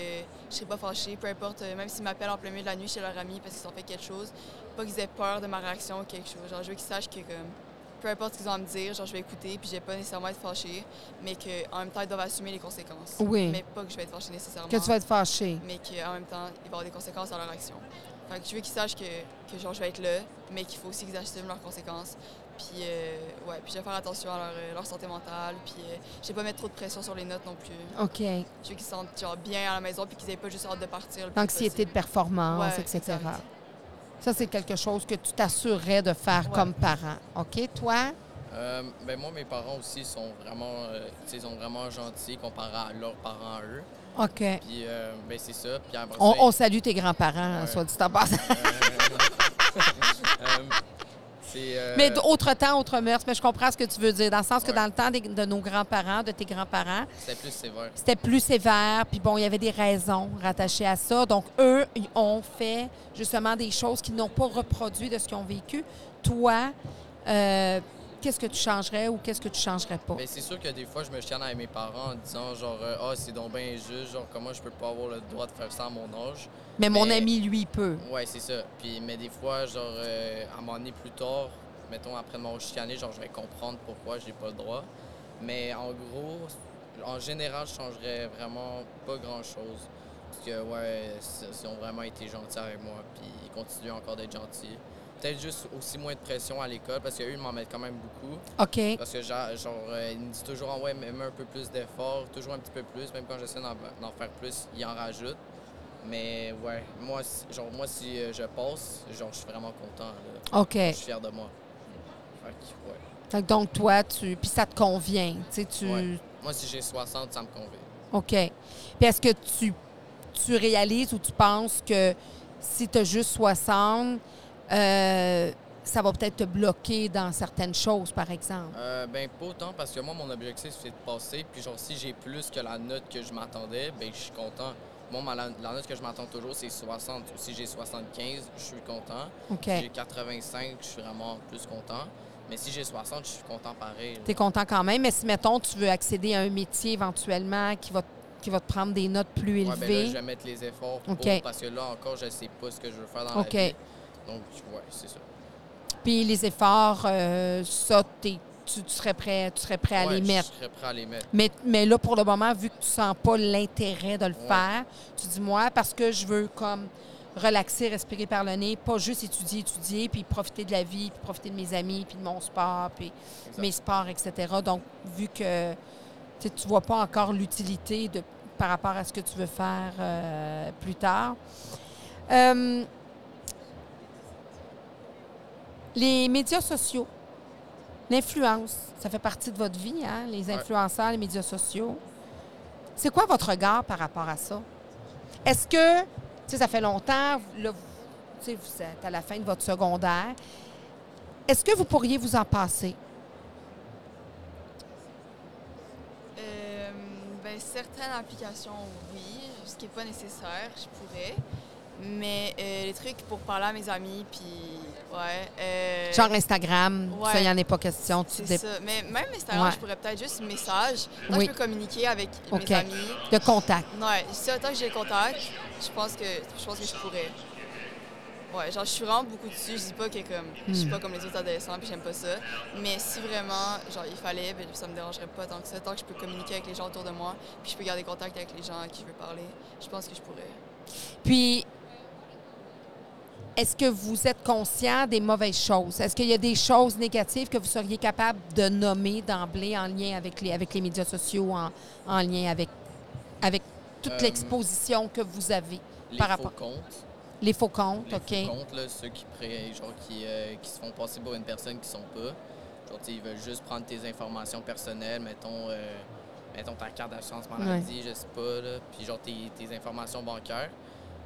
S12: je serais pas fâchée, peu importe, euh, même s'ils m'appellent en plein milieu de la nuit chez leur ami parce qu'ils ont fait quelque chose, pas qu'ils aient peur de ma réaction ou quelque chose. Genre, je veux qu'ils sachent que, comme, peu importe ce qu'ils ont à me dire, genre je vais écouter, puis je vais pas nécessairement être fâchée, mais qu'en même temps, ils doivent assumer les conséquences.
S1: Oui.
S12: Mais pas que je vais être fâchée nécessairement.
S1: Que tu vas être fâchée.
S12: Mais qu'en même temps, il va y avoir des conséquences à leur action. Fait que je veux qu'ils sachent que, que genre je vais être là, mais qu'il faut aussi qu'ils assument leurs conséquences. Puis, euh, ouais, puis je vais faire attention à leur, euh, leur santé mentale, puis euh, je vais pas mettre trop de pression sur les notes non plus.
S1: OK.
S12: Je veux qu'ils se sentent genre bien à la maison, puis qu'ils aient pas juste hâte de partir. le plus
S1: L'anxiété de
S12: possible.
S1: performance,
S12: Ouais,
S1: etc. Ça, c'est quelque chose que tu t'assurerais de faire comme parent. OK, toi?
S13: Euh, ben moi, mes parents aussi sont vraiment, euh, tu sais, sont vraiment gentils comparé à leurs parents à eux.
S1: OK.
S13: Puis, euh, ben c'est ça. Puis après
S1: On,
S13: ça,
S1: on
S13: ils-
S1: salue tes grands-parents,
S13: Ouais.
S1: soit dit en passant.
S13: Euh, <laughs> c'est, euh,
S1: Mais autre temps, autre mœurs. Mais je comprends ce que tu veux dire, dans le sens que dans le temps des- de nos grands-parents, de tes grands-parents,
S13: C'était plus sévère.
S1: c'était plus sévère. Puis bon, il y avait des raisons rattachées à ça. Donc, eux, ils ont fait justement des choses qu'ils n'ont pas reproduit de ce qu'ils ont vécu. Toi, euh, qu'est-ce que tu changerais ou qu'est-ce que tu changerais pas?
S13: Ben, c'est sûr que des fois, je me chienne avec mes parents en disant, genre, euh, ah, c'est donc bien injuste, genre, comment je peux pas avoir le droit de faire ça à mon âge.
S1: Mais mon ami, lui, il peut.
S13: Ouais, c'est ça. Puis, mais des fois, genre, euh, à un moment donné plus tard, mettons, après m'avoir chicané, genre, je vais comprendre pourquoi j'ai pas le droit. Mais en gros, en général, je changerais vraiment pas grand-chose. Parce que, ouais, c- ils ont vraiment été gentils avec moi, puis ils continuent encore d'être gentils. Peut-être juste aussi moins de pression à l'école, parce qu'eux, ils m'en mettent quand même beaucoup.
S1: OK.
S13: Parce que, genre, genre, euh, ils me disent toujours, Ah ouais, mais mets un peu plus d'efforts, toujours un petit peu plus. Même quand j'essaie d'en d'en faire plus, ils en rajoutent. Mais, ouais, moi, si- genre, moi si euh, je passe, genre, je suis vraiment content. là.
S1: OK.
S13: Je suis fier de moi. Fait que, ouais.
S1: Fait que donc, toi, tu. Puis ça te convient. Tu sais, tu.
S13: Ouais. Moi, si j'ai 60, ça me convient.
S1: OK. Puis est-ce que tu, tu réalises ou tu penses que si tu as juste 60, euh, ça va peut-être te bloquer dans certaines choses, par exemple?
S13: Euh, ben, pas autant, parce que moi, mon objectif, c'est de passer. Puis, genre, si j'ai plus que la note que je m'attendais, ben, je suis content. Moi, ma- la, la note que je m'attends toujours, c'est 60. Si j'ai 75, je suis content.
S1: OK.
S13: Si j'ai 85, je suis vraiment plus content. Mais si j'ai 60, je suis content pareil.
S1: Tu es content quand même, mais si, mettons, tu veux accéder à un métier éventuellement qui va, qui va te prendre des notes plus
S13: Ouais, ben là,
S1: élevées.
S13: je vais mettre les efforts pour,
S1: OK.
S13: parce que là encore, je sais pas ce que je veux faire dans
S1: OK.
S13: la vie. Donc, ouais, c'est ça.
S1: Puis les efforts, euh, ça, t'es- tu, tu serais prêt, tu serais prêt à
S13: Ouais,
S1: les
S13: je
S1: mettre.
S13: serais prêt à les mettre.
S1: Mais, mais là, pour le moment, vu que tu sens pas l'intérêt de le
S13: Ouais.
S1: faire, tu dis moi parce que je veux comme relaxer, respirer par le nez, pas juste étudier, étudier, puis profiter de la vie, puis profiter de mes amis, puis de mon sport, puis
S13: Exact.
S1: mes sports, etc. Donc, vu que tu sais, tu vois pas encore l'utilité de par rapport à ce que tu veux faire euh, plus tard. Euh, les médias sociaux, l'influence, ça fait partie de votre vie, hein, les
S13: Ouais.
S1: influenceurs, les médias sociaux. C'est quoi votre regard par rapport à ça? Est-ce que, tu sais, ça fait longtemps, là, vous, tu sais, vous êtes à la fin de votre secondaire. Est-ce que vous pourriez vous en passer?
S12: Euh, ben, certaines applications, oui, ce qui n'est pas nécessaire, je pourrais. Mais euh, les trucs pour parler à mes amis, puis ouais. euh,
S1: Genre Instagram, ça,
S12: ouais,
S1: il n'y en est pas question. Tu
S12: C'est
S1: dé-
S12: ça. Mais même Instagram,
S1: Ouais.
S12: je pourrais peut-être juste message. Tant
S1: Oui.
S12: que je peux communiquer avec
S1: OK.
S12: mes amis.
S1: De contact.
S12: Ouais, ça, tant que j'ai le contact, je pense que je pense que je pourrais. Ouais, genre je suis vraiment beaucoup dessus, je dis pas que comme je suis
S1: Hmm.
S12: pas comme les autres adolescents puis j'aime pas ça, mais si vraiment genre il fallait, ben, ça me dérangerait pas tant que ça, tant que je peux communiquer avec les gens autour de moi, puis je peux garder contact avec les gens à qui je veux parler, je pense que je pourrais.
S1: Puis, est-ce que vous êtes conscient des mauvaises choses? Est-ce qu'il y a des choses négatives que vous seriez capable de nommer d'emblée en lien avec les, avec les médias sociaux, en, en lien avec, avec toute
S13: Euh,
S1: l'exposition que vous avez
S13: les
S1: par
S13: faux
S1: rapport...
S13: comptes.
S1: Les faux comptes,
S13: Les
S1: OK.
S13: faux comptes, là, ceux qui, pré- genre, qui, euh, qui se font passer pour une personne qui sont pas. Genre, tu sais, ils veulent juste prendre tes informations personnelles, mettons, euh, mettons ta carte d'assurance maladie, je sais pas, là, puis genre tes, tes informations bancaires.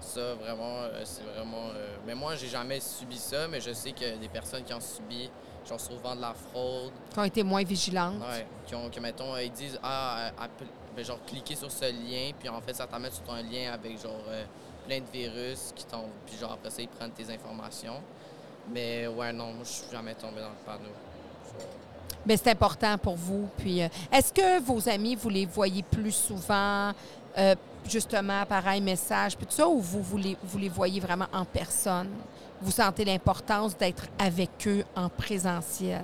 S13: Ça, vraiment, euh, c'est vraiment. euh, Mais moi, j'ai jamais subi ça, mais je sais que des personnes qui ont subi, genre, souvent de la fraude,
S1: Qui ont été moins vigilantes.
S13: Ouais, qui ont, que mettons, euh, ils disent, ah, euh, appel- ben, genre, cliquez sur ce lien, puis en fait, ça t'amène sur un lien avec, genre, euh, plein de virus qui tombent, puis genre, après ça, ils prennent tes informations. Mais ouais, non, moi, je suis jamais tombé dans le panneau.
S1: Mais Ben, c'est important pour vous. Puis, euh, est-ce que vos amis, vous les voyez plus souvent, euh, justement, pareil, message, puis tout ça, ou vous, vous, les, vous les voyez vraiment en personne? Vous sentez l'importance d'être avec eux en présentiel?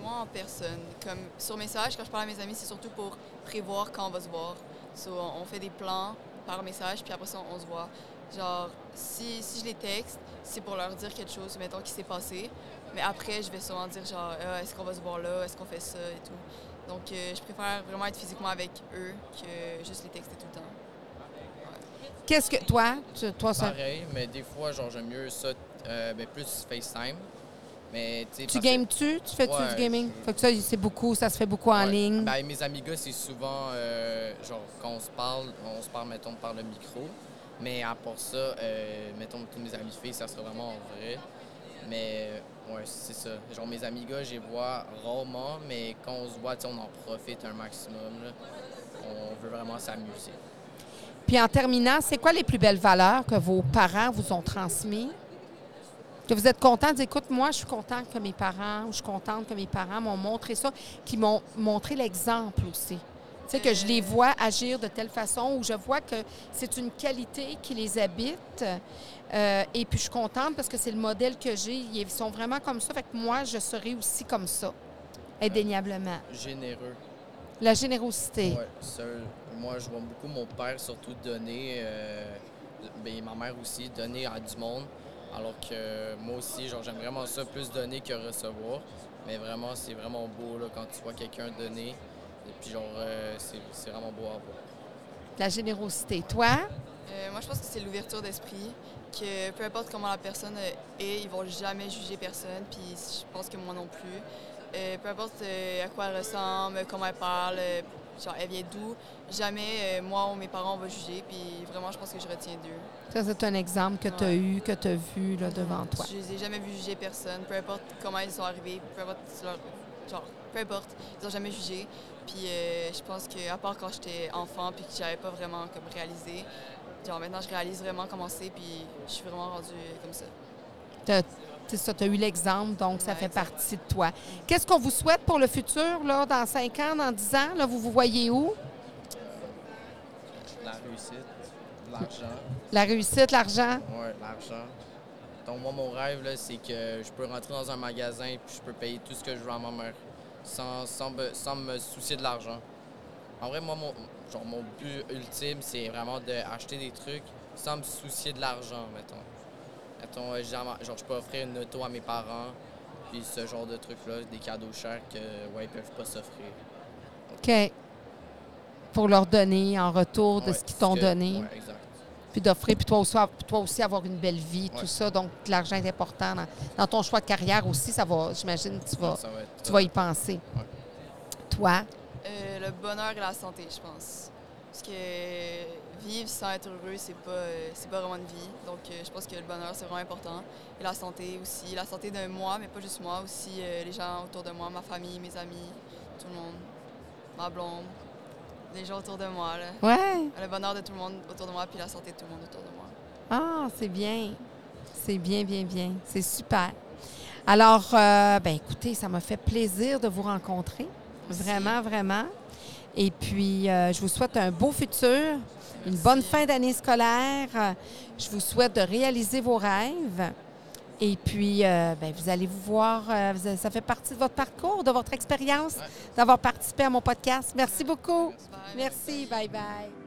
S12: Moi en personne, comme sur message, quand je parle à mes amis, c'est surtout pour prévoir quand on va se voir. So, on fait des plans par message, puis après ça, on se voit. Genre, si, si je les texte, c'est pour leur dire quelque chose, mettons, qui s'est passé. Mais après, je vais souvent dire, genre, Ah, est-ce qu'on va se voir là, est-ce qu'on fait ça et tout. Donc, euh, je préfère vraiment être physiquement avec eux que juste les texter tout le temps.
S1: Qu'est-ce que. Toi, tu-
S13: Ben,
S1: toi, Ah, ça.
S13: Pareil, mais des fois, genre, j'aime mieux ça, euh, ben, plus FaceTime. Mais, tu sais,
S1: Tu
S13: parce que-
S1: games-tu? Tu fais-tu
S13: Ouais,
S1: du gaming?
S13: je-
S1: Fait que ça, c'est beaucoup, ça se fait beaucoup en
S13: Ouais.
S1: ligne.
S13: Ben, mes amis gars, c'est souvent, euh, genre, quand on se parle, on se parle, mettons, par le micro. Mais à part ça, euh, mettons, tous mes amis filles, ça sera vraiment en vrai. Mais, euh, ouais, c'est ça. Genre, mes amis gars, je les vois rarement, mais quand on se voit, tu sais, on en profite un maximum. là. On veut vraiment s'amuser.
S1: Puis en terminant, c'est quoi les plus belles valeurs que vos parents vous ont transmises? Que vous êtes content de dire, écoute, moi, je suis contente que mes parents, ou je suis contente que mes parents m'ont montré ça, qui m'ont montré l'exemple aussi. Tu sais, que je les vois agir de telle façon, ou je vois que c'est une qualité qui les habite. Euh, et puis, je suis contente parce que c'est le modèle que j'ai. Ils sont vraiment comme ça. Fait que moi, je serai aussi comme ça, indéniablement.
S13: Généreux.
S1: La générosité.
S13: Ouais, ça, moi, je vois beaucoup mon père surtout donner, euh, ben, ma mère aussi, donner à du monde. Alors que euh, moi aussi, genre, j'aime vraiment ça, plus donner que recevoir. Mais vraiment, c'est vraiment beau là, quand tu vois quelqu'un donner. Et puis, genre, euh, c'est c'est vraiment beau à voir.
S1: La générosité. Toi?
S12: Euh, moi, je pense que c'est l'ouverture d'esprit, que peu importe comment la personne euh, est, ils vont jamais juger personne, puis je pense que moi non plus. Euh, peu importe euh, à quoi elle ressemble, comment elle parle, euh, genre elle vient d'où, jamais euh, moi ou mes parents on va juger, puis vraiment, je pense que je retiens d'eux.
S1: Ça, c'est un exemple que tu as
S12: Ouais.
S1: eu, que tu as vu là, devant toi.
S12: Je les ai jamais vus juger personne, peu importe comment ils sont arrivés, peu importe leur- genre, peu importe, ils ont jamais jugé. Puis euh, je pense que à part quand j'étais enfant puis que j'avais pas vraiment comme réalisé, genre maintenant je réalise vraiment comment c'est puis je suis vraiment rendue comme ça.
S1: T'as- C'est ça, tu as eu l'exemple, donc ça fait partie de toi. Qu'est-ce qu'on vous souhaite pour le futur, là, dans 5 ans, dans 10 ans? Là, vous vous voyez où?
S13: La réussite, l'argent.
S1: La réussite, l'argent?
S13: Ouais, l'argent. Donc, moi, mon rêve, là, c'est que je peux rentrer dans un magasin et je peux payer tout ce que je veux à ma mère sans, sans, me- sans me soucier de l'argent. En vrai, moi, mon, genre, mon but ultime, c'est vraiment d'acheter des trucs sans me soucier de l'argent, mettons. Mettons, euh, genre, genre, je peux offrir une auto à mes parents, puis ce genre de trucs-là, des cadeaux chers que, ouais, ils peuvent pas s'offrir.
S1: OK. Pour leur donner en retour de
S13: Ouais,
S1: ce qu'ils
S13: ce
S1: t'ont
S13: que-
S1: donné.
S13: ouais, exact.
S1: Puis d'offrir, puis toi aussi, puis toi aussi avoir une belle vie, tout
S13: Ouais.
S1: ça. Donc, l'argent est important dans, dans ton choix de carrière aussi. Ça va, j'imagine, tu vas,
S13: Ouais, ça va être euh,
S1: tu
S13: top.
S1: vas y penser. Toi,
S12: Euh, le bonheur et la santé, je pense. Parce que vivre sans être heureux, c'est pas, euh, c'est pas vraiment une vie. Donc, euh, je pense que le bonheur, c'est vraiment important. Et la santé aussi. La santé de moi, mais pas juste moi, aussi euh, les gens autour de moi, ma famille, mes amis, tout le monde. Ma blonde, les gens autour de moi. là.
S1: Ouais.
S12: Le bonheur de tout le monde autour de moi, puis la santé de tout le monde autour de moi.
S1: Ah, c'est bien. C'est bien, bien, bien. C'est super. Alors, euh, ben écoutez, ça m'a fait plaisir de vous rencontrer. Vraiment, vraiment. Et puis, euh, je vous souhaite un beau futur, une bonne fin d'année scolaire. Je vous souhaite de réaliser vos rêves. Et puis, euh, ben, vous allez vous voir, euh, vous allez- ça fait partie de votre parcours, de votre expérience, d'avoir participé à mon podcast. Merci beaucoup. Merci. Bye-bye.